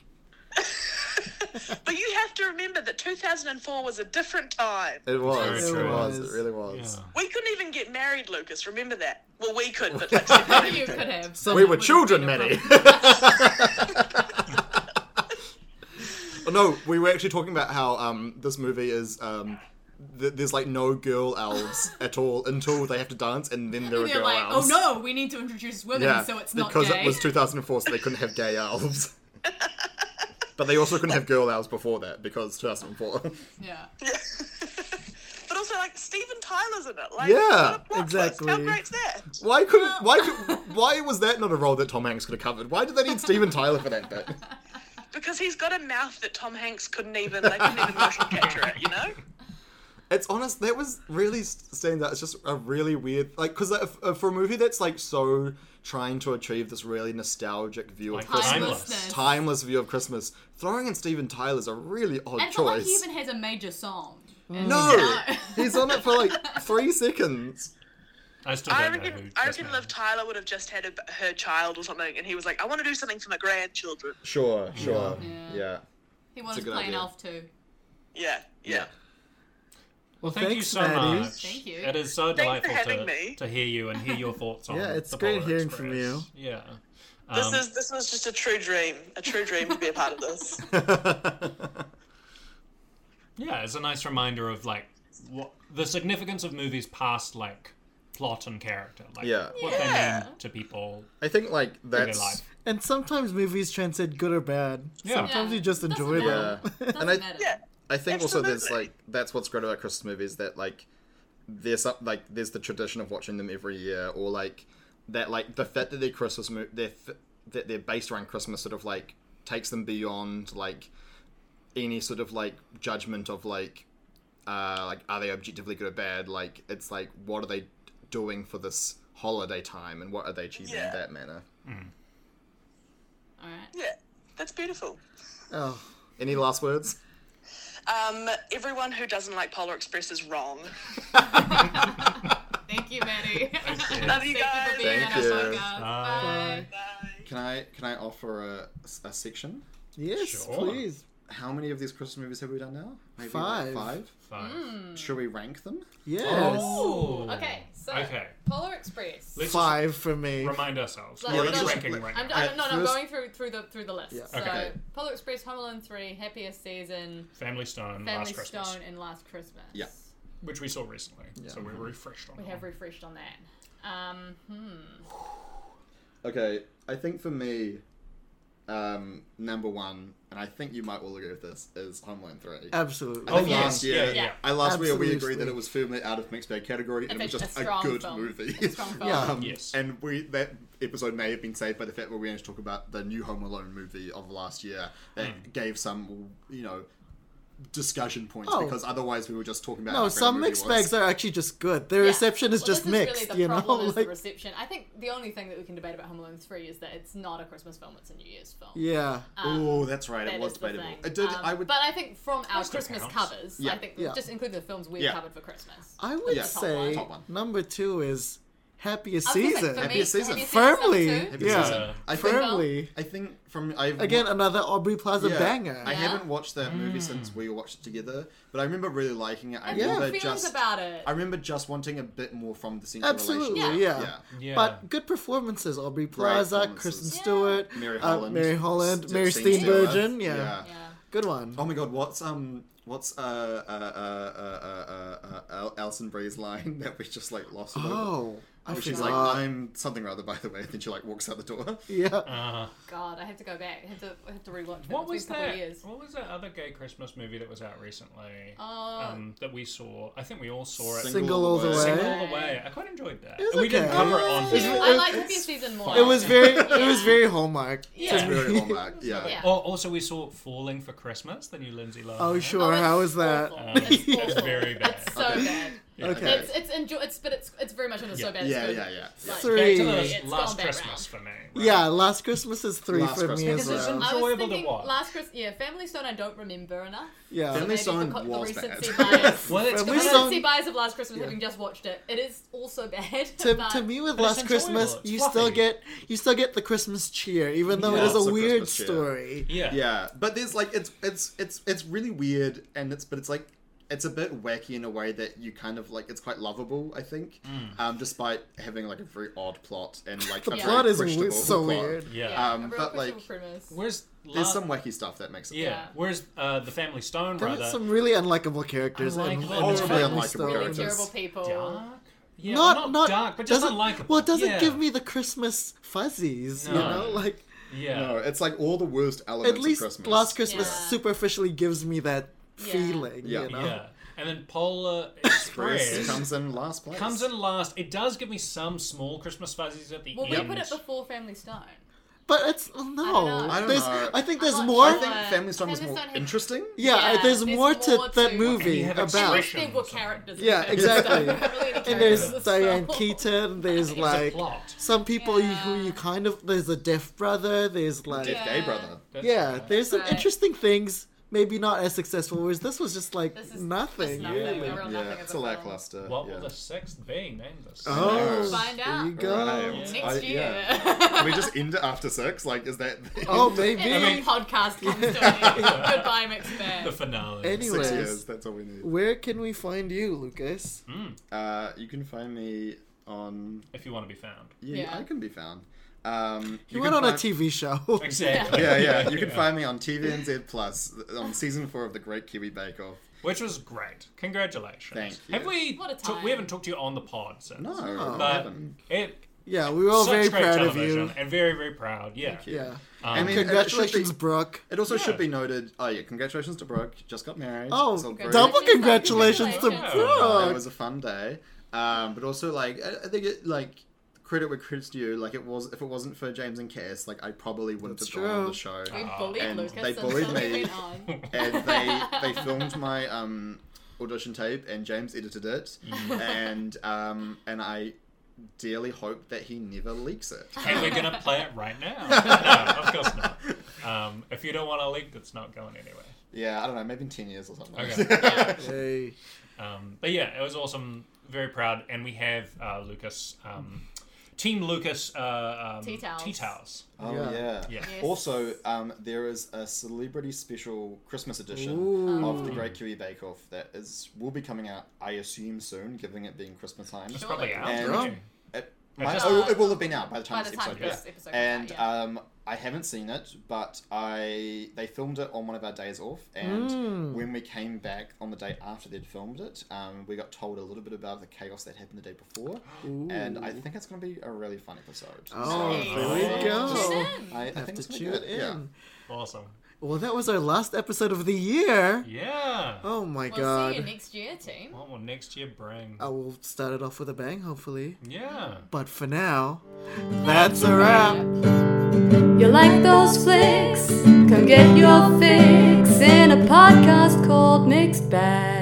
Speaker 8: But you have to remember that 2004 was a different time.
Speaker 5: It was.
Speaker 3: Very
Speaker 5: It
Speaker 3: true.
Speaker 5: was. It
Speaker 2: was.
Speaker 5: really was.
Speaker 3: Yeah.
Speaker 8: We couldn't even get married, Lucas. Remember that? Well, we could, but like, some people
Speaker 4: you
Speaker 8: didn't.
Speaker 4: could have.
Speaker 5: We were
Speaker 4: Would've
Speaker 5: children,
Speaker 4: been a
Speaker 5: Manny.
Speaker 4: problem.
Speaker 5: Oh, no, we were actually talking about how um, this movie is. Um, th- there's like no girl elves at all until they have to dance, and then there are
Speaker 4: They're
Speaker 5: girl
Speaker 4: like, oh
Speaker 5: elves.
Speaker 4: no, we need to introduce women,
Speaker 5: Yeah,
Speaker 4: so it's not
Speaker 5: because
Speaker 4: gay.
Speaker 5: it was 2004, so they couldn't have gay elves. but they also couldn't have girl elves before that because 2004.
Speaker 4: yeah.
Speaker 8: But also, like Steven Tyler's in it. Like,
Speaker 5: Yeah,
Speaker 8: what a plot twist.
Speaker 2: exactly.
Speaker 8: How great's that?
Speaker 5: Why couldn't? Why? Could, why was that not a role that Tom Hanks could have covered? Why did they need Steven Tyler for that bit?
Speaker 8: Because he's got a mouth that Tom Hanks couldn't even. They couldn't even motion capture it. You know.
Speaker 5: It's honest. That was really saying that. It's just a really weird, like, because for a movie that's like so trying to achieve this really nostalgic view
Speaker 3: Like
Speaker 5: of Christmas,
Speaker 4: timelessness.
Speaker 5: timeless view of Christmas, throwing in Steven Tyler's a really odd
Speaker 4: And it's not like he
Speaker 5: choice.
Speaker 4: even has a major song.
Speaker 5: no, he's on it for like three seconds.
Speaker 3: I still don't
Speaker 8: I
Speaker 3: know
Speaker 8: reckon.
Speaker 3: who
Speaker 8: I
Speaker 3: this
Speaker 8: reckon
Speaker 3: man
Speaker 8: Liv
Speaker 3: is.
Speaker 8: Tyler would have just had a, her child or something, and he was like, "I want to do something for my grandchildren."
Speaker 5: Sure, sure, yeah.
Speaker 4: He
Speaker 5: It's a
Speaker 4: wanted to
Speaker 5: good
Speaker 4: play an
Speaker 5: idea.
Speaker 4: elf too.
Speaker 8: Yeah, yeah.
Speaker 2: Well,
Speaker 3: Thank
Speaker 2: thanks,
Speaker 3: you so
Speaker 2: Maddie.
Speaker 3: much.
Speaker 4: Thank you.
Speaker 3: It is so
Speaker 8: Thanks for
Speaker 3: delightful
Speaker 8: having
Speaker 3: to,
Speaker 8: me.
Speaker 3: to hear you and hear your thoughts on.
Speaker 2: Yeah, it's
Speaker 3: the
Speaker 2: great
Speaker 3: Polar
Speaker 2: hearing from
Speaker 3: Express. Yeah.
Speaker 8: This
Speaker 3: Um,
Speaker 8: is this was just a true dream. A true dream to be a part of this.
Speaker 3: yeah, it's a nice reminder of like what the significance of movies past like plot and character, like
Speaker 5: Yeah.
Speaker 3: what they mean to people
Speaker 5: I think like
Speaker 3: in their
Speaker 5: that's
Speaker 3: life.
Speaker 2: And sometimes movies transcend good or bad.
Speaker 3: Yeah.
Speaker 2: Sometimes you just
Speaker 4: Doesn't
Speaker 2: enjoy
Speaker 4: matter.
Speaker 2: them.
Speaker 5: yeah.
Speaker 4: Doesn't
Speaker 5: And I-
Speaker 4: matter.
Speaker 8: Yeah.
Speaker 5: I think also there's
Speaker 8: Absolutely.
Speaker 5: like that's what's great about Christmas movies that like there's some, like there's the tradition of watching them every year or like that like the fact that they're Christmas mo- they're f- that they're based around Christmas sort of like takes them beyond like any sort of like judgment of like uh like are they objectively good or bad like it's like what are they doing for this holiday time and what are they achieving
Speaker 8: Yeah.
Speaker 5: in that manner
Speaker 4: All right.
Speaker 8: Yeah, that's beautiful.
Speaker 2: Oh,
Speaker 5: any last words
Speaker 8: Um, everyone who doesn't like Polar Express is wrong.
Speaker 4: Thank you, Maddie.
Speaker 8: Love you
Speaker 4: Thank you
Speaker 8: guys.
Speaker 4: for being
Speaker 5: Thank
Speaker 4: on
Speaker 5: you.
Speaker 4: our
Speaker 3: Uh,
Speaker 4: podcast. Bye.
Speaker 8: Bye.
Speaker 5: can I can I offer a, a section
Speaker 2: yes,
Speaker 3: Sure.
Speaker 2: please.
Speaker 4: Oh.
Speaker 5: how many of these Christmas movies have we done now? Maybe
Speaker 2: Five.
Speaker 5: like five.
Speaker 3: Five.
Speaker 4: Hmm.
Speaker 5: Should we rank them?
Speaker 2: Yes.
Speaker 3: Oh.
Speaker 4: Okay, so
Speaker 3: Okay.
Speaker 4: Polar Express.
Speaker 3: Let's
Speaker 2: Five for me.
Speaker 3: just remind ourselves.
Speaker 4: Like,
Speaker 3: We're
Speaker 4: let's-
Speaker 3: ranking right
Speaker 4: I'm,
Speaker 3: now.
Speaker 4: I'm, no, no, I'm
Speaker 2: first-
Speaker 4: going through through the through the list. So
Speaker 3: Okay.
Speaker 4: Polar Express, Home Alone three, Happiest Season,
Speaker 3: Family Stone,
Speaker 4: Family
Speaker 3: Last Christmas,
Speaker 4: Stone, and Last Christmas.
Speaker 5: Yeah.
Speaker 3: which we saw recently, so we're refreshed on.
Speaker 4: we
Speaker 3: that
Speaker 4: have
Speaker 3: one.
Speaker 4: refreshed on that. Um, hmm.
Speaker 5: Okay, I think for me, um, number one, and I think you might all agree with this, is Homeland 3.
Speaker 2: Absolutely.
Speaker 5: I think
Speaker 4: yeah.
Speaker 5: last year,
Speaker 3: Yeah, yeah.
Speaker 5: I last year
Speaker 2: Uh,
Speaker 5: we agreed
Speaker 2: oh, Absolutely.
Speaker 5: that it was firmly out of mixed bag category, and it
Speaker 4: It's
Speaker 5: was
Speaker 4: a-
Speaker 5: just
Speaker 4: a
Speaker 5: a,
Speaker 4: strong
Speaker 5: good
Speaker 4: film.
Speaker 5: movie. Um,
Speaker 4: It's a strong film.
Speaker 2: Yeah.
Speaker 3: Yes.
Speaker 5: And we that episode may have been saved by the fact that we managed to talk about the new Home Alone movie of last year that gave some, you know, discussion points
Speaker 2: Oh.
Speaker 5: because otherwise we were just talking about how
Speaker 2: No,
Speaker 5: great the
Speaker 2: some
Speaker 5: movie
Speaker 2: mixed
Speaker 5: was.
Speaker 2: bags are actually just good. Their
Speaker 4: Yeah.
Speaker 2: reception is
Speaker 4: Well,
Speaker 2: just
Speaker 4: this
Speaker 2: mixed,
Speaker 4: Is really the
Speaker 2: you know?
Speaker 4: problem is
Speaker 2: Like,
Speaker 4: the reception. I think the only thing that we can debate about Home Alone three is that it's not a Christmas film; it's a New Year's film.
Speaker 2: yeah.
Speaker 4: Um,
Speaker 5: Oh, that's right.
Speaker 4: That
Speaker 5: It was
Speaker 4: is the
Speaker 5: debatable.
Speaker 4: thing.
Speaker 5: It did.
Speaker 4: Um,
Speaker 5: I would.
Speaker 4: but I think from our
Speaker 3: still
Speaker 4: Christmas
Speaker 3: counts.
Speaker 4: covers, I
Speaker 5: Yeah.
Speaker 4: think
Speaker 2: Yeah.
Speaker 4: just including the films we've
Speaker 5: Yeah.
Speaker 4: covered for Christmas.
Speaker 2: I would
Speaker 5: Yeah. Top
Speaker 2: say
Speaker 5: one. Top one.
Speaker 2: number two is happiest
Speaker 4: I was gonna say,
Speaker 2: season.
Speaker 4: for me,
Speaker 5: Happiest
Speaker 4: have
Speaker 5: season.
Speaker 4: you seen
Speaker 2: Firmly.
Speaker 4: Summer Two?
Speaker 5: Happy
Speaker 2: Yeah.
Speaker 5: season. I think
Speaker 2: Firmly.
Speaker 5: I think from I've
Speaker 2: Again, another Aubrey Plaza banger.
Speaker 5: I
Speaker 4: Yeah. Mm.
Speaker 5: haven't watched that movie since we watched it together, but I remember really liking it. I
Speaker 4: Yeah.
Speaker 5: remember
Speaker 4: Feelings
Speaker 5: just
Speaker 4: about it.
Speaker 5: I remember just wanting a bit more from the central
Speaker 2: Absolutely,
Speaker 5: relationship.
Speaker 2: yeah.
Speaker 5: yeah.
Speaker 3: Yeah.
Speaker 2: But good performances: Aubrey Plaza,
Speaker 5: performances.
Speaker 2: Kristen
Speaker 5: Yeah.
Speaker 2: Stewart,
Speaker 5: Mary
Speaker 2: uh,
Speaker 5: Holland,
Speaker 2: Mary Holland,
Speaker 5: St-
Speaker 2: Mary
Speaker 5: Steve Stewart.
Speaker 2: Steenburgen. Yeah.
Speaker 4: Yeah.
Speaker 2: good one.
Speaker 5: Oh my god, what's um what's uh uh uh uh uh, uh, uh Al- Alison Bree's line that we just like lost? about?
Speaker 2: Oh, I
Speaker 5: Where
Speaker 2: forgot.
Speaker 5: she's like I'm something or other by the way. Then she like walks out the door.
Speaker 2: yeah.
Speaker 3: Uh,
Speaker 4: God, I have to go back. I have to, I have to rewatch. that.
Speaker 3: what
Speaker 4: It's
Speaker 3: was
Speaker 4: been a couple
Speaker 3: that?
Speaker 4: of years.
Speaker 3: What was that other gay Christmas movie that was out recently?
Speaker 4: Uh,
Speaker 3: um, that we saw. I think we all saw it.
Speaker 5: Single
Speaker 2: Single all the
Speaker 5: All
Speaker 2: way.
Speaker 5: the Way.
Speaker 3: Single all the way. I quite enjoyed that.
Speaker 2: was
Speaker 3: And we didn't
Speaker 2: okay.
Speaker 3: cover it on
Speaker 2: It was-
Speaker 3: here.
Speaker 4: I
Speaker 2: it-
Speaker 4: like
Speaker 2: it's
Speaker 4: happiest season more.
Speaker 2: It was very, it was very hallmark.
Speaker 5: It's
Speaker 4: Yeah.
Speaker 5: very hallmark. Yeah.
Speaker 4: Yeah.
Speaker 3: Or also, we saw Falling for Christmas, the new Lindsay Lohan.
Speaker 2: Oh
Speaker 3: movie.
Speaker 2: sure,
Speaker 4: it's
Speaker 2: how is that?
Speaker 4: awful.
Speaker 3: Um,
Speaker 4: It's
Speaker 3: it's
Speaker 4: awful.
Speaker 3: very bad.
Speaker 4: It's so bad.
Speaker 5: Okay.
Speaker 4: It's it's enjoy. It's but it's it's very much on the so bad. it's
Speaker 5: Yeah,
Speaker 4: good.
Speaker 5: yeah, yeah. yeah.
Speaker 4: Like,
Speaker 2: Three.
Speaker 3: Back to
Speaker 2: It's
Speaker 3: the
Speaker 4: gone
Speaker 3: last
Speaker 4: back
Speaker 3: Christmas for me. right?
Speaker 2: Yeah, Last Christmas is three
Speaker 5: Last
Speaker 2: for me
Speaker 5: Christmas
Speaker 2: as
Speaker 5: is
Speaker 2: well.
Speaker 5: a-
Speaker 4: Um, I was
Speaker 3: Enjoyable to
Speaker 4: thinking
Speaker 3: watch.
Speaker 4: last Christmas. Yeah, Family Stone. I don't remember enough.
Speaker 2: Yeah,
Speaker 5: Family
Speaker 4: Maybe
Speaker 5: Stone
Speaker 4: because
Speaker 5: was
Speaker 4: the recency
Speaker 5: bad.
Speaker 4: bias.
Speaker 3: Well,
Speaker 2: Family We
Speaker 3: it's
Speaker 4: The
Speaker 3: kind of-
Speaker 2: Stone-
Speaker 4: recency bias of Last Christmas,
Speaker 2: Yeah.
Speaker 4: having just watched it, it is also bad.
Speaker 2: to,
Speaker 4: but
Speaker 2: to me with
Speaker 3: But it's
Speaker 2: Last Christmas,
Speaker 3: enjoyable, it's
Speaker 2: you
Speaker 3: fluffy.
Speaker 2: still get you still get the Christmas cheer, even though it
Speaker 5: Yeah.
Speaker 2: is
Speaker 5: Lots
Speaker 2: a
Speaker 5: of
Speaker 2: weird
Speaker 5: Christmas cheer.
Speaker 2: story.
Speaker 3: yeah.
Speaker 5: yeah but there's like it's it's it's it's really weird and it's but it's like it's a bit wacky in a way that you kind of like it's quite lovable i think
Speaker 3: Mm.
Speaker 5: um despite having like a very odd plot and like a
Speaker 4: Yeah.
Speaker 2: Plot
Speaker 5: very
Speaker 2: is we-
Speaker 5: questionable
Speaker 2: so
Speaker 5: plot.
Speaker 2: weird.
Speaker 3: Yeah.
Speaker 4: yeah,
Speaker 5: um,
Speaker 4: a real
Speaker 5: but,
Speaker 4: questionable
Speaker 5: like,
Speaker 4: premise.
Speaker 3: Where's La-
Speaker 5: there's some wacky stuff that makes it
Speaker 3: Yeah.
Speaker 4: Yeah.
Speaker 3: Where's uh, the Family Stone
Speaker 2: There
Speaker 3: rather?
Speaker 2: are some really unlikable characters in, in
Speaker 3: Unlikable.
Speaker 2: this
Speaker 5: Horribly
Speaker 2: family
Speaker 5: unlikable
Speaker 2: story.
Speaker 4: really
Speaker 5: characters.
Speaker 4: terrible people.
Speaker 3: dark. Yeah,
Speaker 2: not,
Speaker 3: well,
Speaker 2: not
Speaker 3: dark, but just
Speaker 2: doesn't-
Speaker 3: unlikable.
Speaker 2: Well, it doesn't
Speaker 3: Yeah.
Speaker 2: give me the Christmas fuzzies, you
Speaker 3: No.
Speaker 2: know? Like,
Speaker 3: Yeah.
Speaker 5: no Oh, it's like all the worst elements
Speaker 2: at least
Speaker 5: of christmas
Speaker 2: Last Christmas
Speaker 4: Yeah.
Speaker 2: superficially gives me that
Speaker 4: Yeah.
Speaker 2: feeling,
Speaker 5: Yeah.
Speaker 2: you know?
Speaker 3: Yeah. And then Polar
Speaker 5: Chris
Speaker 3: Express
Speaker 5: comes in last place
Speaker 3: comes in last. It does give me some small Christmas fuzzies at the
Speaker 4: Well, we
Speaker 3: end.
Speaker 4: put it before Family Stone.
Speaker 2: But it's no.
Speaker 4: know.
Speaker 5: I don't
Speaker 2: there's,
Speaker 5: know.
Speaker 2: I think there's
Speaker 4: I'm not
Speaker 2: more.
Speaker 5: i
Speaker 4: sure.
Speaker 5: think family storm is
Speaker 4: Family
Speaker 5: more
Speaker 4: Stone had-
Speaker 5: interesting
Speaker 2: yeah,
Speaker 4: Yeah,
Speaker 2: there's, more, to that
Speaker 4: to-
Speaker 3: And
Speaker 2: movie
Speaker 3: you have
Speaker 4: At
Speaker 2: about.
Speaker 4: least
Speaker 3: expression.
Speaker 4: there were
Speaker 3: or something.
Speaker 4: characters. in
Speaker 2: Yeah,
Speaker 4: it.
Speaker 2: exactly.
Speaker 4: There were really
Speaker 2: And
Speaker 4: characters
Speaker 2: there's
Speaker 4: in this
Speaker 2: Diane
Speaker 4: film.
Speaker 2: Keaton. There's
Speaker 3: It's a
Speaker 2: like
Speaker 3: plot.
Speaker 2: some people you, who
Speaker 4: Yeah.
Speaker 2: you kind of. There's a deaf brother. There's like
Speaker 5: Deaf
Speaker 2: yeah.
Speaker 4: Yeah.
Speaker 5: gay brother
Speaker 3: That's right.
Speaker 2: there's some
Speaker 4: Right.
Speaker 2: interesting things. Maybe not as successful. Whereas this was just like
Speaker 4: This is
Speaker 2: nothing.
Speaker 4: Just nothing.
Speaker 2: yeah.
Speaker 4: a real nothing
Speaker 5: yeah
Speaker 4: of
Speaker 5: it's
Speaker 4: a
Speaker 5: a
Speaker 4: film.
Speaker 5: lackluster
Speaker 3: What
Speaker 5: yeah.
Speaker 3: will the sixth be named? The sixth?
Speaker 2: Oh,
Speaker 4: Find
Speaker 2: there
Speaker 4: out.
Speaker 2: you go.
Speaker 5: Right.
Speaker 4: Next
Speaker 5: I-
Speaker 4: year.
Speaker 5: yeah. Can we just end it after six? Like, is that
Speaker 2: Oh,
Speaker 4: And
Speaker 2: maybe.
Speaker 4: then the podcast comes to an end. Goodbye, mixed bag.
Speaker 3: The finale.
Speaker 5: six
Speaker 2: Anyways,
Speaker 5: years? That's all we need.
Speaker 2: where can we find you, Lucas?
Speaker 3: Hmm?
Speaker 5: Uh, you can find me on.
Speaker 3: if you want to be found.
Speaker 5: Yeah,
Speaker 4: Yeah.
Speaker 5: I can be found. Um,
Speaker 2: You,
Speaker 5: can
Speaker 2: went on a
Speaker 5: find-
Speaker 2: TV show.
Speaker 3: Exactly.
Speaker 5: Yeah, yeah. You can find me on TVNZ Plus on season four of the Great Kiwi Bake Off.
Speaker 3: Which was great. Congratulations.
Speaker 5: Thank you.
Speaker 3: Have we?
Speaker 4: What a
Speaker 3: ta-
Speaker 4: time.
Speaker 3: we haven't talked to you on the pod since.
Speaker 5: No, I
Speaker 3: But
Speaker 4: um,
Speaker 5: haven't.
Speaker 3: it.
Speaker 2: Yeah, we were all
Speaker 3: such
Speaker 2: very
Speaker 3: great
Speaker 2: proud of
Speaker 3: television
Speaker 2: you.
Speaker 3: and very very proud. Yeah. Uh,
Speaker 2: Yeah.
Speaker 5: I mean, It
Speaker 2: Congratulations,
Speaker 5: should be,
Speaker 2: Brooke.
Speaker 5: it also
Speaker 3: Yeah.
Speaker 5: should be noted. Oh yeah, congratulations to Brooke. Just got married.
Speaker 2: Oh,
Speaker 5: So very-
Speaker 2: double congratulations to
Speaker 4: Congratulations.
Speaker 5: Uh, it
Speaker 2: Brooke.
Speaker 5: was a fun day, um, but also like I, I think it like credit where credit's due. Like it was if it wasn't for James and Cass, like I probably wouldn't
Speaker 2: That's
Speaker 5: have gone on the
Speaker 2: true.
Speaker 5: show.
Speaker 4: We bullied
Speaker 5: and
Speaker 4: Lucas
Speaker 5: they
Speaker 4: until
Speaker 5: bullied
Speaker 4: he
Speaker 5: me.
Speaker 4: went on.
Speaker 5: and they they filmed my um, audition tape, and James edited it, and um, and I dearly hope that he never leaks it.
Speaker 3: And we're gonna play it right now. no, of course not. Um, if you don't want to leak, it's not going anywhere.
Speaker 5: Yeah, I don't know, maybe in ten years or something.
Speaker 3: Okay.
Speaker 2: Hey.
Speaker 3: Um, but yeah, it was awesome. Very proud, and we have uh, Lucas, um, Team Lucas uh, um,
Speaker 4: Tea towels.
Speaker 3: Tea towels.
Speaker 5: Oh
Speaker 2: Yeah.
Speaker 5: yeah.
Speaker 3: Yeah.
Speaker 4: Yes.
Speaker 5: Also, um, there is a celebrity special Christmas edition
Speaker 2: Ooh.
Speaker 5: of the Great Kiwi Bake Off that is will be coming out, I assume, soon, given it being Christmas time.
Speaker 3: It's probably out.
Speaker 5: And-
Speaker 3: already.
Speaker 5: It, might,
Speaker 3: just-
Speaker 5: oh, it will have been out by the time
Speaker 4: By
Speaker 5: this
Speaker 4: the time
Speaker 5: episode
Speaker 4: this
Speaker 5: goes.
Speaker 4: episode comes out,
Speaker 5: and
Speaker 4: yeah.
Speaker 5: um, I haven't seen it, but I they filmed it on one of our days off, and
Speaker 2: Hmm.
Speaker 5: when we came back on the day after they'd filmed it, um, we got told a little bit about the chaos that happened the day before, and I think it's going to be a really fun episode.
Speaker 2: Oh,
Speaker 4: Nice.
Speaker 2: there we go.
Speaker 4: Tune in.
Speaker 5: I, I
Speaker 2: Have
Speaker 5: think
Speaker 2: to
Speaker 5: it's gonna be
Speaker 2: tune
Speaker 5: good,
Speaker 2: in.
Speaker 5: Yeah.
Speaker 3: Awesome.
Speaker 2: Well, that was our last episode of the year.
Speaker 3: Yeah.
Speaker 2: Oh my
Speaker 4: We'll see you
Speaker 2: god.
Speaker 4: next year, team.
Speaker 3: What will next year bring?
Speaker 2: I will start it off with a bang, hopefully.
Speaker 3: Yeah.
Speaker 2: But for now, that's a wrap.
Speaker 1: You like those flicks? Come get your fix in a podcast called Mixed Bag.